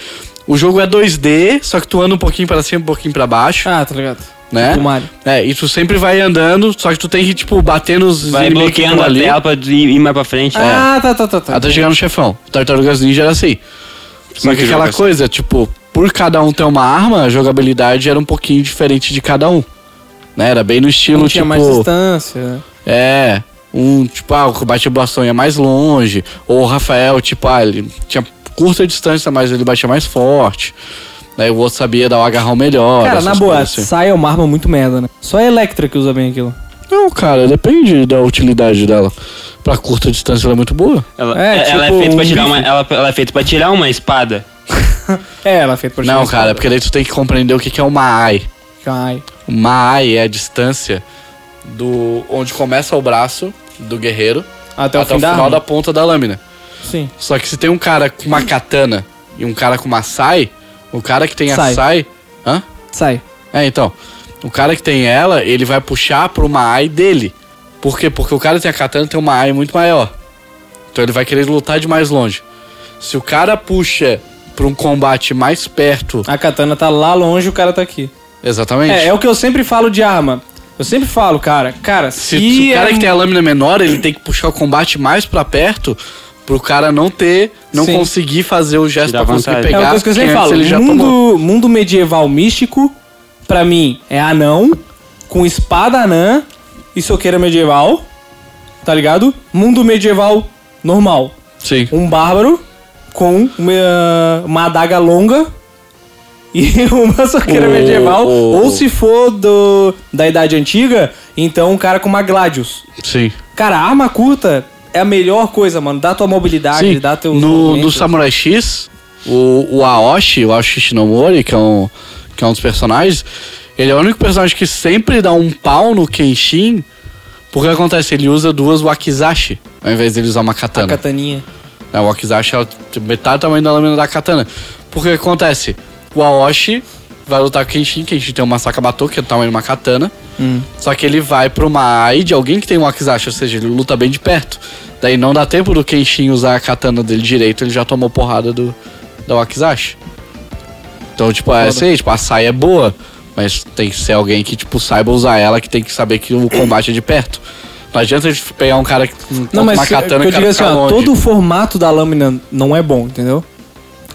B: o jogo é 2D, só que tu anda um pouquinho pra cima, um pouquinho pra baixo,
A: Ah, tá ligado.
B: né?
A: Tipo Mario.
B: É, e tu sempre vai andando, só que tu tem que, tipo, bater nos
C: Vai
B: inimigos que
C: bloqueando
B: estão
C: a tela pra ir ir mais pra frente.
A: Ah, tá, tá, tá, tá.
B: É. até chegar no chefão. Tartarugas Ninja era assim. Só que
A: é
C: que jogo
B: aquela
C: assim.
B: coisa, tipo, por cada um ter uma arma, a jogabilidade era um pouquinho diferente de cada um. Né? Era bem no estilo,
A: Não tinha
B: tipo...
A: mais distância.
B: É. Um, tipo, ah, o combate do bastão ia mais longe. Ou o Rafael, tipo, ah, ele tinha curta distância, mas ele batia mais forte. Daí o outro sabia dar o agarrão melhor.
A: Cara,
B: essas
A: na boa,
B: coisas assim.
A: sai é uma arma muito merda, né? Só a Electra que usa bem aquilo.
B: Não, cara, depende da utilidade dela. Pra curta distância ela é muito boa.
C: Ela
A: É,
C: é,
A: tipo
C: ela é feita
A: um
C: pra tirar
A: bife.
C: uma, ela, ela é feita pra tirar uma espada.
A: É, ela é feita por
B: Não, cara, porque daí tu tem que compreender o que, que é uma AI.
A: Cai.
B: Uma AI é a distância do onde começa o braço do guerreiro
A: Até o
B: até
A: fim
B: o
A: da
B: final
A: arma.
B: da ponta da lâmina.
A: Sim.
B: Só que se tem um cara com uma katana e um cara com uma sai, o cara que tem a
A: Sai.
B: sai. Hã?
A: Sai.
B: É, então. O cara que tem ela, ele vai puxar pra uma AI dele. Por quê? Porque o cara que tem a katana tem uma AI muito maior. Então ele vai querer lutar de mais longe. Se o cara puxa pra um combate mais perto.
A: A katana tá lá longe o cara tá aqui.
B: Exatamente.
A: É, é o que eu sempre falo de arma. Eu sempre falo, cara, cara,
B: Se,
A: se,
B: se o cara
A: é
B: que
A: um-
B: tem a lâmina menor, ele tem que puxar o combate mais pra perto pro cara não ter, não
A: Sim.
B: conseguir fazer o gesto
C: Tirar
B: pra conseguir
C: vantagem.
A: É
B: pegar.
A: uma coisa que eu sempre
B: porque antes
A: falo.
B: ele já tomou.
A: Mundo, mundo medieval místico, pra mim, é anão, com espada anã e soqueira medieval. Tá ligado? Mundo medieval normal.
B: Sim.
A: Um bárbaro com uma, uma adaga longa e (laughs) uma soqueira
B: O-
A: medieval.
B: o-
A: Ou se for do, da idade antiga, então um cara com uma gladius.
B: Sim.
A: Cara, a arma curta é a melhor coisa, mano. Dá tua mobilidade,
B: Sim,
A: dá teu.
B: no,
A: né?
B: no Samurai X, o, o Aoshi, o Aoshi Shinomori, que é, um, que é um dos personagens, ele é o único personagem que sempre dá um pau no Kenshin, porque acontece, ele usa duas Wakizashi, ao invés dele usar uma
A: a
B: katana.
A: kataninha.
B: A Wakizashi é o- metade do tamanho da lâmina da katana. Porque acontece, o Aoshi vai lutar com o Kenshin, Kenshin tem uma Sakabato, que é o tamanho de uma katana,
A: Hum.
B: só que ele vai pra uma AI de alguém que tem um Wakizashi, ou seja, ele luta bem de perto. Daí não dá tempo do Kenshin usar a katana dele direito, ele já tomou porrada do da Wakizashi. Então, tipo, é assim, tipo, a saia é boa, mas tem que ser alguém que, tipo, saiba usar ela, que tem que saber que o combate é de perto. Não adianta a gente pegar um cara que tá
A: Não,
B: com
A: mas
B: uma
A: se-
B: katana
A: que eu
B: e o cara
A: digo assim,
B: fica
A: ó,
B: longe.
A: todo o formato da lâmina não é bom, entendeu?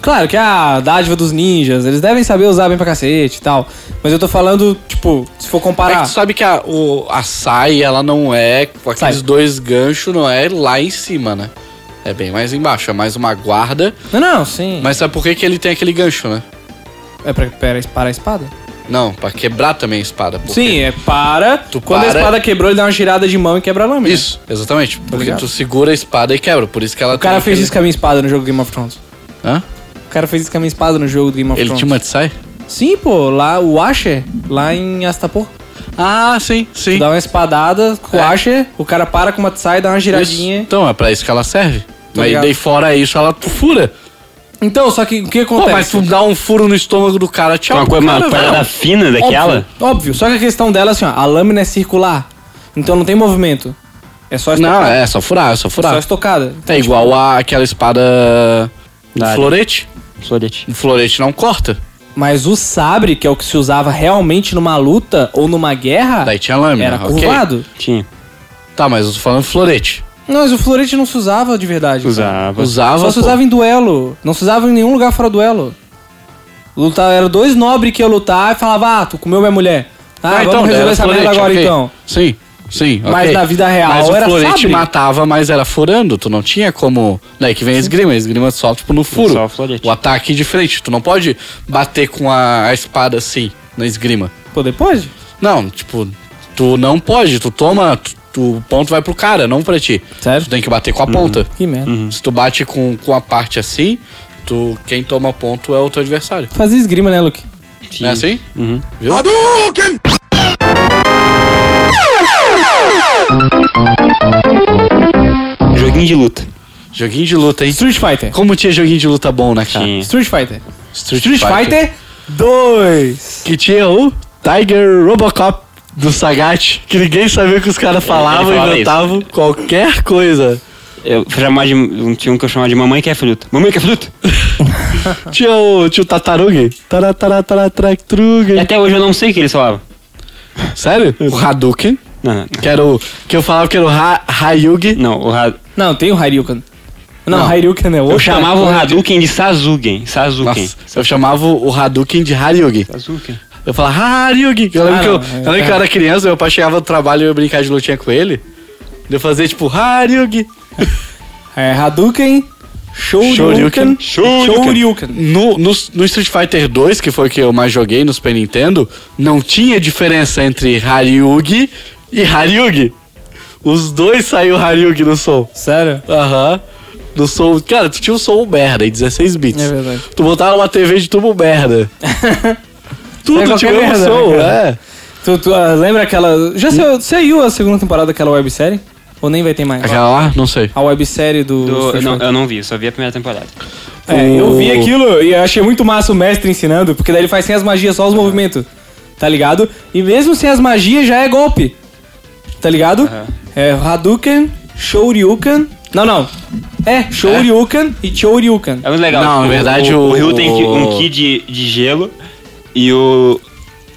A: Claro que é a dádiva dos ninjas, eles devem saber usar bem pra cacete e tal. Mas eu tô falando, tipo, se for
B: É que
A: comparar.
B: tu sabe que a, o, a saia, ela não é, com aqueles
A: Saia.
B: dois ganchos, não é lá em cima, né? É bem mais embaixo, é mais uma guarda.
A: Não, não, sim.
B: Mas sabe por que, que ele tem aquele gancho, né?
A: É pra, pra, para a espada?
B: Não, pra quebrar também a espada. porque-
A: Sim, é para.
B: Tu
A: quando
B: para-
A: a espada quebrou, ele dá uma girada de mão e quebra a lâmina.
B: Isso, exatamente. Porque
A: ligado?
B: tu segura a espada e quebra, por isso que ela
A: O cara fez isso com a minha espada no jogo Game of Thrones.
B: Hã?
A: O cara fez isso com a minha espada no jogo do Game of
B: Ele
A: Thrones.
B: tinha uma de saia?
A: Sim, pô, lá o Asher, lá em Astapor.
B: Ah, sim, sim.
A: Tu dá uma espadada com o
B: É.
A: Asher, o cara para com uma tsai, dá uma giradinha.
B: Isso. Então, é pra isso que ela serve. Mas
A: ligado.
B: daí fora isso, ela tu fura.
A: Então, só que o que
B: Pô,
A: acontece?
B: mas tu dá um furo no estômago do cara, tchau.
C: Uma coisa, uma
B: cara,
C: parada
B: velho.
C: fina daquela.
A: Óbvio, óbvio, só que a questão dela é assim, ó, a lâmina é circular. Então não tem movimento. É só estocada.
B: Não, é só furar, é só
A: É
B: furar.
A: só estocada.
B: É igual a, aquela espada do
C: Nada.
B: florete.
C: Sorete.
B: O florete não corta.
A: Mas o sabre, que é o que se usava realmente numa luta ou numa guerra,
B: Daí tinha lâmina.
A: Ah. era
B: ok.
A: curvado.
C: Tinha.
B: Tá, mas eu tô falando florete.
A: Não, mas o florete não se usava de verdade.
C: Usava.
B: Usava.
A: Só se
B: pô.
A: usava em duelo. Não se usava em nenhum lugar fora duelo. Lutar, era dois nobres que iam lutar e falava, ah, tu comeu minha mulher. Ah, vamos resolver
B: daí então, era
A: essa merda
B: florete,
A: agora
B: ok.
A: então.
B: Sim, sim.
A: Mas
B: ok.
A: na vida real
B: mas
A: era
B: o florete
A: sabre.
B: matava, mas era furando. Tu não tinha como. Daí que vem a esgrima. A esgrima é só, tipo, no furo.
C: Só o florete.
B: O ataque de frente. Tu não pode bater com a, a espada assim, na esgrima.
A: Pô, depois?
B: Não, tipo, tu não pode. Tu toma. Tu, tu- o ponto vai pro cara, não pra ti.
A: Sério?
B: Tu tem que bater com a ponta.
A: Que merda.
B: Uhum. Se tu bate com, com a parte assim, tu, quem toma ponto é o teu adversário.
A: Fazia esgrima, né, Luke?
B: Não é assim?
C: Uhum.
B: Viu?
C: Um Joguinho de luta.
B: Joguinho de luta, hein?
A: Street Fighter.
B: Como tinha joguinho de luta bom, né, cara?
C: Tinha.
A: Street Fighter.
B: Street,
A: Street Fighter 2.
B: Que tinha o Tiger Robocop do Sagat, que ninguém sabia o que os caras falavam,
C: Ele falava
B: inventavam qualquer coisa.
C: Eu chamava de. um- Tinha um que eu chamava de Mamãe Quer Fruta. Mamãe Quer Fruta?
B: Tinha o, tinha o Tatarugue.
C: E
B: Taratarataratrugue.
C: até hoje eu não sei o que eles falavam. É.
B: Sério? O Hadouken,
C: Não, não.
B: que era o. Que eu falava que era o ha Hayugi.
C: Não, o Had...
A: Não, tem o Hadouken. Não,
B: Não.
A: Hadouken é outro.
C: Eu chamava o Hadouken de Sazuken. Sazuken.
B: Nossa, eu chamava o Hadouken de Haryugi.
C: Sazuken.
B: Eu falava, Haryugi. Eu lembro,
A: Ah,
B: que,
A: não,
B: eu, eu
A: é.
B: lembro que eu era criança, meu pai chegava do trabalho e eu ia brincar de lutinha com ele. Eu fazia tipo, Haryugi.
A: É Hadouken, Shoryuken,
B: Shoryuken.
A: Shoryuken.
B: No, no, no Street Fighter 2, que foi o que eu mais joguei no Super Nintendo, não tinha diferença entre Haryugi e Haryugi. Os dois saiu Haryugi no som.
A: Sério?
B: Aham. No som. Cara, tu tinha um som merda em 16 bits.
A: É verdade.
B: Tu botava uma TV de
A: (laughs)
B: tubo merda.
A: É
B: Tudo
A: qualquer
B: tinha um
A: merda,
B: som,
A: né, cara?
B: é.
A: Tu, tu, ah, lembra aquela... Já saiu, saiu a segunda temporada daquela websérie? Ou nem vai ter mais?
B: Aquela lá? Não sei.
A: A websérie do...
C: Do-
A: Street
C: não,
A: Fighter.
C: eu não vi, eu só vi a primeira temporada.
A: É, eu vi aquilo e achei muito massa o mestre ensinando, porque daí ele faz sem as magias, só os movimentos, tá ligado? E mesmo sem as magias já é golpe, tá ligado? É Hadouken, Shoryuken... Não, não. É, Shoryuken e Choryuken.
C: É muito legal.
B: Não,
C: tipo,
B: na verdade,
C: o,
B: o-
C: Ryu tem que-
B: o-
C: um ki de, de gelo e o.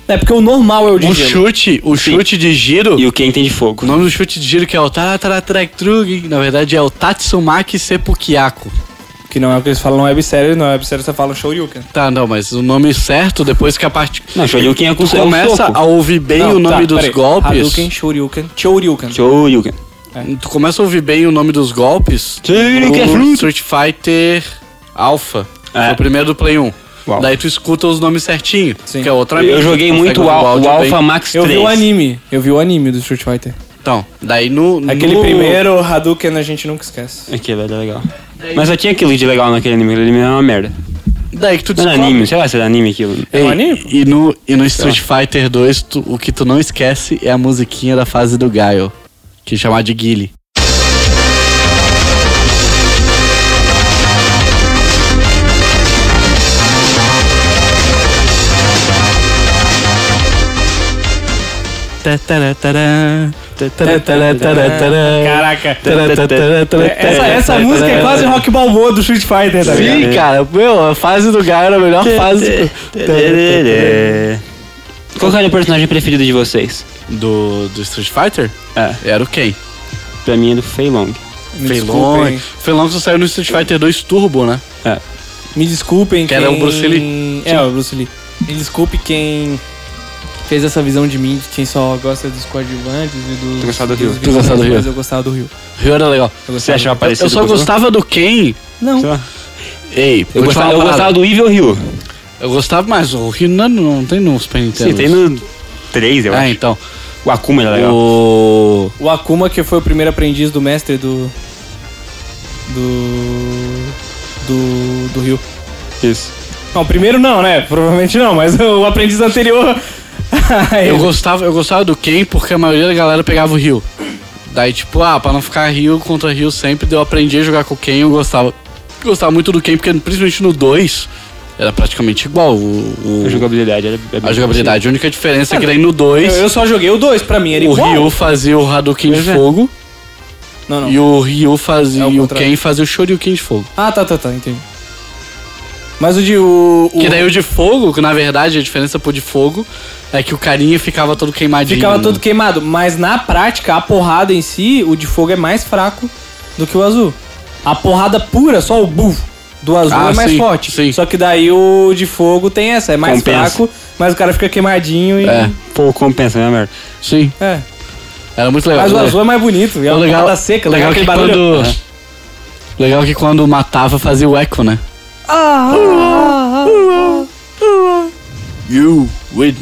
A: É porque o normal é o de
B: O
A: gelo.
B: chute, o
C: Sim.
B: chute de giro.
C: E o Ken tem de fogo.
B: O nome do chute de giro que é o Tarataratrug, na verdade é o Tatsumaki Seppukiako.
A: Que não é o que eles falam na websérie, na websérie você fala Shoryuken.
B: Tá, não, mas o nome certo, depois que a parte.
C: Não, Shoryuken é com
B: Tu começa a ouvir bem o
C: tá,
B: nome dos golpes.
A: tá, Hadouken, Shoryuken, Choryuken.
C: Shoryuken. é.
B: Tu começa a ouvir bem o nome dos golpes.
C: Shoryuken é
B: no
C: fruta.
B: Street Fighter Alpha.
C: É.
B: Foi o primeiro do Play 1.
C: Uau.
B: Daí tu escuta os nomes certinho.
A: Sim.
B: Que é outra mídia,
C: Eu joguei
B: tu consegue
C: muito o,
B: ouvir
C: Al- o
B: áudio bem.
C: Alpha Max 3.
A: Eu vi o anime, eu vi o anime do Street Fighter.
B: Então, daí no.
C: É
A: Aquele
B: no-
A: primeiro Hadouken a gente nunca esquece.
C: Aquilo era legal. Mas eu tinha aquilo de legal naquele anime, aquele anime era uma merda.
B: Daí que tu
C: Não era
B: descobre.
C: anime, sei lá se era anime aquilo.
A: É um
B: Ei,
A: anime?
B: E no, e no Street Fighter 2, tu- o que tu não esquece é a musiquinha da fase do Gaio, que chamar de Guile. Tatará, tará, É,
A: Caraca. Essa, essa música é quase rock balboa do Street Fighter, tá ligado?
B: Sim, cara. Meu, a fase do Gaio era a melhor fase
C: Qual que era o personagem preferido de vocês?
B: do, do Street Fighter.
C: É,
B: Era o Ken.
C: pra mim é do Fei Long.
A: Me
B: Feilong.
A: desculpem.
B: Feilong só saiu no Street Fighter 2 Turbo, né?
A: Me desculpem
B: Que
A: quem...
B: era o Bruce Lee.
A: É, o Bruce Lee. Me desculpe quem fez essa visão de mim, de quem só gosta dos coadjuvantes e dos...
C: Tu gostava do
A: dos
C: Rio.
A: vilões,
B: Tu gostava do
A: Mas
B: Rio.
A: eu gostava do Rio.
B: Rio era legal.
A: Eu
C: Você
A: gostava
C: achava
A: do-
C: parecido
B: Eu só
C: com o Bruce Long?
B: gostava do Ken.
A: Não.
B: Ei,
C: Eu gostava, eu gostava do Evil Hill.
B: Eu gostava mais. O Rio não, não tem no Super Nintendo.
C: Sim, tem no 3, eu
B: Ah,
C: acho.
B: então.
C: O Akuma era legal.
B: O...
A: O Akuma, que foi o primeiro aprendiz do mestre do... Do... Do... Do Rio.
C: Isso.
A: Não, o primeiro não, né? Provavelmente não, mas (laughs) o aprendiz anterior... (laughs) É.
B: Eu gostava, eu gostava do Ken porque a maioria da galera pegava o Rio. Daí, tipo, ah, pra não ficar Rio contra Rio sempre, eu aprendi a jogar com o Ken eu gostava. Gostava muito do Ken, porque principalmente no 2 era praticamente igual o, o-
C: A jogabilidade era é bem
B: a jogabilidade. A única diferença é que daí no 2
A: Eu, eu só joguei o 2, pra mim era
B: o
A: igual.
B: Ryu fazia o Hadouken de
A: Pois é.
B: fogo
A: Não, não.
B: e o Ryu fazia
A: É o
B: e o
A: contrário.
B: Ken fazia o Shoryuken de fogo.
A: Ah, tá, tá, tá, entendi. Mas o de... O, o...
B: Que daí o de fogo, que na verdade a diferença pro de fogo é que o carinha ficava todo queimadinho.
A: Ficava
B: né?
A: todo queimado. Mas na prática, a porrada em si, o de fogo é mais fraco do que o azul. A porrada pura, só o buf do azul
B: Ah,
A: é mais
B: sim,
A: forte.
B: sim.
A: Só que daí o de fogo tem essa, é mais
C: Compensa.
A: fraco, mas o cara fica queimadinho e.
B: É.
C: Pô, compensa, né, merda?
B: Sim,
A: É.
B: era muito legal.
A: Mas o
B: né?
A: azul é mais bonito. E é
B: Então,
A: uma
B: legal,
A: porrada seca,
B: legal que
A: aquele barulho. É.
B: quando. é. Legal que quando matava fazia o eco, né? You win.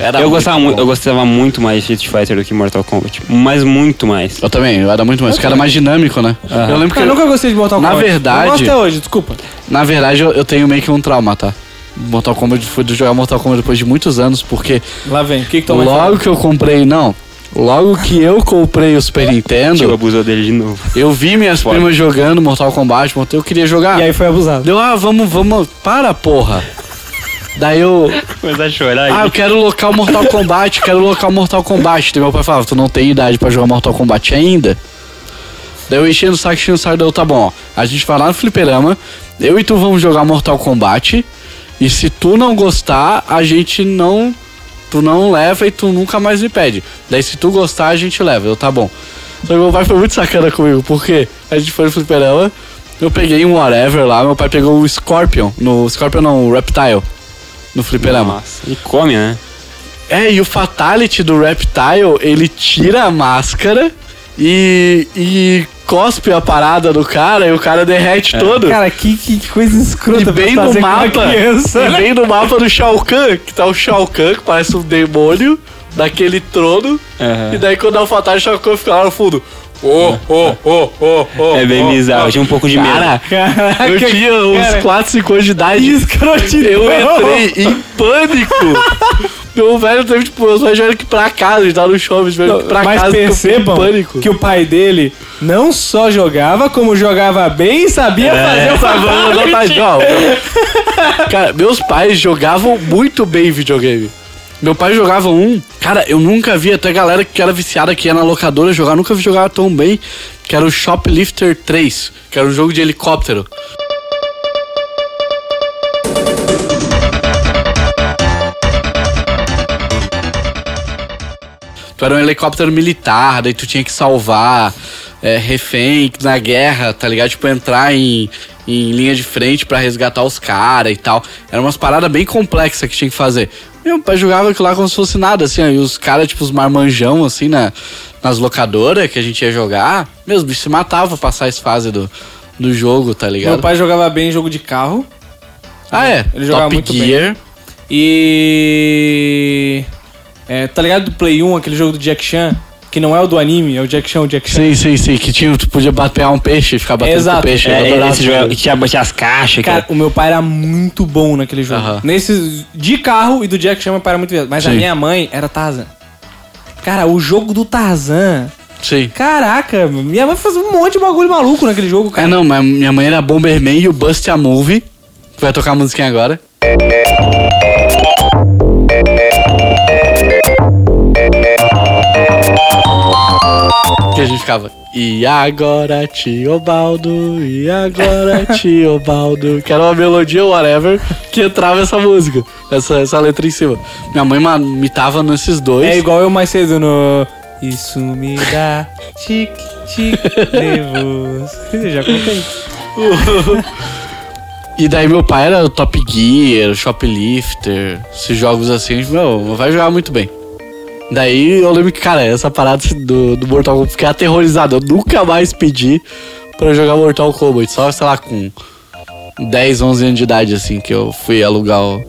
B: Era
C: Eu
B: muito
C: gostava,
B: bom.
C: muito, eu gostava muito mais de Street Fighter do que Mortal Kombat. Mas muito mais.
B: Eu também, eu era muito mais. O cara mais dinâmico, né? Eu lembro que.
A: Eu nunca gostei de Mortal
B: Na
A: Kombat.
B: verdade-
A: Eu gosto até hoje, desculpa.
B: Na verdade, eu, eu tenho meio que um trauma, tá? Mortal Kombat, fui jogar Mortal Kombat depois de muitos anos, porque
A: Lá vem. O que, que tu vai falar?
B: logo que eu comprei. Não. Logo que eu comprei
A: (laughs)
B: o Super
C: Tio
B: Nintendo,
C: Tipo, abusou dele de novo. (laughs)
B: eu vi minhas
C: Foda.
B: primas jogando Mortal Kombat, Mortal- eu queria jogar.
A: E aí foi abusado.
B: Deu, ah, vamos, vamos. Para, porra. Daí eu.
C: Começar a chorar
B: Ah, eu
C: aí.
B: quero local Mortal Kombat, quero local Mortal Kombat. Daí meu pai falava, tu não tem idade pra jogar Mortal Kombat ainda? Daí eu enchendo o saco, enchendo o saco, daí eu, tá bom, ó. A gente vai lá no fliperama, eu e tu vamos jogar Mortal Kombat. E se tu não gostar, a gente não. Tu não leva e tu nunca mais me pede. Daí se tu gostar, a gente leva. Eu, tá bom. Só que meu pai foi muito sacana comigo, porque a gente foi no fliperama, eu peguei um whatever lá, meu pai pegou o Scorpion. No Scorpion não, o Reptile. No fliperama.
C: Nossa, e come, né?
B: É, e o Fatality do Reptile, ele tira a máscara e, e cospe a parada do cara e o cara derrete todo.
A: É. Cara, que, que que coisa escrota
B: e
A: pra
B: bem no
A: fazer com uma
B: mapa. (laughs)
A: criança.
B: E bem no mapa do Shao Kahn, que tá o Shao Kahn, que parece um demônio daquele trono.
C: Aham.
A: É.
B: E daí quando dá o Fatality, o Shao Kahn fica lá no fundo. Oh, oh, oh, oh, oh.
C: É bem
B: oh,
C: bizarro,
B: oh.
C: eu tinha um pouco de medo.
B: Cara,
A: Caraca,
B: eu tinha uns
A: É. cara.
B: 4, 5 anos de idade.
A: que escrotidão.
B: Eu entrei em pânico.
A: (laughs)
B: Meu velho teve, tipo, meus pais tiveram que ir pra casa, eles estavam no shopping, tiveram que ir pra
A: Mas
B: casa. porque eu fiquei em
A: percebam
B: pânico.
A: que o pai dele não só jogava, como jogava bem e sabia
B: É.
C: É.
A: fazer o
B: Sabe,
A: favor.
B: vamos botar
C: tá
B: pra jogo. tá Cara, meus pais jogavam muito bem videogame. Meu pai jogava um. Cara, eu nunca vi até galera que era viciada, que ia na locadora jogar, nunca vi jogar tão bem. Que era o Shoplifter 3, que era um jogo de helicóptero. Tu era um helicóptero militar, daí tu tinha que salvar é, refém na guerra, tá ligado? Tipo, entrar em, em linha de frente pra resgatar os caras e tal. Era umas paradas bem complexas que tinha que fazer. Meu pai jogava aquilo lá como se fosse nada, assim, ó, e os caras, tipo, os marmanjão, assim, na, nas locadoras que a gente ia jogar, meus bichos se matavam pra passar as fases do, do jogo, tá ligado?
A: Meu pai jogava bem em jogo de carro
B: ah, é.
A: ele jogava
B: Top
A: muito bem.
B: Gear.
A: e. é, tá ligado do Play 1, aquele jogo do Jack Chan? Que não é o do anime, é o Jack Chan, o Jack Chan.
B: Sim, sim, sim. Que tinha, tu podia bater um peixe e ficar batendo com
A: Exato.
B: o peixe. eu
C: É,
B: adorava
C: esse
B: esse
C: jogo
B: jogo.
C: tinha batia as caixas,
A: Cara,
C: cara.
A: o meu pai era muito bom naquele jogo.
B: Aham.
A: Nesses de carro e do Jack Chan, meu pai era muito viado. Mas a
B: Sim.
A: minha mãe era Tarzan. Cara, o jogo do Tarzan.
B: Sim.
A: Caraca, minha mãe fazia um monte de bagulho maluco naquele jogo,
B: É,
A: cara.
B: não, mas minha mãe era Bomberman e o Bust a Move. que Vai tocar a musiquinha agora. que a gente ficava. E agora, Tiobaldo,
A: (laughs)
B: e agora, Tiobaldo. Que era uma melodia, whatever, que entrava essa música, essa, essa letra em cima. Minha mãe ma- imitava nesses dois.
A: É igual eu mais cedo no. Isso me dá tic tic nervoso. Eu já contei.
B: E daí meu pai era o Top Gear, shoplifter, esses jogos assim, meu, vai jogar muito bem. Daí eu lembro que, cara, essa parada do, do Mortal Kombat, eu fiquei aterrorizado. Eu nunca mais pedi pra jogar Mortal Kombat, só, sei lá, com 10, 11 anos de idade, assim, que eu fui alugar o,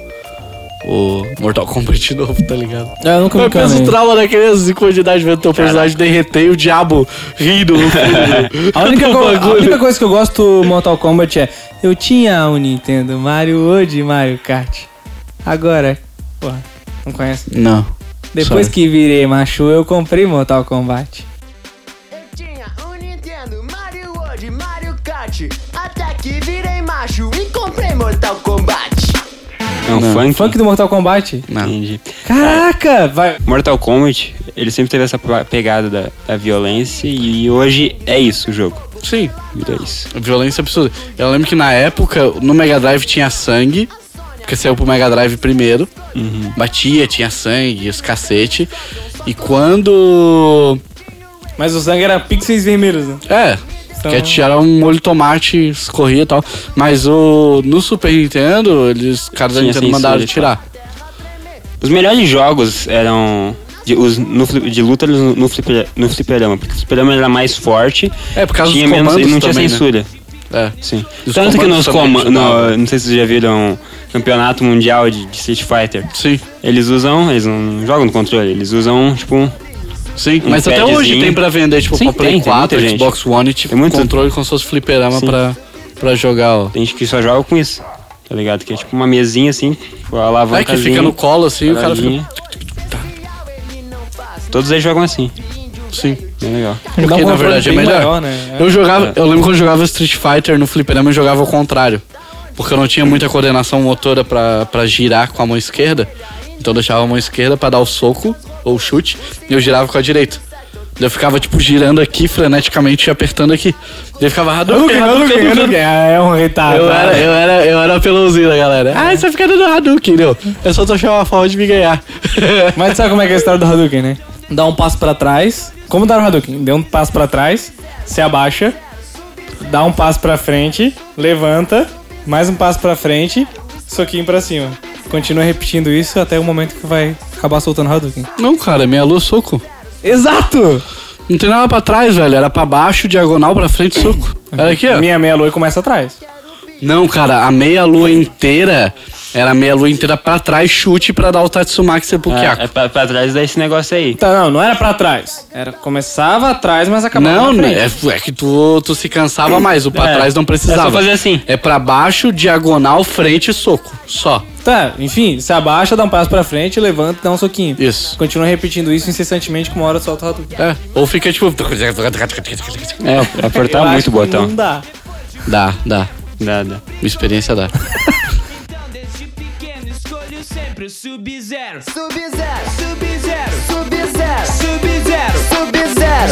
B: o Mortal Kombat de novo, tá ligado?
A: Eu nunca
B: Mas
A: me
B: pensa o
A: canso
B: trauma da criança, 5 anos de idade, vendo teu personagem derreter e o diabo rindo no fundo.
A: A
C: (laughs)
A: única,
B: do
A: co- a
B: bagulho.
A: única coisa que eu gosto do Mortal Kombat é. Eu tinha o Nintendo Mario World e Mario Kart. Agora, porra, não conhece.
B: Não.
A: Depois
B: Sorry.
A: que virei macho, eu comprei Mortal Kombat.
G: Eu tinha um Nintendo, Mario World, Mario Kart. Até que virei macho e comprei Mortal Kombat.
C: É um funk.
A: Funk do Mortal Kombat?
C: Entendi.
A: Caraca! Vai.
C: Mortal Kombat, ele sempre teve essa pa- pegada da, da violência e hoje é isso o jogo.
B: Sim.
C: Virou isso.
B: Violência absurda. Eu lembro que na época, no Mega Drive tinha sangue, porque saiu pro Mega Drive primeiro.
C: Uhum.
B: Batia, tinha sangue, os cacete. E quando.
A: Mas o sangue era pixels vermelhos, né?
B: É,
A: Então-
B: que tirar um molho de tomate, escorria e tal. Mas o no Super Nintendo, eles, os caras da
C: Tinha
B: Nintendo
C: censura
B: mandaram
C: e tal.
B: tirar.
C: Os melhores jogos eram. De, os, no, fli- de luta no, no, fliper- no fliperama, porque o fliperama era mais forte.
B: É, por causa
C: tinha
B: dos
C: menos e
B: comandos
C: não tinha
B: também, né?
C: censura.
B: É.
C: Sim.
B: Os
C: Tanto que
B: comandos
C: nos
B: também
C: comandos.
B: ajudavam.
C: Não sei se vocês já viram um campeonato mundial de, de Street Fighter.
B: Sim,
C: Eles usam, eles não jogam no controle, eles usam, tipo, um-
B: sim.
C: Um
B: Mas até hoje
C: padzinho.
B: tem pra vender, tipo,
C: Sim,
B: pra Play
C: tem, tem
B: 4,
C: muita gente.
B: Xbox One, tipo,
C: Tem muito-
B: controle como se fosse fliperama
C: Sim.
B: pra, pra jogar, ó.
C: tem gente que só joga com isso, tá ligado? Que é tipo uma mesinha assim, com a alavanca.
B: É que fica no colo assim, o cara fica.
C: Todos eles jogam assim,
B: Sim.
C: bem legal.
A: Dá um
B: Porque na
A: controle
B: verdade é
A: bem
B: melhor.
A: maior, né?
B: Eu jogava, eu lembro quando eu jogava Street Fighter no fliperama, eu jogava ao contrário. Porque eu não tinha muita coordenação motora pra, pra girar com a mão esquerda. Então eu deixava a mão esquerda pra dar o soco ou o chute e eu girava com a direita. Daí Eu ficava, tipo, girando aqui freneticamente e apertando aqui. Daí Eu ficava Hadouken, Hadouken, Hadouken.
A: É um retado.
B: Eu era, eu era, eu era pelãozinho da galera. Ah, você fica dando Hadouken, não. Eu só tô achando uma forma de me ganhar.
A: Mas sabe como é que é a história do Hadouken, né? Dá um passo pra trás. Como dar um Hadouken? Deu um passo pra trás, se abaixa, dá um passo pra frente, levanta, mais um passo pra frente, soquinho pra cima. Continua repetindo isso até o momento que vai acabar soltando o Hadouken.
B: não, cara, meia lua, soco.
A: Exato!
B: Não tem nada pra trás, velho. Era pra baixo, diagonal, pra frente, soco. Era aqui, ó.
A: Minha meia lua começa atrás.
B: Não, cara, a meia lua inteira era a meia lua inteira pra trás, chute pra dar o Tatsumaki Seppukiaku.
C: É, é pra, pra trás desse negócio aí.
A: Tá, não, não era pra trás. Era começava atrás, mas acabava
B: Não,
A: na
B: né?
A: frente.
B: é, é que tu, tu se cansava mais, o pra
C: É,
B: trás não precisava.
C: é só fazer assim.
B: É pra baixo, diagonal, frente e soco. Só.
A: Tá, enfim, se abaixa, dá um passo pra frente, levanta e dá um soquinho.
B: Isso.
A: Continua repetindo isso incessantemente, que uma hora solta o Hadouken.
B: É. Ou fica tipo.
C: É,
A: Eu
B: Tá
C: apertar
A: acho
C: muito o
A: que
C: botão.
B: então.
A: Não dá.
B: Dá, dá.
C: Dá, dá.
B: Minha experiência dá.
G: Sub-Zero, Sub-Zero, Sub-Zero, Sub-Zero,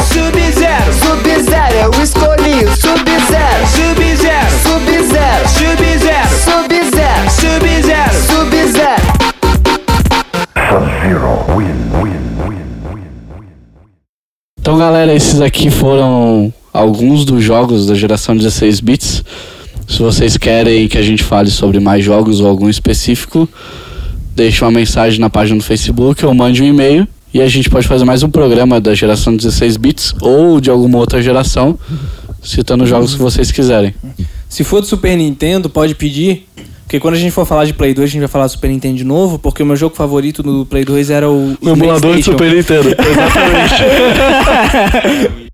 G: Sub-Zero, Sub-Zero, Sub-Zero, eu escolhi o Sub-Zero, Sub-Zero, Sub-Zero, Sub-Zero, Sub-Zero, Sub-Zero, Sub-Zero.
B: Então, galera, esses aqui foram alguns dos jogos da geração 16 bits. Se vocês querem que a gente fale sobre mais jogos ou algum específico, deixe uma mensagem na página do Facebook ou mande um e-mail e a gente pode fazer mais um programa da geração 16 bits ou de alguma outra geração, citando os jogos que vocês quiserem.
A: Se for do Super Nintendo, pode pedir. Porque quando a gente for falar de Play 2, a gente vai falar do Super Nintendo de novo, porque o meu jogo
B: (laughs)
A: favorito do Play 2 era o. o Playstation.
B: Nintendo.